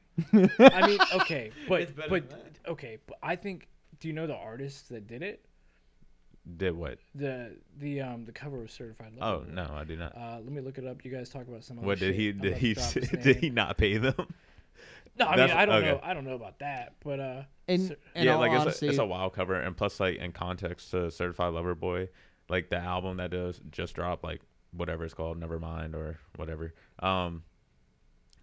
[SPEAKER 2] I mean, okay,
[SPEAKER 3] It's
[SPEAKER 2] but
[SPEAKER 3] better
[SPEAKER 2] but
[SPEAKER 3] than
[SPEAKER 2] okay, but I think. Do you know the artist that did it?
[SPEAKER 3] Did what?
[SPEAKER 2] The the um the cover was certified. Lover
[SPEAKER 3] Oh
[SPEAKER 2] Boy.
[SPEAKER 3] no, I do not.
[SPEAKER 2] Uh, let me look it up. You guys talk about some. other
[SPEAKER 3] what did
[SPEAKER 2] shit.
[SPEAKER 3] he?
[SPEAKER 2] I'm
[SPEAKER 3] Did
[SPEAKER 2] about to
[SPEAKER 3] he?
[SPEAKER 2] drop
[SPEAKER 3] s-
[SPEAKER 2] his
[SPEAKER 3] Did
[SPEAKER 2] name.
[SPEAKER 3] he not pay them?
[SPEAKER 2] No, I mean
[SPEAKER 3] That's-
[SPEAKER 2] I don't
[SPEAKER 3] okay.
[SPEAKER 2] know. I don't know about that, but uh,
[SPEAKER 1] And
[SPEAKER 2] cer-
[SPEAKER 1] in all
[SPEAKER 3] like
[SPEAKER 1] honesty,
[SPEAKER 3] it's a, it's a wild cover, and plus like in context to Certified Lover Boy, like the album that does just dropped, like whatever it's called, Nevermind or whatever. Um,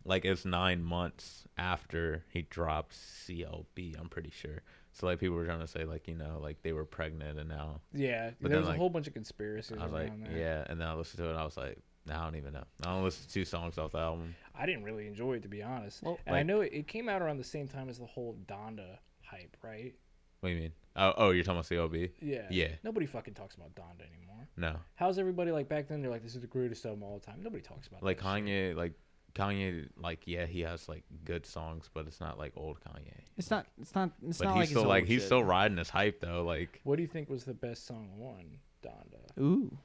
[SPEAKER 3] like it's nine months after he dropped CLB, I'm pretty sure. So like people were trying to say like you know like they were pregnant and now
[SPEAKER 2] yeah, there
[SPEAKER 3] But then,
[SPEAKER 2] was a
[SPEAKER 3] like,
[SPEAKER 2] whole bunch of conspiracies
[SPEAKER 3] I was like
[SPEAKER 2] around that.
[SPEAKER 3] yeah, and then I listened to it and I was like I don't even know. I don't listen to two songs off the album.
[SPEAKER 2] I didn't really enjoy it to be honest.
[SPEAKER 1] Well,
[SPEAKER 2] and I
[SPEAKER 3] like-
[SPEAKER 2] know it, it came out around the same time as the whole Donda hype, right?
[SPEAKER 3] What do you mean? Oh, oh you're talking about CLB?
[SPEAKER 2] Yeah.
[SPEAKER 3] Yeah.
[SPEAKER 2] Nobody fucking talks about Donda anymore.
[SPEAKER 3] No,
[SPEAKER 2] How's everybody like back then? They're like, this is the greatest album of all time. Nobody talks about
[SPEAKER 3] like
[SPEAKER 2] that shit.
[SPEAKER 3] Kanye, like Kanye, like yeah, he has like good songs, but it's not like old Kanye.
[SPEAKER 1] it's not. It's not. It's
[SPEAKER 3] But
[SPEAKER 1] not
[SPEAKER 3] he's
[SPEAKER 1] like
[SPEAKER 3] still
[SPEAKER 1] it's
[SPEAKER 3] like
[SPEAKER 1] old
[SPEAKER 3] he's
[SPEAKER 1] shit.
[SPEAKER 3] still riding his hype though. Like
[SPEAKER 2] What do you think was the best song on Donda?
[SPEAKER 1] Ooh.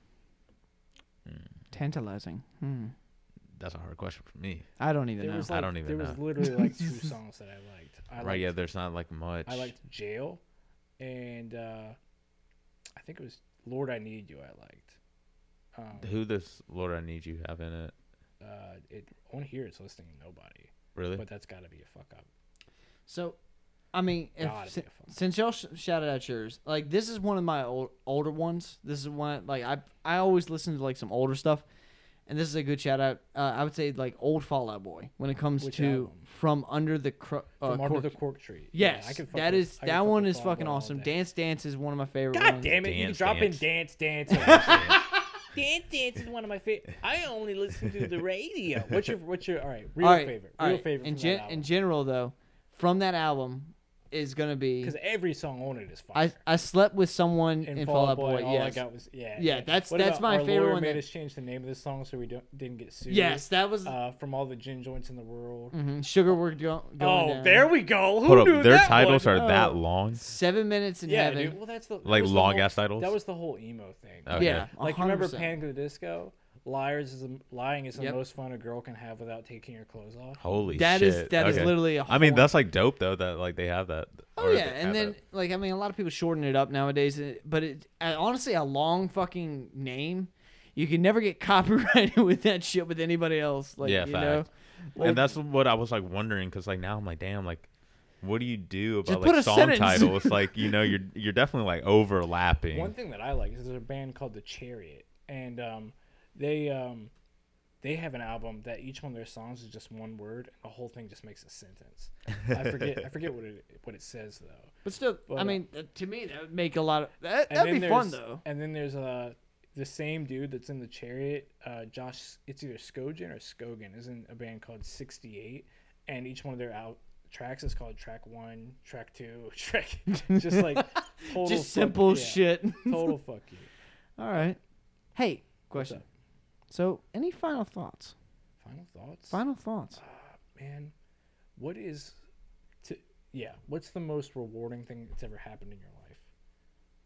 [SPEAKER 2] Hmm.
[SPEAKER 1] Tantalizing. Hmm.
[SPEAKER 3] that's a hard question for me,
[SPEAKER 1] I don't even
[SPEAKER 2] There
[SPEAKER 1] know.
[SPEAKER 2] was
[SPEAKER 3] I
[SPEAKER 2] like,
[SPEAKER 3] don't even
[SPEAKER 2] there was
[SPEAKER 3] know.
[SPEAKER 2] literally like two songs that I liked. I
[SPEAKER 3] right?
[SPEAKER 2] liked,
[SPEAKER 3] yeah, there's not like much.
[SPEAKER 2] I liked Jail, and uh, I think it was Lord I Need You. I liked. Um,
[SPEAKER 3] who does Lord I Need You have in it.
[SPEAKER 2] uh, it on here it's listing nobody,
[SPEAKER 3] Really?
[SPEAKER 2] but that's got to be a fuck up.
[SPEAKER 1] So, I mean, if,
[SPEAKER 2] Gotta be
[SPEAKER 1] si-
[SPEAKER 2] a fuck.
[SPEAKER 1] since y'all sh- shouted out yours, like this is one of my old, older ones. This is one like I I always listen to like some older stuff, and this is a good shout out. Uh, I would say like old Fallout Boy when it comes
[SPEAKER 2] Which
[SPEAKER 1] to
[SPEAKER 2] album?
[SPEAKER 1] from under the cr- uh,
[SPEAKER 2] From Under
[SPEAKER 1] Cork-
[SPEAKER 2] the Cork Tree. Yeah,
[SPEAKER 1] Yes,
[SPEAKER 2] I can fuck
[SPEAKER 1] that
[SPEAKER 2] with-
[SPEAKER 1] is
[SPEAKER 2] I can
[SPEAKER 1] that
[SPEAKER 2] fuck
[SPEAKER 1] one
[SPEAKER 2] with
[SPEAKER 1] is
[SPEAKER 2] Fallout
[SPEAKER 1] fucking
[SPEAKER 2] Boy all
[SPEAKER 1] awesome.
[SPEAKER 2] day.
[SPEAKER 1] Dance Dance is one of my favorite.
[SPEAKER 2] God
[SPEAKER 1] ones.
[SPEAKER 2] damn it! you can
[SPEAKER 3] Dance,
[SPEAKER 2] drop in dance, dance. dance, dance is one of my favorite. I only listen to the radio. What's your, what's your, all right, real
[SPEAKER 1] All right,
[SPEAKER 2] favorite,
[SPEAKER 1] all
[SPEAKER 2] real
[SPEAKER 1] right.
[SPEAKER 2] favorite
[SPEAKER 1] In,
[SPEAKER 2] from
[SPEAKER 1] gen-
[SPEAKER 2] that
[SPEAKER 1] in
[SPEAKER 2] album?
[SPEAKER 1] general, though, from that album is gonna be
[SPEAKER 2] Because every song on it is fire.
[SPEAKER 1] I I slept with someone
[SPEAKER 2] and
[SPEAKER 1] in
[SPEAKER 2] Fall
[SPEAKER 1] Fall
[SPEAKER 2] Out
[SPEAKER 1] Out
[SPEAKER 2] Boy,
[SPEAKER 1] Boy.
[SPEAKER 2] all I
[SPEAKER 1] yes.
[SPEAKER 2] got was yeah.
[SPEAKER 1] Yeah, that's-
[SPEAKER 2] What
[SPEAKER 1] that's
[SPEAKER 2] about
[SPEAKER 1] my
[SPEAKER 2] our
[SPEAKER 1] favorite
[SPEAKER 2] lawyer
[SPEAKER 1] one
[SPEAKER 2] Made
[SPEAKER 1] that-
[SPEAKER 2] us change the name of this song so we don't didn't get sued.
[SPEAKER 1] Yes, that was
[SPEAKER 2] uh, from all the gin joints in the world.
[SPEAKER 1] mhm, Sugar. We're go- going.
[SPEAKER 2] Oh,
[SPEAKER 1] down.
[SPEAKER 2] there we go. Who
[SPEAKER 3] Hold up,
[SPEAKER 2] knew
[SPEAKER 3] their
[SPEAKER 2] that
[SPEAKER 3] titles
[SPEAKER 2] one? Oh.
[SPEAKER 3] are that long.
[SPEAKER 1] Seven minutes in
[SPEAKER 2] yeah,
[SPEAKER 1] heaven.
[SPEAKER 2] dude. Well, that's the that
[SPEAKER 3] Like
[SPEAKER 2] was the
[SPEAKER 3] long
[SPEAKER 2] whole-
[SPEAKER 3] ass titles?
[SPEAKER 2] That was the whole emo thing.
[SPEAKER 3] Okay.
[SPEAKER 1] Oh, Yeah,
[SPEAKER 2] Like you remember
[SPEAKER 1] 100%.
[SPEAKER 2] Panic at the Disco? Liars is the, lying is the
[SPEAKER 1] Yep.
[SPEAKER 2] most fun a girl can have without taking your clothes off.
[SPEAKER 3] Holy
[SPEAKER 1] That
[SPEAKER 3] shit!
[SPEAKER 1] is- that is
[SPEAKER 3] Okay.
[SPEAKER 1] literally a
[SPEAKER 3] I mean,
[SPEAKER 1] whole-
[SPEAKER 3] that's like dope though. That like they have that.
[SPEAKER 1] Oh
[SPEAKER 3] or
[SPEAKER 1] yeah,
[SPEAKER 3] they
[SPEAKER 1] and
[SPEAKER 3] have
[SPEAKER 1] then
[SPEAKER 3] that.
[SPEAKER 1] like I mean, a lot of people shorten it up nowadays. uh, But it uh, honestly, a long fucking name, you can never get copyrighted with that shit with anybody else. Like
[SPEAKER 3] Yeah,
[SPEAKER 1] you know,
[SPEAKER 3] fact. and that's what I was like wondering because like now I'm like, damn, like. What do you do
[SPEAKER 1] Just
[SPEAKER 3] about
[SPEAKER 1] put a
[SPEAKER 3] like song
[SPEAKER 1] sentence.
[SPEAKER 3] titles? Like you know, you're you're definitely like overlapping.
[SPEAKER 2] One thing that I like is there's a band called The Chariot, and um, they um, they have an album that each one of their songs is just one word, and the whole thing just makes a sentence. I forget I forget what it what it says though.
[SPEAKER 1] but still, I
[SPEAKER 2] uh,
[SPEAKER 1] mean, uh, to me that would make a lot of that.
[SPEAKER 2] And
[SPEAKER 1] That'd
[SPEAKER 2] then
[SPEAKER 1] be fun
[SPEAKER 2] there's-
[SPEAKER 1] though.
[SPEAKER 2] And then there's uh the same dude that's in the chariot, uh, Josh. It's either Skogen or Skogan. Is in a band called Sixty Eight, and each one of their out tracks is called Track One, Track Two, Track. Just like total
[SPEAKER 1] Just
[SPEAKER 2] fuck-
[SPEAKER 1] simple
[SPEAKER 2] yeah,
[SPEAKER 1] shit.
[SPEAKER 2] total fuck you.
[SPEAKER 1] All right. Hey, question.
[SPEAKER 2] up?
[SPEAKER 1] So, any final thoughts?
[SPEAKER 2] Final thoughts.
[SPEAKER 1] Final thoughts.
[SPEAKER 2] man, what is to yeah, what's the most rewarding thing that's ever happened in your life?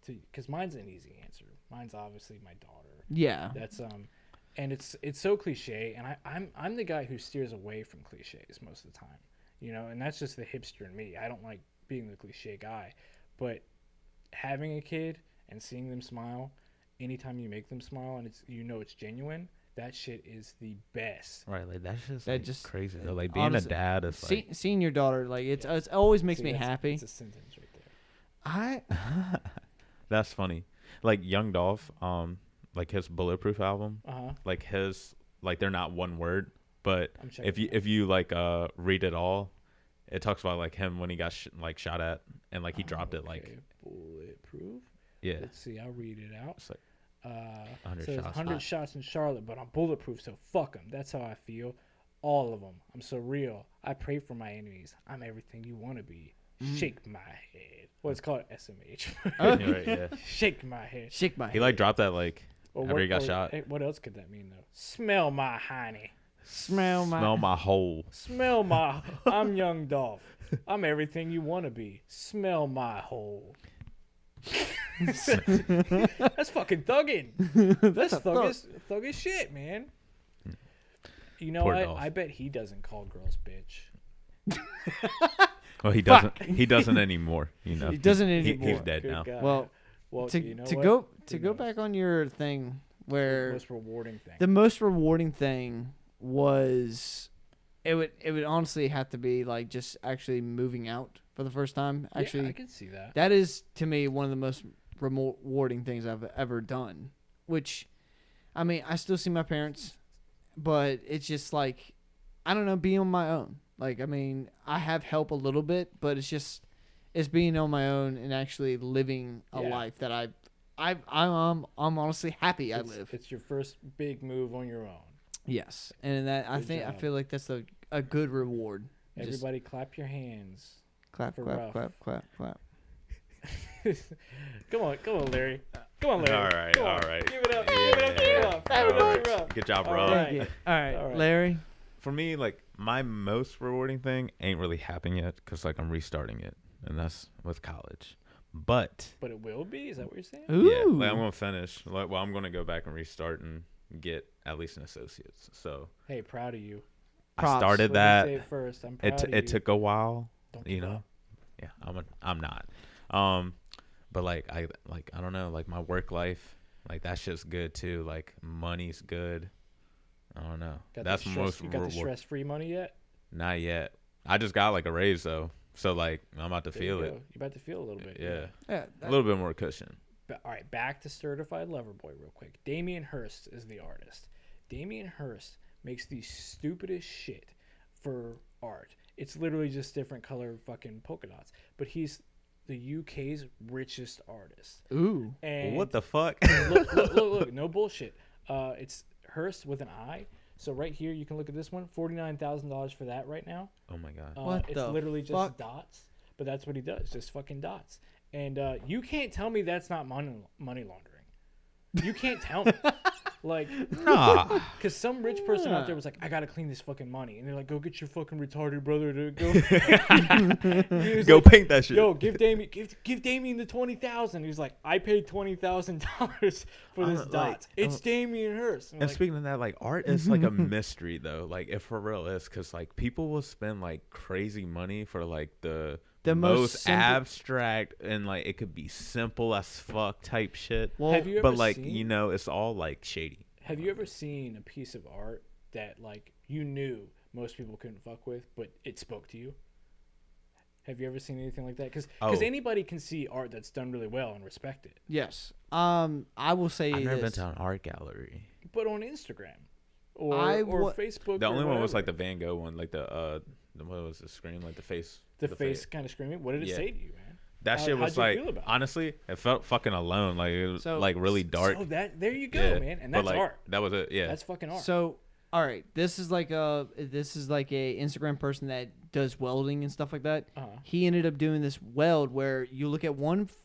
[SPEAKER 2] To cuz mine's an easy answer. Mine's obviously my daughter.
[SPEAKER 1] Yeah.
[SPEAKER 2] That's um and it's it's so cliche and I I'm I'm the guy who steers away from clichés most of the time. You know, and that's just the hipster in me. I don't like being the cliché guy, but having a kid and seeing them smile anytime you make them smile and it's you know it's genuine, that shit is the best.
[SPEAKER 3] Right, like that's just
[SPEAKER 1] That
[SPEAKER 3] like,
[SPEAKER 1] just-
[SPEAKER 3] crazy. Though. Like being
[SPEAKER 1] honestly-
[SPEAKER 3] a dad is
[SPEAKER 1] See,
[SPEAKER 3] like
[SPEAKER 1] seeing your daughter, like it's, it's always makes
[SPEAKER 2] See,
[SPEAKER 1] me
[SPEAKER 2] that's-
[SPEAKER 1] happy.
[SPEAKER 2] That's a sentence right there.
[SPEAKER 1] I
[SPEAKER 3] that's funny. Like Young Dolph, um, like his Bulletproof album,
[SPEAKER 2] Uh huh.
[SPEAKER 3] like his like they're not one word, but
[SPEAKER 2] I'm checking
[SPEAKER 3] if you
[SPEAKER 2] it out.
[SPEAKER 3] if you like uh read it all, it talks about like him when he got sh- like shot at and like he
[SPEAKER 1] Oh,
[SPEAKER 3] dropped it like
[SPEAKER 2] Okay, bulletproof.
[SPEAKER 3] yeah.
[SPEAKER 2] Let's see. I'll read it out.
[SPEAKER 3] It's like
[SPEAKER 2] Uh,
[SPEAKER 3] 100
[SPEAKER 2] so
[SPEAKER 3] shots.
[SPEAKER 2] 100 shots in Charlotte, but I'm bulletproof, so fuck them. That's how I feel. All of them. I'm so real. I pray for my enemies. I'm everything you want to be. Shake my head. Well, it's called SMH.
[SPEAKER 3] yeah, right, yeah.
[SPEAKER 2] Shake my head.
[SPEAKER 1] shake my
[SPEAKER 3] He
[SPEAKER 1] head.
[SPEAKER 3] like dropped that like
[SPEAKER 2] Or
[SPEAKER 3] after he got
[SPEAKER 2] or-
[SPEAKER 3] shot.
[SPEAKER 2] eh, What else could that mean though? Smell my honey.
[SPEAKER 1] Smell my.
[SPEAKER 3] Smell my hole.
[SPEAKER 2] Smell my. I'm young Dolph. I'm everything you want to be. Smell my hole. That's fucking thuggin'. That's
[SPEAKER 1] a thug.
[SPEAKER 2] thug as, thug as shit, man. You know
[SPEAKER 3] Poor
[SPEAKER 2] what?
[SPEAKER 3] Dolph.
[SPEAKER 2] I bet he doesn't call girls bitch.
[SPEAKER 3] Well, he
[SPEAKER 1] Fuck.
[SPEAKER 3] doesn't. He doesn't anymore. You know,
[SPEAKER 1] He doesn't
[SPEAKER 3] he's
[SPEAKER 1] anymore.
[SPEAKER 3] dead
[SPEAKER 2] Good
[SPEAKER 3] now.
[SPEAKER 2] God.
[SPEAKER 1] Well,
[SPEAKER 2] well,
[SPEAKER 1] to
[SPEAKER 2] Oh, you know
[SPEAKER 1] to
[SPEAKER 2] what?
[SPEAKER 1] go
[SPEAKER 2] Who
[SPEAKER 1] to go
[SPEAKER 2] knows?
[SPEAKER 1] back on your thing
[SPEAKER 2] The
[SPEAKER 1] where
[SPEAKER 2] most rewarding thing.
[SPEAKER 1] the most rewarding thing was it would it would honestly have to be like just actually moving out for the first time.
[SPEAKER 2] Yeah,
[SPEAKER 1] Actually,
[SPEAKER 2] I can see that.
[SPEAKER 1] that is to me one of the most remo- rewarding things I've ever done. Which, I mean, I still see my parents, but it's just like, I don't know, being on my own. Like, I mean, I have help a little bit, but it's just, it's being on my own and actually living a
[SPEAKER 2] Yeah.
[SPEAKER 1] life that I, I, I'm, I'm honestly happy I
[SPEAKER 2] it's,
[SPEAKER 1] live.
[SPEAKER 2] it's your first big move on your own.
[SPEAKER 1] Yes, and that I
[SPEAKER 2] Good
[SPEAKER 1] think I
[SPEAKER 2] job.
[SPEAKER 1] feel like that's a a good reward. Just
[SPEAKER 2] Everybody clap your hands.
[SPEAKER 1] clap,
[SPEAKER 2] for
[SPEAKER 1] clap,
[SPEAKER 2] Ralph.
[SPEAKER 1] clap, clap, clap.
[SPEAKER 2] come on, come on, Larry. Come on, Larry.
[SPEAKER 3] All right,
[SPEAKER 2] Come on.
[SPEAKER 3] all right.
[SPEAKER 2] Give it up. Give it up. Give it
[SPEAKER 3] Yeah.
[SPEAKER 2] up. Give it
[SPEAKER 3] All
[SPEAKER 2] up. Give it
[SPEAKER 3] right.
[SPEAKER 2] up.
[SPEAKER 3] Good job,
[SPEAKER 2] All
[SPEAKER 3] bro.
[SPEAKER 2] right.
[SPEAKER 1] Thank you. All right,
[SPEAKER 2] All right.
[SPEAKER 1] Larry.
[SPEAKER 3] For me, like my most rewarding thing ain't really happening yet because like I'm restarting it, and that's with college. But
[SPEAKER 2] But it will be. Is that what you're saying?
[SPEAKER 1] Ooh.
[SPEAKER 3] yeah, like, I'm gonna finish. Like, well, I'm gonna go back and restart and get at least an associate's. So
[SPEAKER 2] Hey, proud of you.
[SPEAKER 1] Props.
[SPEAKER 3] I
[SPEAKER 2] Let
[SPEAKER 3] started
[SPEAKER 2] me
[SPEAKER 3] that.
[SPEAKER 2] say it first. I'm proud
[SPEAKER 3] it t-
[SPEAKER 2] of
[SPEAKER 3] it
[SPEAKER 2] you.
[SPEAKER 3] took a while,
[SPEAKER 2] Don't
[SPEAKER 3] you
[SPEAKER 2] give
[SPEAKER 3] know.
[SPEAKER 2] up.
[SPEAKER 3] Yeah, I'm a, I'm not. Um, but like I like I don't know like my work life like that shit's good too. Like money's good. I don't know.
[SPEAKER 2] Got the
[SPEAKER 3] That's
[SPEAKER 2] stress,
[SPEAKER 3] most
[SPEAKER 2] You got the
[SPEAKER 3] reward-
[SPEAKER 2] stress-free money yet?
[SPEAKER 3] Not yet. I just got like a raise though, so like I'm about to
[SPEAKER 2] There
[SPEAKER 3] feel
[SPEAKER 2] you
[SPEAKER 3] it.
[SPEAKER 2] go. You're about to feel a little bit.
[SPEAKER 3] Yeah,
[SPEAKER 1] Yeah,
[SPEAKER 3] a little bit more cushion.
[SPEAKER 2] Ba- all right, back to certified lover boy real quick. Damien Hirst is the artist. Damien Hirst makes the stupidest shit for art. It's literally just different color fucking polka dots. But he's the UK's richest artist.
[SPEAKER 1] Ooh.
[SPEAKER 2] And
[SPEAKER 3] what the fuck?
[SPEAKER 2] look, look, look, look, no bullshit. Uh, it's Hearst with an I. So right here, you can look at this one. Forty nine thousand dollars for that right now.
[SPEAKER 3] oh my god.
[SPEAKER 2] Uh,
[SPEAKER 1] What
[SPEAKER 2] it's
[SPEAKER 1] the
[SPEAKER 2] literally
[SPEAKER 1] fuck?
[SPEAKER 2] just dots, but that's what he does, just fucking dots. And uh, you can't tell me that's not money money laundering. You can't tell me, like,
[SPEAKER 3] Nah.
[SPEAKER 2] because some rich person out there was like, "I gotta clean this fucking money," and they're like, "Go get your fucking retarded brother to go." He was
[SPEAKER 3] go
[SPEAKER 2] like,
[SPEAKER 3] paint that shit.
[SPEAKER 2] Yo, give Damien, give give Damien the twenty thousand. He's like, I paid twenty thousand dollars for this
[SPEAKER 3] I'm
[SPEAKER 2] dot.
[SPEAKER 3] like-
[SPEAKER 2] it's Damien Hirst. I'm
[SPEAKER 3] And
[SPEAKER 2] like, Mm-hmm.
[SPEAKER 3] speaking of that, like art is like a mystery though. Like if for real is because like people will spend like crazy money for like the
[SPEAKER 1] The most
[SPEAKER 3] most,
[SPEAKER 1] simple-
[SPEAKER 3] abstract and like it could be simple as fuck type shit.
[SPEAKER 1] Well,
[SPEAKER 2] have you ever
[SPEAKER 3] but like
[SPEAKER 2] seen,
[SPEAKER 3] you know, it's all like shady.
[SPEAKER 2] have you ever seen a piece of art that like you knew most people couldn't fuck with, but it spoke to you? Have you ever seen anything like that? Because
[SPEAKER 3] Oh.
[SPEAKER 2] anybody can see art that's done really well and respect it.
[SPEAKER 1] Yes. Um, I will say
[SPEAKER 3] I've never been
[SPEAKER 1] this.
[SPEAKER 3] to an art gallery.
[SPEAKER 2] But on Instagram or,
[SPEAKER 1] I
[SPEAKER 2] or
[SPEAKER 1] wa-
[SPEAKER 2] Facebook,
[SPEAKER 3] The
[SPEAKER 2] or
[SPEAKER 3] only one was
[SPEAKER 2] whatever,
[SPEAKER 3] like the Van Gogh one, like the uh, the- what was the screen, like the face,
[SPEAKER 2] the,
[SPEAKER 3] fa-
[SPEAKER 2] face kind of screaming. What did it
[SPEAKER 3] Yeah.
[SPEAKER 2] say to you, man?
[SPEAKER 3] That
[SPEAKER 2] How-
[SPEAKER 3] shit was
[SPEAKER 2] how'd you
[SPEAKER 3] like
[SPEAKER 2] feel about it?
[SPEAKER 3] honestly, it felt fucking alone. Like it was
[SPEAKER 1] So-
[SPEAKER 3] like really dark.
[SPEAKER 2] So that there you go,
[SPEAKER 3] Yeah,
[SPEAKER 2] man, and
[SPEAKER 3] but,
[SPEAKER 2] that's
[SPEAKER 3] like,
[SPEAKER 2] art.
[SPEAKER 3] That was it. Yeah.
[SPEAKER 2] That's fucking art.
[SPEAKER 1] So, all right, this is like a this is like a Instagram person that does welding and stuff like that.
[SPEAKER 2] Uh-huh.
[SPEAKER 1] He ended up doing this weld where you look at one f-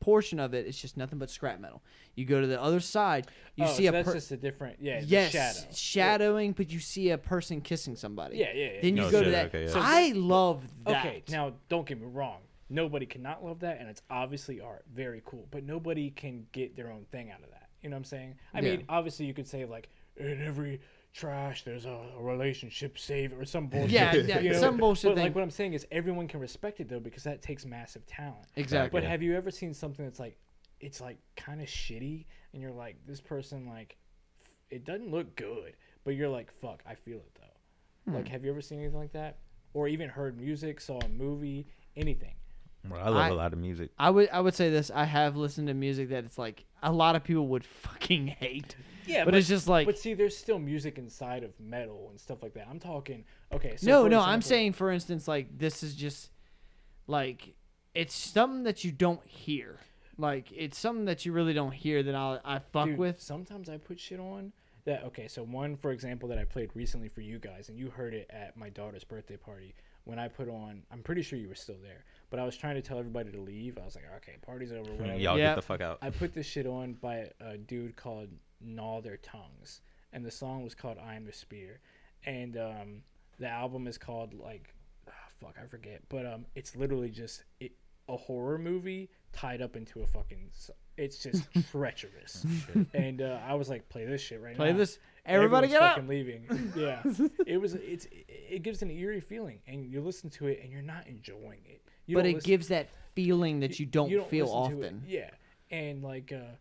[SPEAKER 1] portion of it, it's just nothing but scrap metal. You go to the other side, you
[SPEAKER 2] oh,
[SPEAKER 1] see
[SPEAKER 2] so
[SPEAKER 1] a
[SPEAKER 2] that's
[SPEAKER 1] per-
[SPEAKER 2] just a different yeah the
[SPEAKER 1] yes
[SPEAKER 2] shadow.
[SPEAKER 1] shadowing, but you see a person kissing somebody.
[SPEAKER 2] Yeah, yeah, yeah.
[SPEAKER 1] Then you
[SPEAKER 3] Oh,
[SPEAKER 1] go to
[SPEAKER 3] shit,
[SPEAKER 1] that.
[SPEAKER 3] okay, yeah.
[SPEAKER 1] So I love that.
[SPEAKER 2] Okay, now don't get me wrong. Nobody cannot love that, and it's obviously art, very cool. But nobody can get their own thing out of that. You know what I'm saying? I
[SPEAKER 1] Yeah.
[SPEAKER 2] mean, obviously you could say like in every trash there's a, a relationship save or some bullshit.
[SPEAKER 1] Yeah, yeah,
[SPEAKER 2] you know?
[SPEAKER 1] some bullshit
[SPEAKER 2] But
[SPEAKER 1] thing.
[SPEAKER 2] like what I'm saying is everyone can respect it though because that takes massive talent.
[SPEAKER 1] exactly.
[SPEAKER 2] But have you ever seen something that's like, it's like kind of shitty, and you're like, this person like, f- it doesn't look good, but you're like, fuck, I feel it though.
[SPEAKER 1] Hmm.
[SPEAKER 2] Like, have you ever seen anything like that, or even heard music, saw a movie, anything?
[SPEAKER 3] Bro, I love
[SPEAKER 1] I-
[SPEAKER 3] a lot of music.
[SPEAKER 1] I would I would say this. I have listened to music that it's like a lot of people would fucking hate.
[SPEAKER 2] Yeah,
[SPEAKER 1] but, it's just like
[SPEAKER 2] But see, there's still music inside of metal and stuff like that. I'm talking, okay. So
[SPEAKER 1] no,
[SPEAKER 2] for
[SPEAKER 1] no. I'm
[SPEAKER 2] example-
[SPEAKER 1] saying, for instance, like this is just like it's something that you don't hear. Like it's something that you really don't hear that I I fuck
[SPEAKER 2] Dude,
[SPEAKER 1] with.
[SPEAKER 2] Sometimes I put shit on that. Okay, so one for example that I played recently for you guys, and you heard it at my daughter's birthday party when I put on. I'm pretty sure you were still there, but I was trying to tell everybody to leave. I was like, okay, party's over. Whatever.
[SPEAKER 3] Y'all
[SPEAKER 1] Yeah.
[SPEAKER 3] get the fuck out.
[SPEAKER 2] I put this shit on by a dude called Gnaw Their Tongues, and the song was called "I Am the Spear," and um, the album is called like, ah, fuck, I forget, but um, it's literally just it, a horror movie tied up into a fucking. s- It's just treacherous, and uh, I was like, play this shit right
[SPEAKER 1] Oh, Play
[SPEAKER 2] now.
[SPEAKER 1] this. Everybody get up.
[SPEAKER 2] fucking leaving. Yeah, it was. It's. It gives an eerie feeling, and you listen to it, and you're not enjoying it. You
[SPEAKER 1] But
[SPEAKER 2] don't
[SPEAKER 1] it
[SPEAKER 2] listen-
[SPEAKER 1] gives that feeling that you don't, feel
[SPEAKER 2] listen to it.
[SPEAKER 1] often.
[SPEAKER 2] Yeah, and like, uh,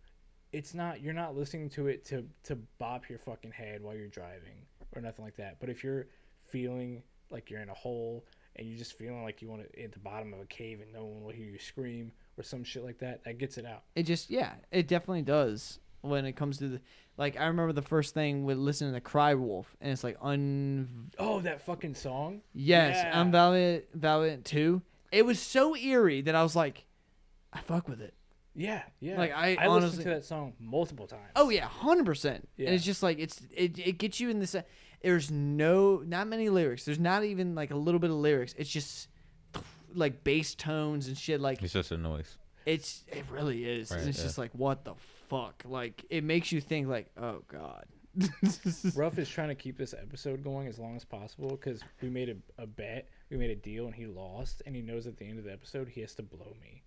[SPEAKER 2] it's not you're not listening to it to to bop your fucking head while you're driving or nothing like that. But if you're feeling like you're in a hole and you're just feeling like you want to at the bottom of a cave and no one will hear you scream or some shit like that, that gets it out.
[SPEAKER 1] It just yeah, it definitely does when it comes to the like I remember the first thing with listening to Cry Wolf and it's like un
[SPEAKER 2] Oh, that fucking song.
[SPEAKER 1] yes,
[SPEAKER 2] Yeah.
[SPEAKER 1] I'm Valiant Valiant 2. It was so eerie that I was like I fuck with it.
[SPEAKER 2] Yeah, yeah.
[SPEAKER 1] Like, I honestly-
[SPEAKER 2] listened to that song multiple times.
[SPEAKER 1] Oh yeah, 100%.
[SPEAKER 2] Yeah.
[SPEAKER 1] And it's just like it's it, it gets you in this uh, there's no not many lyrics. There's not even like a little bit of lyrics. It's just like bass tones and shit like
[SPEAKER 3] It's just a noise.
[SPEAKER 1] It's it really is.
[SPEAKER 3] Right,
[SPEAKER 1] and it's
[SPEAKER 3] yeah.
[SPEAKER 1] just like what the fuck? Like it makes you think like, oh god.
[SPEAKER 2] Ruff is trying to keep this episode going as long as possible because we made a, a bet, we made a deal, and he lost. And he knows at the end of the episode he has to blow me.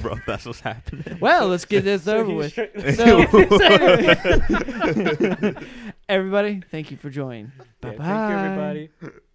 [SPEAKER 3] Bro, that's what's happening.
[SPEAKER 1] well, let's get this
[SPEAKER 2] So
[SPEAKER 1] over
[SPEAKER 2] he's
[SPEAKER 1] with.
[SPEAKER 2] try-
[SPEAKER 1] So everybody, thank you for joining.
[SPEAKER 2] Yeah,
[SPEAKER 1] Bye
[SPEAKER 2] thank
[SPEAKER 1] bye.
[SPEAKER 2] you, everybody.